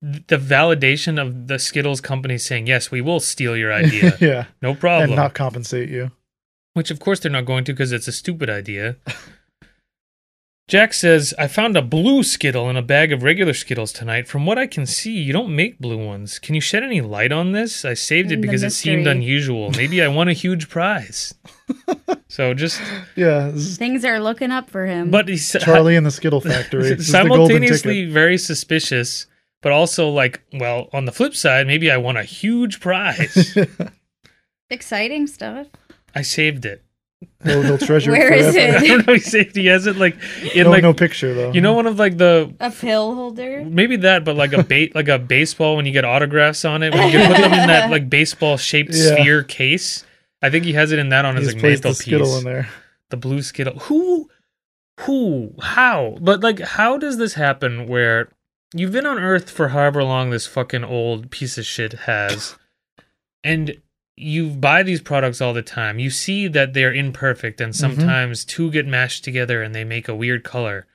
[SPEAKER 4] th- the validation of the Skittles company saying, "Yes, we will steal your
[SPEAKER 2] [LAUGHS]
[SPEAKER 4] idea.
[SPEAKER 2] yeah.
[SPEAKER 4] No
[SPEAKER 2] And
[SPEAKER 4] problem."
[SPEAKER 2] not compensate you.
[SPEAKER 4] Which, of course, they're not going to because it's a stupid idea. Jack says, I found a blue Skittle in a bag of regular Skittles tonight. From what I can see, you don't make blue ones. Can you shed any light on this? I saved it
[SPEAKER 3] Mm, the
[SPEAKER 4] because it seemed
[SPEAKER 3] mystery.
[SPEAKER 4] unusual. Maybe I won a
[SPEAKER 3] [LAUGHS]
[SPEAKER 4] huge prize. so just,
[SPEAKER 2] Yeah. this is
[SPEAKER 3] Things are looking up for him.
[SPEAKER 4] but he's [LAUGHS]
[SPEAKER 2] Charlie and the Skittle Factory. This is the golden
[SPEAKER 4] simultaneously
[SPEAKER 2] ticket.
[SPEAKER 4] very suspicious, but also like, well, on the flip side, maybe I won a huge
[SPEAKER 2] [LAUGHS]
[SPEAKER 4] prize.
[SPEAKER 3] exciting stuff.
[SPEAKER 4] I saved it. [LAUGHS]
[SPEAKER 2] He'll, he'll treasure
[SPEAKER 3] Where
[SPEAKER 2] it
[SPEAKER 3] is
[SPEAKER 2] forever.
[SPEAKER 4] I
[SPEAKER 3] it?
[SPEAKER 4] don't know. He saved. He has it like in
[SPEAKER 2] No,
[SPEAKER 4] like
[SPEAKER 2] no picture though.
[SPEAKER 4] you know one of like the
[SPEAKER 3] A pill holder.
[SPEAKER 4] Maybe that, but like a
[SPEAKER 2] [LAUGHS]
[SPEAKER 4] bait, like a baseball when you get autographs on it, when you can put them in that
[SPEAKER 2] [LAUGHS]
[SPEAKER 4] like baseball shaped
[SPEAKER 2] Yeah.
[SPEAKER 4] sphere case. I think he has it in that on
[SPEAKER 2] He
[SPEAKER 4] his
[SPEAKER 2] just
[SPEAKER 4] like
[SPEAKER 2] placed the
[SPEAKER 4] mantelpiece.
[SPEAKER 2] Skittle in there.
[SPEAKER 4] The blue skittle. Who, who, how? But like, how does this happen? Where you've been on Earth for however long this fucking old piece of shit has, and you buy these products all the time. You see that they're imperfect,
[SPEAKER 2] Mm-hmm.
[SPEAKER 4] and sometimes two get mashed together and they make a weird color,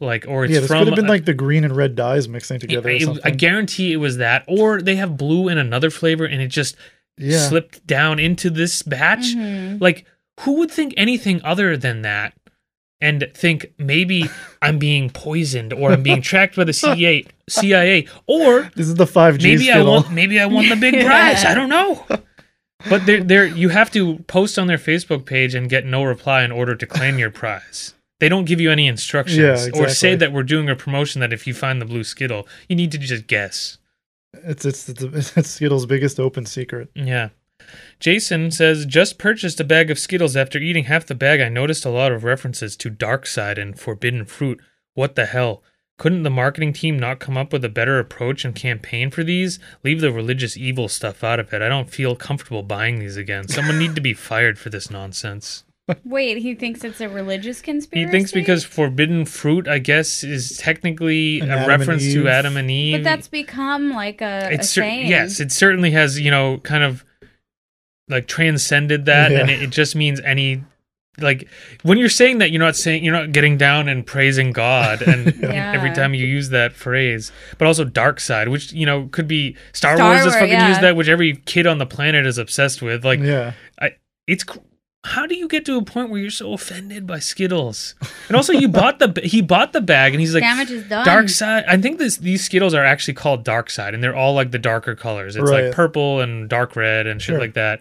[SPEAKER 4] like or it's
[SPEAKER 2] Yeah, this
[SPEAKER 4] from
[SPEAKER 2] could have been
[SPEAKER 4] a-
[SPEAKER 2] like the green and red dyes mixing together. or
[SPEAKER 4] it-
[SPEAKER 2] something.
[SPEAKER 4] I guarantee it was that, or they have blue in another flavor, and it just
[SPEAKER 2] yeah.
[SPEAKER 4] slipped down into this batch.
[SPEAKER 3] Mhm.
[SPEAKER 4] Like, who would think anything other than that, and think
[SPEAKER 2] [LAUGHS]
[SPEAKER 4] maybe I'm being poisoned or I'm being tracked by the CIA, CIA, or
[SPEAKER 2] This is the five G
[SPEAKER 4] maybe I
[SPEAKER 2] Skittle.
[SPEAKER 4] won, maybe I won the big prize. I don't know. But they're, they're, you have to post on their Facebook page and get no reply in order to claim your prize. They don't give you any instructions
[SPEAKER 2] Yeah,
[SPEAKER 4] or say
[SPEAKER 2] exactly.
[SPEAKER 4] that we're doing a promotion that if you find the blue Skittle, you need to just guess.
[SPEAKER 2] It's it's it's, it's Skittle's biggest open secret.
[SPEAKER 4] Yeah. Jason says, just purchased a bag of Skittles after eating half the bag. I noticed a lot of references to Dark Side and Forbidden Fruit. What the hell? Couldn't the marketing team not come up with a better approach and campaign for these? Leave the religious evil stuff out of it. I don't feel comfortable buying these again. Someone need
[SPEAKER 3] [LAUGHS]
[SPEAKER 4] to be fired for this nonsense.
[SPEAKER 3] Wait, he thinks it's a religious
[SPEAKER 4] He
[SPEAKER 3] conspiracy.
[SPEAKER 4] thinks because forbidden fruit, I guess, is technically
[SPEAKER 2] And
[SPEAKER 4] a
[SPEAKER 2] Adam and
[SPEAKER 4] reference
[SPEAKER 2] Eve.
[SPEAKER 4] to Adam and Eve.
[SPEAKER 3] But that's become like a, a
[SPEAKER 4] it's cer-
[SPEAKER 3] saying.
[SPEAKER 4] yes, it certainly has you know kind of like transcended that, and
[SPEAKER 2] Yeah.
[SPEAKER 4] it, it just means any like when you're saying that you're not saying you're not getting down and praising
[SPEAKER 3] [LAUGHS]
[SPEAKER 4] God, and
[SPEAKER 3] Yeah.
[SPEAKER 4] every time you use that phrase, but also dark side, which you know could be Star,
[SPEAKER 3] Star
[SPEAKER 4] Wars. Has
[SPEAKER 3] Wars,
[SPEAKER 4] fucking
[SPEAKER 3] yeah.
[SPEAKER 4] used that, which every kid on the planet is obsessed with. Like
[SPEAKER 2] yeah,
[SPEAKER 4] it's. cr- How do you get to a point where you're so offended by Skittles? And also, you bought the he bought the bag, and he's like,
[SPEAKER 3] Damage is done.
[SPEAKER 4] Dark side. I think this these Skittles are actually called dark side, and they're all like the darker colors. It's like
[SPEAKER 2] Right.
[SPEAKER 4] purple and dark red and shit
[SPEAKER 2] Sure.
[SPEAKER 4] like that.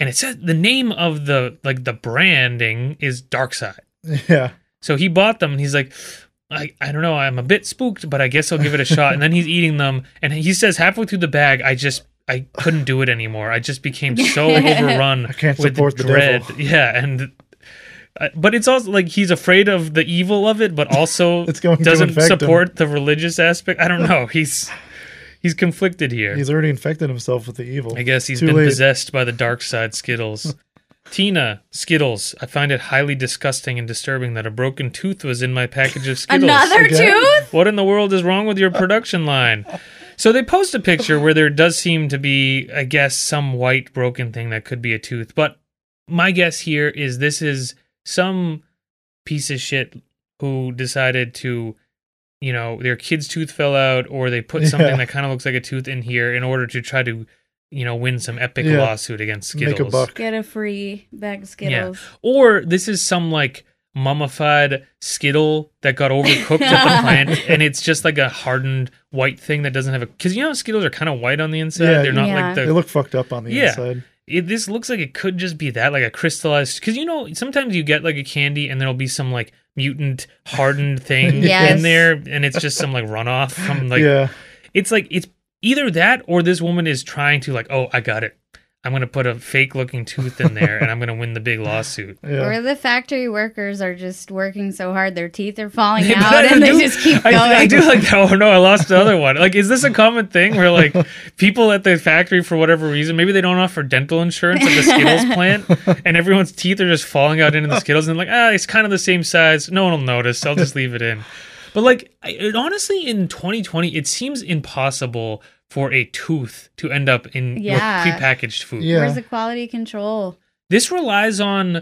[SPEAKER 4] And it says the name of the like the branding is dark side.
[SPEAKER 2] yeah.
[SPEAKER 4] So he bought them, and he's like, I, I don't know, I'm a bit spooked, but I guess I'll give it a shot. And then he's eating them, and he says halfway through the bag, I just I couldn't do it anymore. I just became so overrun
[SPEAKER 2] I can't
[SPEAKER 4] with
[SPEAKER 2] support the
[SPEAKER 4] dread.
[SPEAKER 2] devil.
[SPEAKER 4] yeah, and. I- But it's also like he's afraid of the evil of it, but also
[SPEAKER 2] [LAUGHS] It's going to
[SPEAKER 4] doesn't
[SPEAKER 2] infect him.
[SPEAKER 4] support the religious aspect. I don't know. He's he's conflicted here.
[SPEAKER 2] He's already infected himself with the evil.
[SPEAKER 4] I guess he's
[SPEAKER 2] Too
[SPEAKER 4] been
[SPEAKER 2] late.
[SPEAKER 4] possessed by the dark side
[SPEAKER 2] [LAUGHS]
[SPEAKER 4] Skittles. Tina, Skittles, I find it highly disgusting and disturbing that a broken tooth was in my package of Skittles.
[SPEAKER 3] Another
[SPEAKER 2] Again?
[SPEAKER 3] tooth?
[SPEAKER 4] What in the world is wrong with your production line? So they post a picture where there does seem to be, I guess, some white broken thing that could be a tooth. But my guess here is this is some piece of shit who decided to, you know, their kid's tooth fell out or they put something
[SPEAKER 2] Yeah.
[SPEAKER 4] that kind of looks like a tooth in here in order to try to, you know, win some epic
[SPEAKER 2] Yeah.
[SPEAKER 4] lawsuit against Skittles.
[SPEAKER 2] Make a buck.
[SPEAKER 3] Get a free bag of Skittles.
[SPEAKER 4] Or this is some like mummified skittle that got overcooked at the plant and it's just like a hardened white thing that doesn't have a because you know skittles are kind of white on the inside
[SPEAKER 2] Yeah.
[SPEAKER 4] they're not like
[SPEAKER 2] They
[SPEAKER 4] the
[SPEAKER 2] look fucked up on the
[SPEAKER 4] Yeah.
[SPEAKER 2] inside.
[SPEAKER 4] it, this looks like it could just be that like a crystallized because you know sometimes you get like a candy and there'll be some like mutant hardened thing
[SPEAKER 3] Yes.
[SPEAKER 4] in there and it's just some like runoff from like
[SPEAKER 2] yeah,
[SPEAKER 4] it's like it's either that or this woman is trying to like oh i got it i'm gonna put a fake looking tooth in there and i'm gonna win the big lawsuit
[SPEAKER 2] yeah.
[SPEAKER 3] Or the factory workers are just working so hard their teeth are falling
[SPEAKER 4] Yeah,
[SPEAKER 3] out
[SPEAKER 4] [LAUGHS] but I
[SPEAKER 3] and they
[SPEAKER 4] do-
[SPEAKER 3] just keep going.
[SPEAKER 4] I, I do like that. Oh no, I lost the other one. Like, is this a common thing where
[SPEAKER 3] [LAUGHS]
[SPEAKER 4] like people at the factory for whatever reason, maybe they don't offer dental insurance at
[SPEAKER 3] [LAUGHS]
[SPEAKER 4] the Skittles plant, and everyone's teeth are just falling out into the Skittles, and like ah, it's kind of the same size. No one will notice. I'll just leave it in. But like, I, it, honestly, in 2020, it seems impossible for a tooth to end up in your
[SPEAKER 3] Yeah.
[SPEAKER 4] prepackaged food
[SPEAKER 2] Yeah.
[SPEAKER 3] Where's the quality control?
[SPEAKER 4] this relies on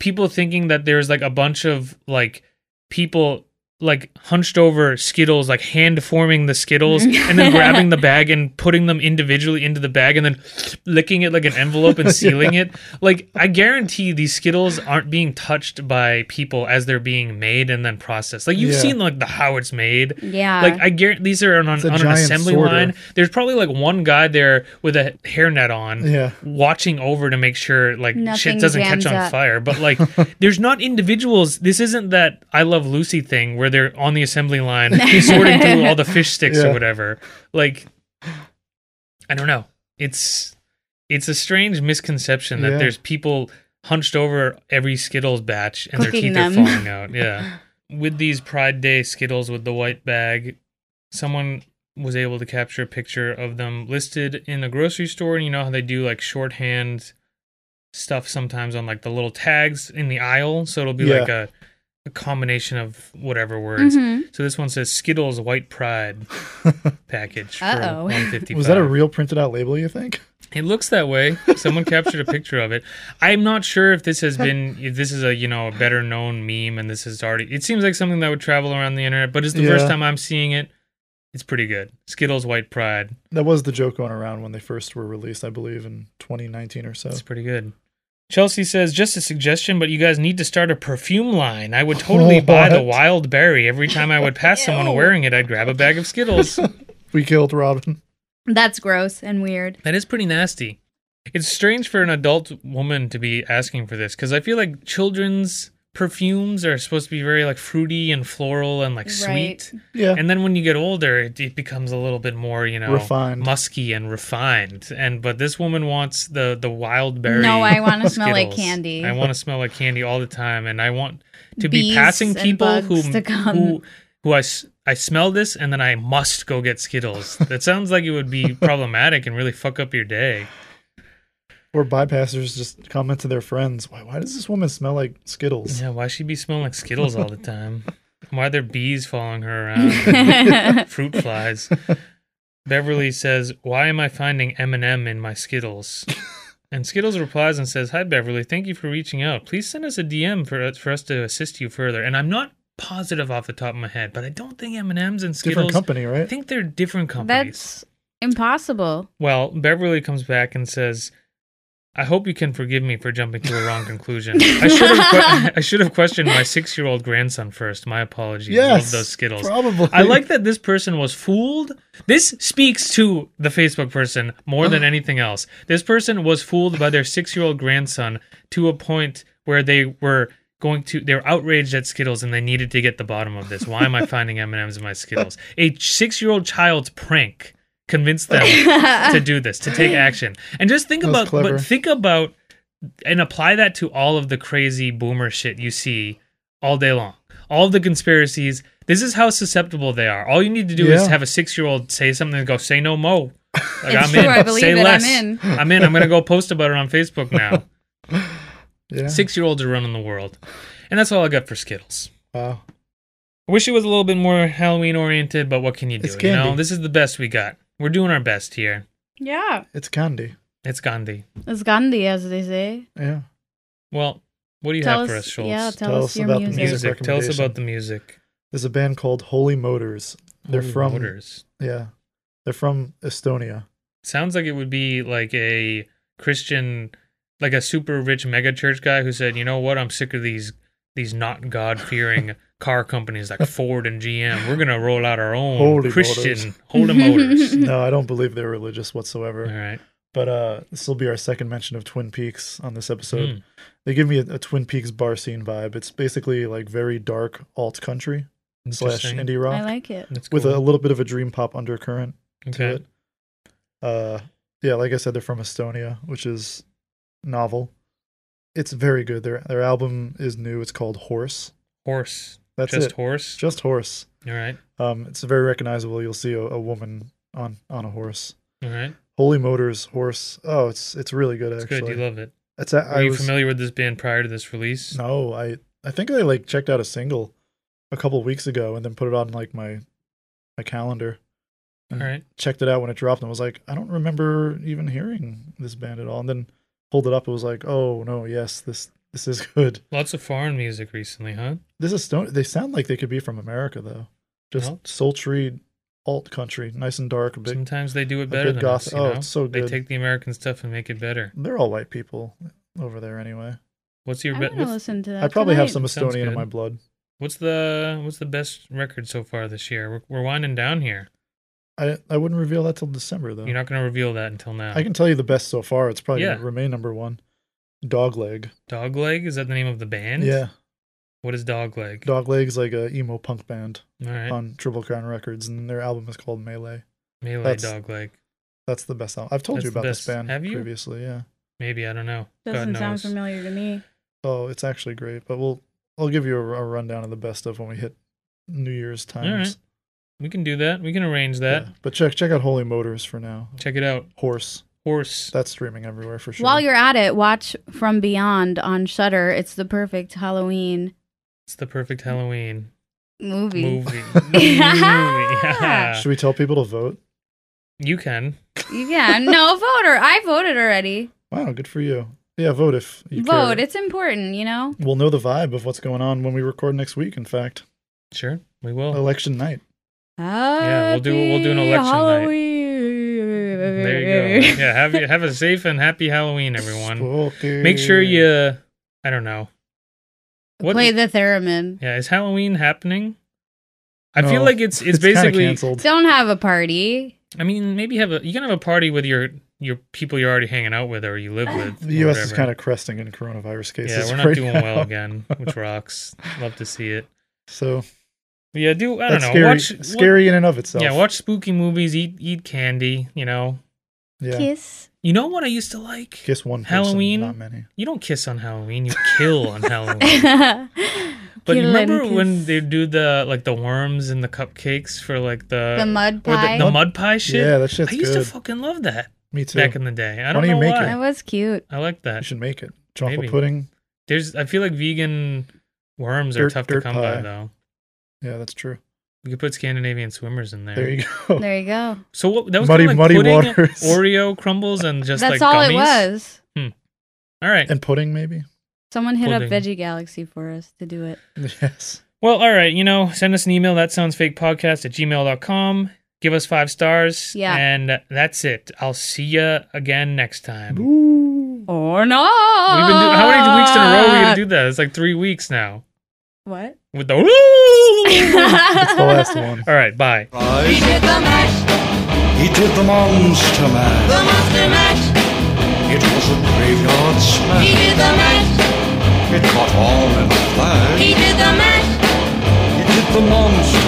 [SPEAKER 4] people thinking that there's like a bunch of like people like hunched over skittles like hand forming the skittles and then grabbing the bag and putting them individually into the bag and then licking it like an envelope and sealing it like i guarantee these skittles aren't being touched by people as they're being made and then processed like you've
[SPEAKER 2] Yeah.
[SPEAKER 4] seen like the how it's made
[SPEAKER 3] Yeah.
[SPEAKER 4] like I guarantee these are on, on
[SPEAKER 2] It's a
[SPEAKER 4] an
[SPEAKER 2] giant
[SPEAKER 4] assembly
[SPEAKER 2] sorter.
[SPEAKER 4] line. There's probably like one guy there with a hairnet on,
[SPEAKER 2] Yeah.
[SPEAKER 4] watching over to make sure like
[SPEAKER 3] Nothing
[SPEAKER 4] shit doesn't catch
[SPEAKER 3] jams
[SPEAKER 4] on
[SPEAKER 3] up.
[SPEAKER 4] fire.
[SPEAKER 3] [LAUGHS]
[SPEAKER 4] But like, there's not individuals. This isn't that I love Lucy thing where they're on the
[SPEAKER 3] [LAUGHS]
[SPEAKER 4] assembly line sorting through all the fish sticks
[SPEAKER 2] Yeah.
[SPEAKER 4] or whatever. Like, I don't know. It's it's a strange misconception that
[SPEAKER 2] Yeah.
[SPEAKER 4] there's people hunched over every Skittles batch and
[SPEAKER 3] Cooking
[SPEAKER 4] their teeth
[SPEAKER 3] them.
[SPEAKER 4] are falling out. Yeah. with these Pride Day Skittles with the white bag, someone was able to capture a picture of them listed in a grocery store. And you know how they do like shorthand stuff sometimes on like the little tags in the aisle. So it'll be
[SPEAKER 2] Yeah.
[SPEAKER 4] like a, a combination of whatever words.
[SPEAKER 3] Mhm.
[SPEAKER 4] So this one says Skittles White
[SPEAKER 2] [LAUGHS]
[SPEAKER 4] Pride package.
[SPEAKER 3] Uh-oh.
[SPEAKER 4] For 155.
[SPEAKER 2] Was that a real printed out label? You think?
[SPEAKER 4] It looks that way. Someone captured a picture of it. I'm not sure if this has been if this is a you know a better known meme and this is already. It seems like something that would travel around the internet, but it's the first
[SPEAKER 2] Yeah.
[SPEAKER 4] time I'm seeing it. It's pretty good. Skittles White Pride.
[SPEAKER 2] That was the joke going around when they first were released, I believe, in 2019 or so.
[SPEAKER 4] It's pretty good. Chelsea says, just a suggestion, but you guys need to start a perfume line. I would totally buy the
[SPEAKER 2] What?
[SPEAKER 4] wild berry. Every time I would pass someone wearing it, I'd grab a bag of Skittles.
[SPEAKER 2] We killed Robin.
[SPEAKER 3] That's gross and
[SPEAKER 4] [LAUGHS]
[SPEAKER 3] weird. [LAUGHS]
[SPEAKER 4] [LAUGHS] That is pretty nasty. It's strange for an adult woman to be asking for this because I feel like children's perfumes are supposed to be very like fruity and floral and like
[SPEAKER 3] Right.
[SPEAKER 4] sweet.
[SPEAKER 2] Yeah.
[SPEAKER 4] And then when you get older, it, it becomes a little bit more, you know,
[SPEAKER 2] Refined.
[SPEAKER 4] musky and refined. And but this woman wants the the wild berry.
[SPEAKER 3] No, I want
[SPEAKER 4] [LAUGHS]
[SPEAKER 3] to smell like
[SPEAKER 4] Skittles.
[SPEAKER 3] candy.
[SPEAKER 4] I want to smell like candy all the time, and I want to be
[SPEAKER 3] Bees
[SPEAKER 4] passing
[SPEAKER 3] and
[SPEAKER 4] people who
[SPEAKER 3] bugs to come.
[SPEAKER 4] who who I s- I smell this, and then I must go get
[SPEAKER 2] [LAUGHS]
[SPEAKER 4] Skittles. that sounds like it would be problematic and really fuck up your day.
[SPEAKER 2] Or bypassers just comment to their friends, why, why does this woman smell like Skittles?
[SPEAKER 4] Yeah, why she be smelling like Skittles all the time? Why are there bees following her
[SPEAKER 3] [LAUGHS]
[SPEAKER 4] around? fruit flies. Beverly says, "Why am I finding M&M in my Skittles?" And Skittles replies and says, "Hi Beverly, thank you for reaching out. Please send us a DM for for us to assist you further." And I'm not positive off the top of my head, but I don't think M&Ms and
[SPEAKER 2] Different
[SPEAKER 4] Skittles
[SPEAKER 2] company,
[SPEAKER 4] I
[SPEAKER 2] right?
[SPEAKER 4] think they're different companies.
[SPEAKER 3] That's impossible.
[SPEAKER 4] Well, Beverly comes back and says, "I hope you can forgive me for jumping to a wrong conclusion. I should have que- I should have questioned my 6-year-old grandson first. My apologies.
[SPEAKER 2] Yes.
[SPEAKER 4] Love those Skittles."
[SPEAKER 2] Probably.
[SPEAKER 4] I like that this person was fooled. This speaks to the Facebook person more
[SPEAKER 2] Oh.
[SPEAKER 4] than anything else. This person was fooled by their six year old grandson to a point where they were going to they were outraged at skittles and they needed to get the bottom of this why am i finding m&ms in my skittles a six-year-old child's prank convinced
[SPEAKER 2] [LAUGHS]
[SPEAKER 4] them to do this to take action and just think
[SPEAKER 2] That was
[SPEAKER 4] about
[SPEAKER 2] clever.
[SPEAKER 4] but think about and apply that to all of the crazy boomer shit you see all day long. All the conspiracies, This is how susceptible they are. All you need to do is
[SPEAKER 2] Yeah.
[SPEAKER 4] have a six year old say something and go, say
[SPEAKER 3] [LAUGHS]
[SPEAKER 4] no mo. Like,
[SPEAKER 3] It's true, I believe it, I'm in.
[SPEAKER 4] [LAUGHS] I'm in. I'm going to go post about it on
[SPEAKER 2] [LAUGHS]
[SPEAKER 4] Facebook now.
[SPEAKER 2] Yeah.
[SPEAKER 4] Six year olds are running the world. And that's all I got for Skittles.
[SPEAKER 2] Wow.
[SPEAKER 4] I wish it was a little bit more Halloween oriented, but what can you do?
[SPEAKER 2] It's
[SPEAKER 4] You know,
[SPEAKER 2] candy.
[SPEAKER 4] this is the best we got. We're doing our best here.
[SPEAKER 3] Yeah.
[SPEAKER 2] It's candy.
[SPEAKER 4] It's Gandhi.
[SPEAKER 3] It's Gandhi, as they say.
[SPEAKER 2] Yeah.
[SPEAKER 4] Well, what do you
[SPEAKER 3] tell
[SPEAKER 4] have
[SPEAKER 3] us,
[SPEAKER 4] for us, Schultz?
[SPEAKER 3] Yeah, tell,
[SPEAKER 2] Tell
[SPEAKER 3] us,
[SPEAKER 2] us
[SPEAKER 3] your
[SPEAKER 2] about the
[SPEAKER 3] music.
[SPEAKER 2] music.
[SPEAKER 4] music. Tell us
[SPEAKER 2] recommendation.
[SPEAKER 4] about the music.
[SPEAKER 2] There's a band called Holy Motors. They're
[SPEAKER 4] Holy
[SPEAKER 2] from
[SPEAKER 4] Motors.
[SPEAKER 2] yeah. They're from Estonia.
[SPEAKER 4] Sounds like it would be like a Christian, like a super rich mega church guy who said, "You know what? I'm sick of these these not God fearing
[SPEAKER 2] [LAUGHS]
[SPEAKER 4] car companies like Ford and GM. We're gonna roll out our own
[SPEAKER 2] Holy
[SPEAKER 4] Christian
[SPEAKER 2] motors."
[SPEAKER 4] Holy
[SPEAKER 2] [LAUGHS]
[SPEAKER 3] Hmm.
[SPEAKER 4] Motors."
[SPEAKER 2] No, I don't believe they're religious
[SPEAKER 4] All
[SPEAKER 2] whatsoever. [LAUGHS]
[SPEAKER 4] right.
[SPEAKER 2] But uh this will be our second mention of Twin Peaks on this episode.
[SPEAKER 4] Mm.
[SPEAKER 2] They give me a, a Twin Peaks bar scene vibe. It's basically like very dark alt country slash
[SPEAKER 4] Interesting.
[SPEAKER 2] indie rock
[SPEAKER 3] I like it.
[SPEAKER 4] That's
[SPEAKER 2] with a
[SPEAKER 4] cool.
[SPEAKER 2] little bit of a dream pop undercurrent to
[SPEAKER 4] okay.
[SPEAKER 2] it. Uh, yeah, like I said, they're from Estonia, which is novel. It's very good. Their their album is new. It's called Horse.
[SPEAKER 4] horse.
[SPEAKER 2] That's
[SPEAKER 4] Just
[SPEAKER 2] it.
[SPEAKER 4] horse.
[SPEAKER 2] Just Horse.
[SPEAKER 4] All right.
[SPEAKER 2] Um, it's very recognizable. You'll see a, a woman on on a horse.
[SPEAKER 4] All right.
[SPEAKER 2] Holy Motors Horse. Oh, it's it's really good
[SPEAKER 4] It's
[SPEAKER 2] actually.
[SPEAKER 4] good. You love it.
[SPEAKER 2] it's a,
[SPEAKER 4] Are
[SPEAKER 2] I
[SPEAKER 4] you
[SPEAKER 2] was
[SPEAKER 4] familiar with this band prior to this release?
[SPEAKER 2] no, I I think I like checked out a single a couple weeks ago and then put it on like my my calendar.
[SPEAKER 4] All right.
[SPEAKER 2] checked it out when it dropped and was like, I don't remember even hearing this band at all. And then pulled it up. It was like, oh no, yes, this this is [LAUGHS] good.
[SPEAKER 4] Lots of foreign music recently, huh?
[SPEAKER 2] This is stone. They sound like they could be from America though. Just
[SPEAKER 4] Well.
[SPEAKER 2] sultry alt country, nice and dark. a Big.
[SPEAKER 4] Sometimes they do it
[SPEAKER 2] a
[SPEAKER 4] better
[SPEAKER 2] bit
[SPEAKER 4] than
[SPEAKER 2] goth-
[SPEAKER 4] us. You
[SPEAKER 2] oh,
[SPEAKER 4] know?
[SPEAKER 2] it's so
[SPEAKER 4] They
[SPEAKER 2] good.
[SPEAKER 4] take the American stuff and make it better.
[SPEAKER 2] They're all white people over there anyway.
[SPEAKER 4] What's your
[SPEAKER 3] I
[SPEAKER 4] be-
[SPEAKER 3] want to
[SPEAKER 4] what's,
[SPEAKER 3] listen to that.
[SPEAKER 2] I probably have some
[SPEAKER 3] tonight.
[SPEAKER 4] Sounds
[SPEAKER 2] Estonian in
[SPEAKER 4] good.
[SPEAKER 2] my blood.
[SPEAKER 4] what's the what's the best record so far this year? We're, we're winding down here.
[SPEAKER 2] I I wouldn't reveal that till December though.
[SPEAKER 4] You're not going to reveal that until now.
[SPEAKER 2] I can tell you the best so far. It's probably
[SPEAKER 4] Yeah.
[SPEAKER 2] gonna remain number one. Dogleg.
[SPEAKER 4] Dogleg is that the name of the band?
[SPEAKER 2] Yeah,
[SPEAKER 4] What is Dogleg?
[SPEAKER 2] Dogleg's like a emo punk band
[SPEAKER 4] All right,
[SPEAKER 2] on Triple Crown Records, and their album is called Melee.
[SPEAKER 4] Melee
[SPEAKER 2] that's-
[SPEAKER 4] Dogleg.
[SPEAKER 2] That's the best album. I've told
[SPEAKER 4] That's
[SPEAKER 2] you
[SPEAKER 4] the
[SPEAKER 2] about this
[SPEAKER 4] best.
[SPEAKER 2] band
[SPEAKER 4] Have you?
[SPEAKER 2] previously, yeah.
[SPEAKER 4] Maybe I don't know.
[SPEAKER 3] Doesn't
[SPEAKER 4] God
[SPEAKER 3] sound
[SPEAKER 4] knows.
[SPEAKER 3] familiar to me.
[SPEAKER 2] Oh, it's actually great. But we'll I'll give you a, a rundown of the best of when we hit New Year's times.
[SPEAKER 4] right. We can do that. We can arrange that.
[SPEAKER 2] Yeah. But check check out Holy Motors for now.
[SPEAKER 4] Check it out.
[SPEAKER 2] Horse.
[SPEAKER 4] Horse.
[SPEAKER 2] That's streaming everywhere for sure.
[SPEAKER 3] While you're at it, watch From Beyond on Shutter. It's the perfect Halloween
[SPEAKER 4] It's the perfect Halloween
[SPEAKER 3] movie. [LAUGHS]
[SPEAKER 4] movie. Movie. Yeah.
[SPEAKER 2] should we tell people to vote?
[SPEAKER 4] You can.
[SPEAKER 3] Yeah,
[SPEAKER 4] [LAUGHS]
[SPEAKER 3] no voter. I voted already.
[SPEAKER 2] Wow, good for you. Yeah, vote if you
[SPEAKER 3] Vote.
[SPEAKER 2] care.
[SPEAKER 3] It's important, you know.
[SPEAKER 2] We'll know the vibe of what's going on when we record next week. In fact,
[SPEAKER 4] Sure. We will.
[SPEAKER 2] election night.
[SPEAKER 3] Yeah,
[SPEAKER 4] we'll do- we'll do an election night. There you
[SPEAKER 3] [LAUGHS]
[SPEAKER 4] go. Yeah, have you have a safe and happy Halloween, everyone.
[SPEAKER 2] Spooky.
[SPEAKER 4] Make sure you I don't know. What
[SPEAKER 3] Play the theremin.
[SPEAKER 4] yeah, is Halloween happening? I feel
[SPEAKER 2] No,
[SPEAKER 4] like it's
[SPEAKER 2] [LAUGHS]
[SPEAKER 4] it's,
[SPEAKER 2] Oh, kinda
[SPEAKER 4] basically
[SPEAKER 2] canceled.
[SPEAKER 3] Don't have a party.
[SPEAKER 4] I mean, maybe have a you can have a party with your your people you're already hanging out with or you live with.
[SPEAKER 2] [SIGHS] The
[SPEAKER 4] or
[SPEAKER 2] U.S. is
[SPEAKER 4] whatever.
[SPEAKER 2] kind of cresting in coronavirus cases.
[SPEAKER 4] Yeah, we're not
[SPEAKER 2] right
[SPEAKER 4] doing
[SPEAKER 2] now. [LAUGHS]
[SPEAKER 4] well again, which rocks. Love to see it.
[SPEAKER 2] So
[SPEAKER 4] But yeah, do I don't
[SPEAKER 2] that's
[SPEAKER 4] know.
[SPEAKER 2] scary.
[SPEAKER 4] watch
[SPEAKER 2] scary in and of
[SPEAKER 4] Watch,
[SPEAKER 2] itself.
[SPEAKER 4] yeah, watch spooky movies, eat eat candy, you know. [LAUGHS]
[SPEAKER 2] Yeah.
[SPEAKER 3] Kiss.
[SPEAKER 4] You know what I used to like?
[SPEAKER 2] Kiss one person,
[SPEAKER 4] Halloween?
[SPEAKER 2] not many.
[SPEAKER 4] You don't kiss on Halloween, you kill
[SPEAKER 2] [LAUGHS]
[SPEAKER 3] [LAUGHS]
[SPEAKER 4] on Halloween. But
[SPEAKER 3] Kill
[SPEAKER 4] you
[SPEAKER 3] and
[SPEAKER 4] remember when
[SPEAKER 3] kiss.
[SPEAKER 4] they do the like the worms and the cupcakes for like the
[SPEAKER 3] the mud
[SPEAKER 4] or
[SPEAKER 3] pie?
[SPEAKER 4] The, the mud pie shit?
[SPEAKER 2] Yeah, that shit's
[SPEAKER 4] I used
[SPEAKER 2] good.
[SPEAKER 4] to fucking love that
[SPEAKER 2] Me too.
[SPEAKER 4] back in the day. I
[SPEAKER 2] Why
[SPEAKER 4] don't
[SPEAKER 2] don't you
[SPEAKER 4] know
[SPEAKER 2] make
[SPEAKER 4] why.
[SPEAKER 3] that was cute.
[SPEAKER 4] I like
[SPEAKER 2] you
[SPEAKER 4] that.
[SPEAKER 2] should make it. Chocolate
[SPEAKER 4] Maybe.
[SPEAKER 2] pudding.
[SPEAKER 4] There's I feel like vegan worms are
[SPEAKER 2] Dirt-
[SPEAKER 4] tough
[SPEAKER 2] dirt
[SPEAKER 4] to come
[SPEAKER 2] pie.
[SPEAKER 4] by though.
[SPEAKER 2] Yeah, that's true.
[SPEAKER 4] We could put Scandinavian swimmers in there.
[SPEAKER 2] There you
[SPEAKER 4] Oh.
[SPEAKER 2] go.
[SPEAKER 3] There you go.
[SPEAKER 4] So what that was
[SPEAKER 2] Muddy-
[SPEAKER 4] kinda like
[SPEAKER 2] muddy
[SPEAKER 4] pudding,
[SPEAKER 2] waters.
[SPEAKER 4] Oreo crumbles and just
[SPEAKER 3] That's
[SPEAKER 4] like
[SPEAKER 3] all
[SPEAKER 4] gummies.
[SPEAKER 3] it was.
[SPEAKER 4] All right.
[SPEAKER 2] [LAUGHS] and pudding, maybe. [LAUGHS]
[SPEAKER 3] Someone hit up
[SPEAKER 4] Pudding.
[SPEAKER 3] Veggie Galaxy for us to do it.
[SPEAKER 2] Yes.
[SPEAKER 4] Well, all right, you know, send us an email, that sounds fake podcast at gmail.com. Give us five stars.
[SPEAKER 3] Yeah.
[SPEAKER 4] And that's it. I'll see you again next time.
[SPEAKER 2] Ooh.
[SPEAKER 3] Or Oh, no.
[SPEAKER 4] We've been doing how many weeks in a row are we
[SPEAKER 3] Uh.
[SPEAKER 4] gonna do that? It's like three weeks now.
[SPEAKER 3] What? [LAUGHS]
[SPEAKER 4] With the [LAUGHS]
[SPEAKER 2] That's the last one.
[SPEAKER 4] all right, bye.
[SPEAKER 1] Prize.
[SPEAKER 5] did the mash,
[SPEAKER 1] He did the monster mash.
[SPEAKER 5] the monster mash.
[SPEAKER 1] It was a graveyard
[SPEAKER 5] He
[SPEAKER 1] smash.
[SPEAKER 5] did the mash,
[SPEAKER 1] It caught on in a flash.
[SPEAKER 5] he did the mash.
[SPEAKER 1] He did the monster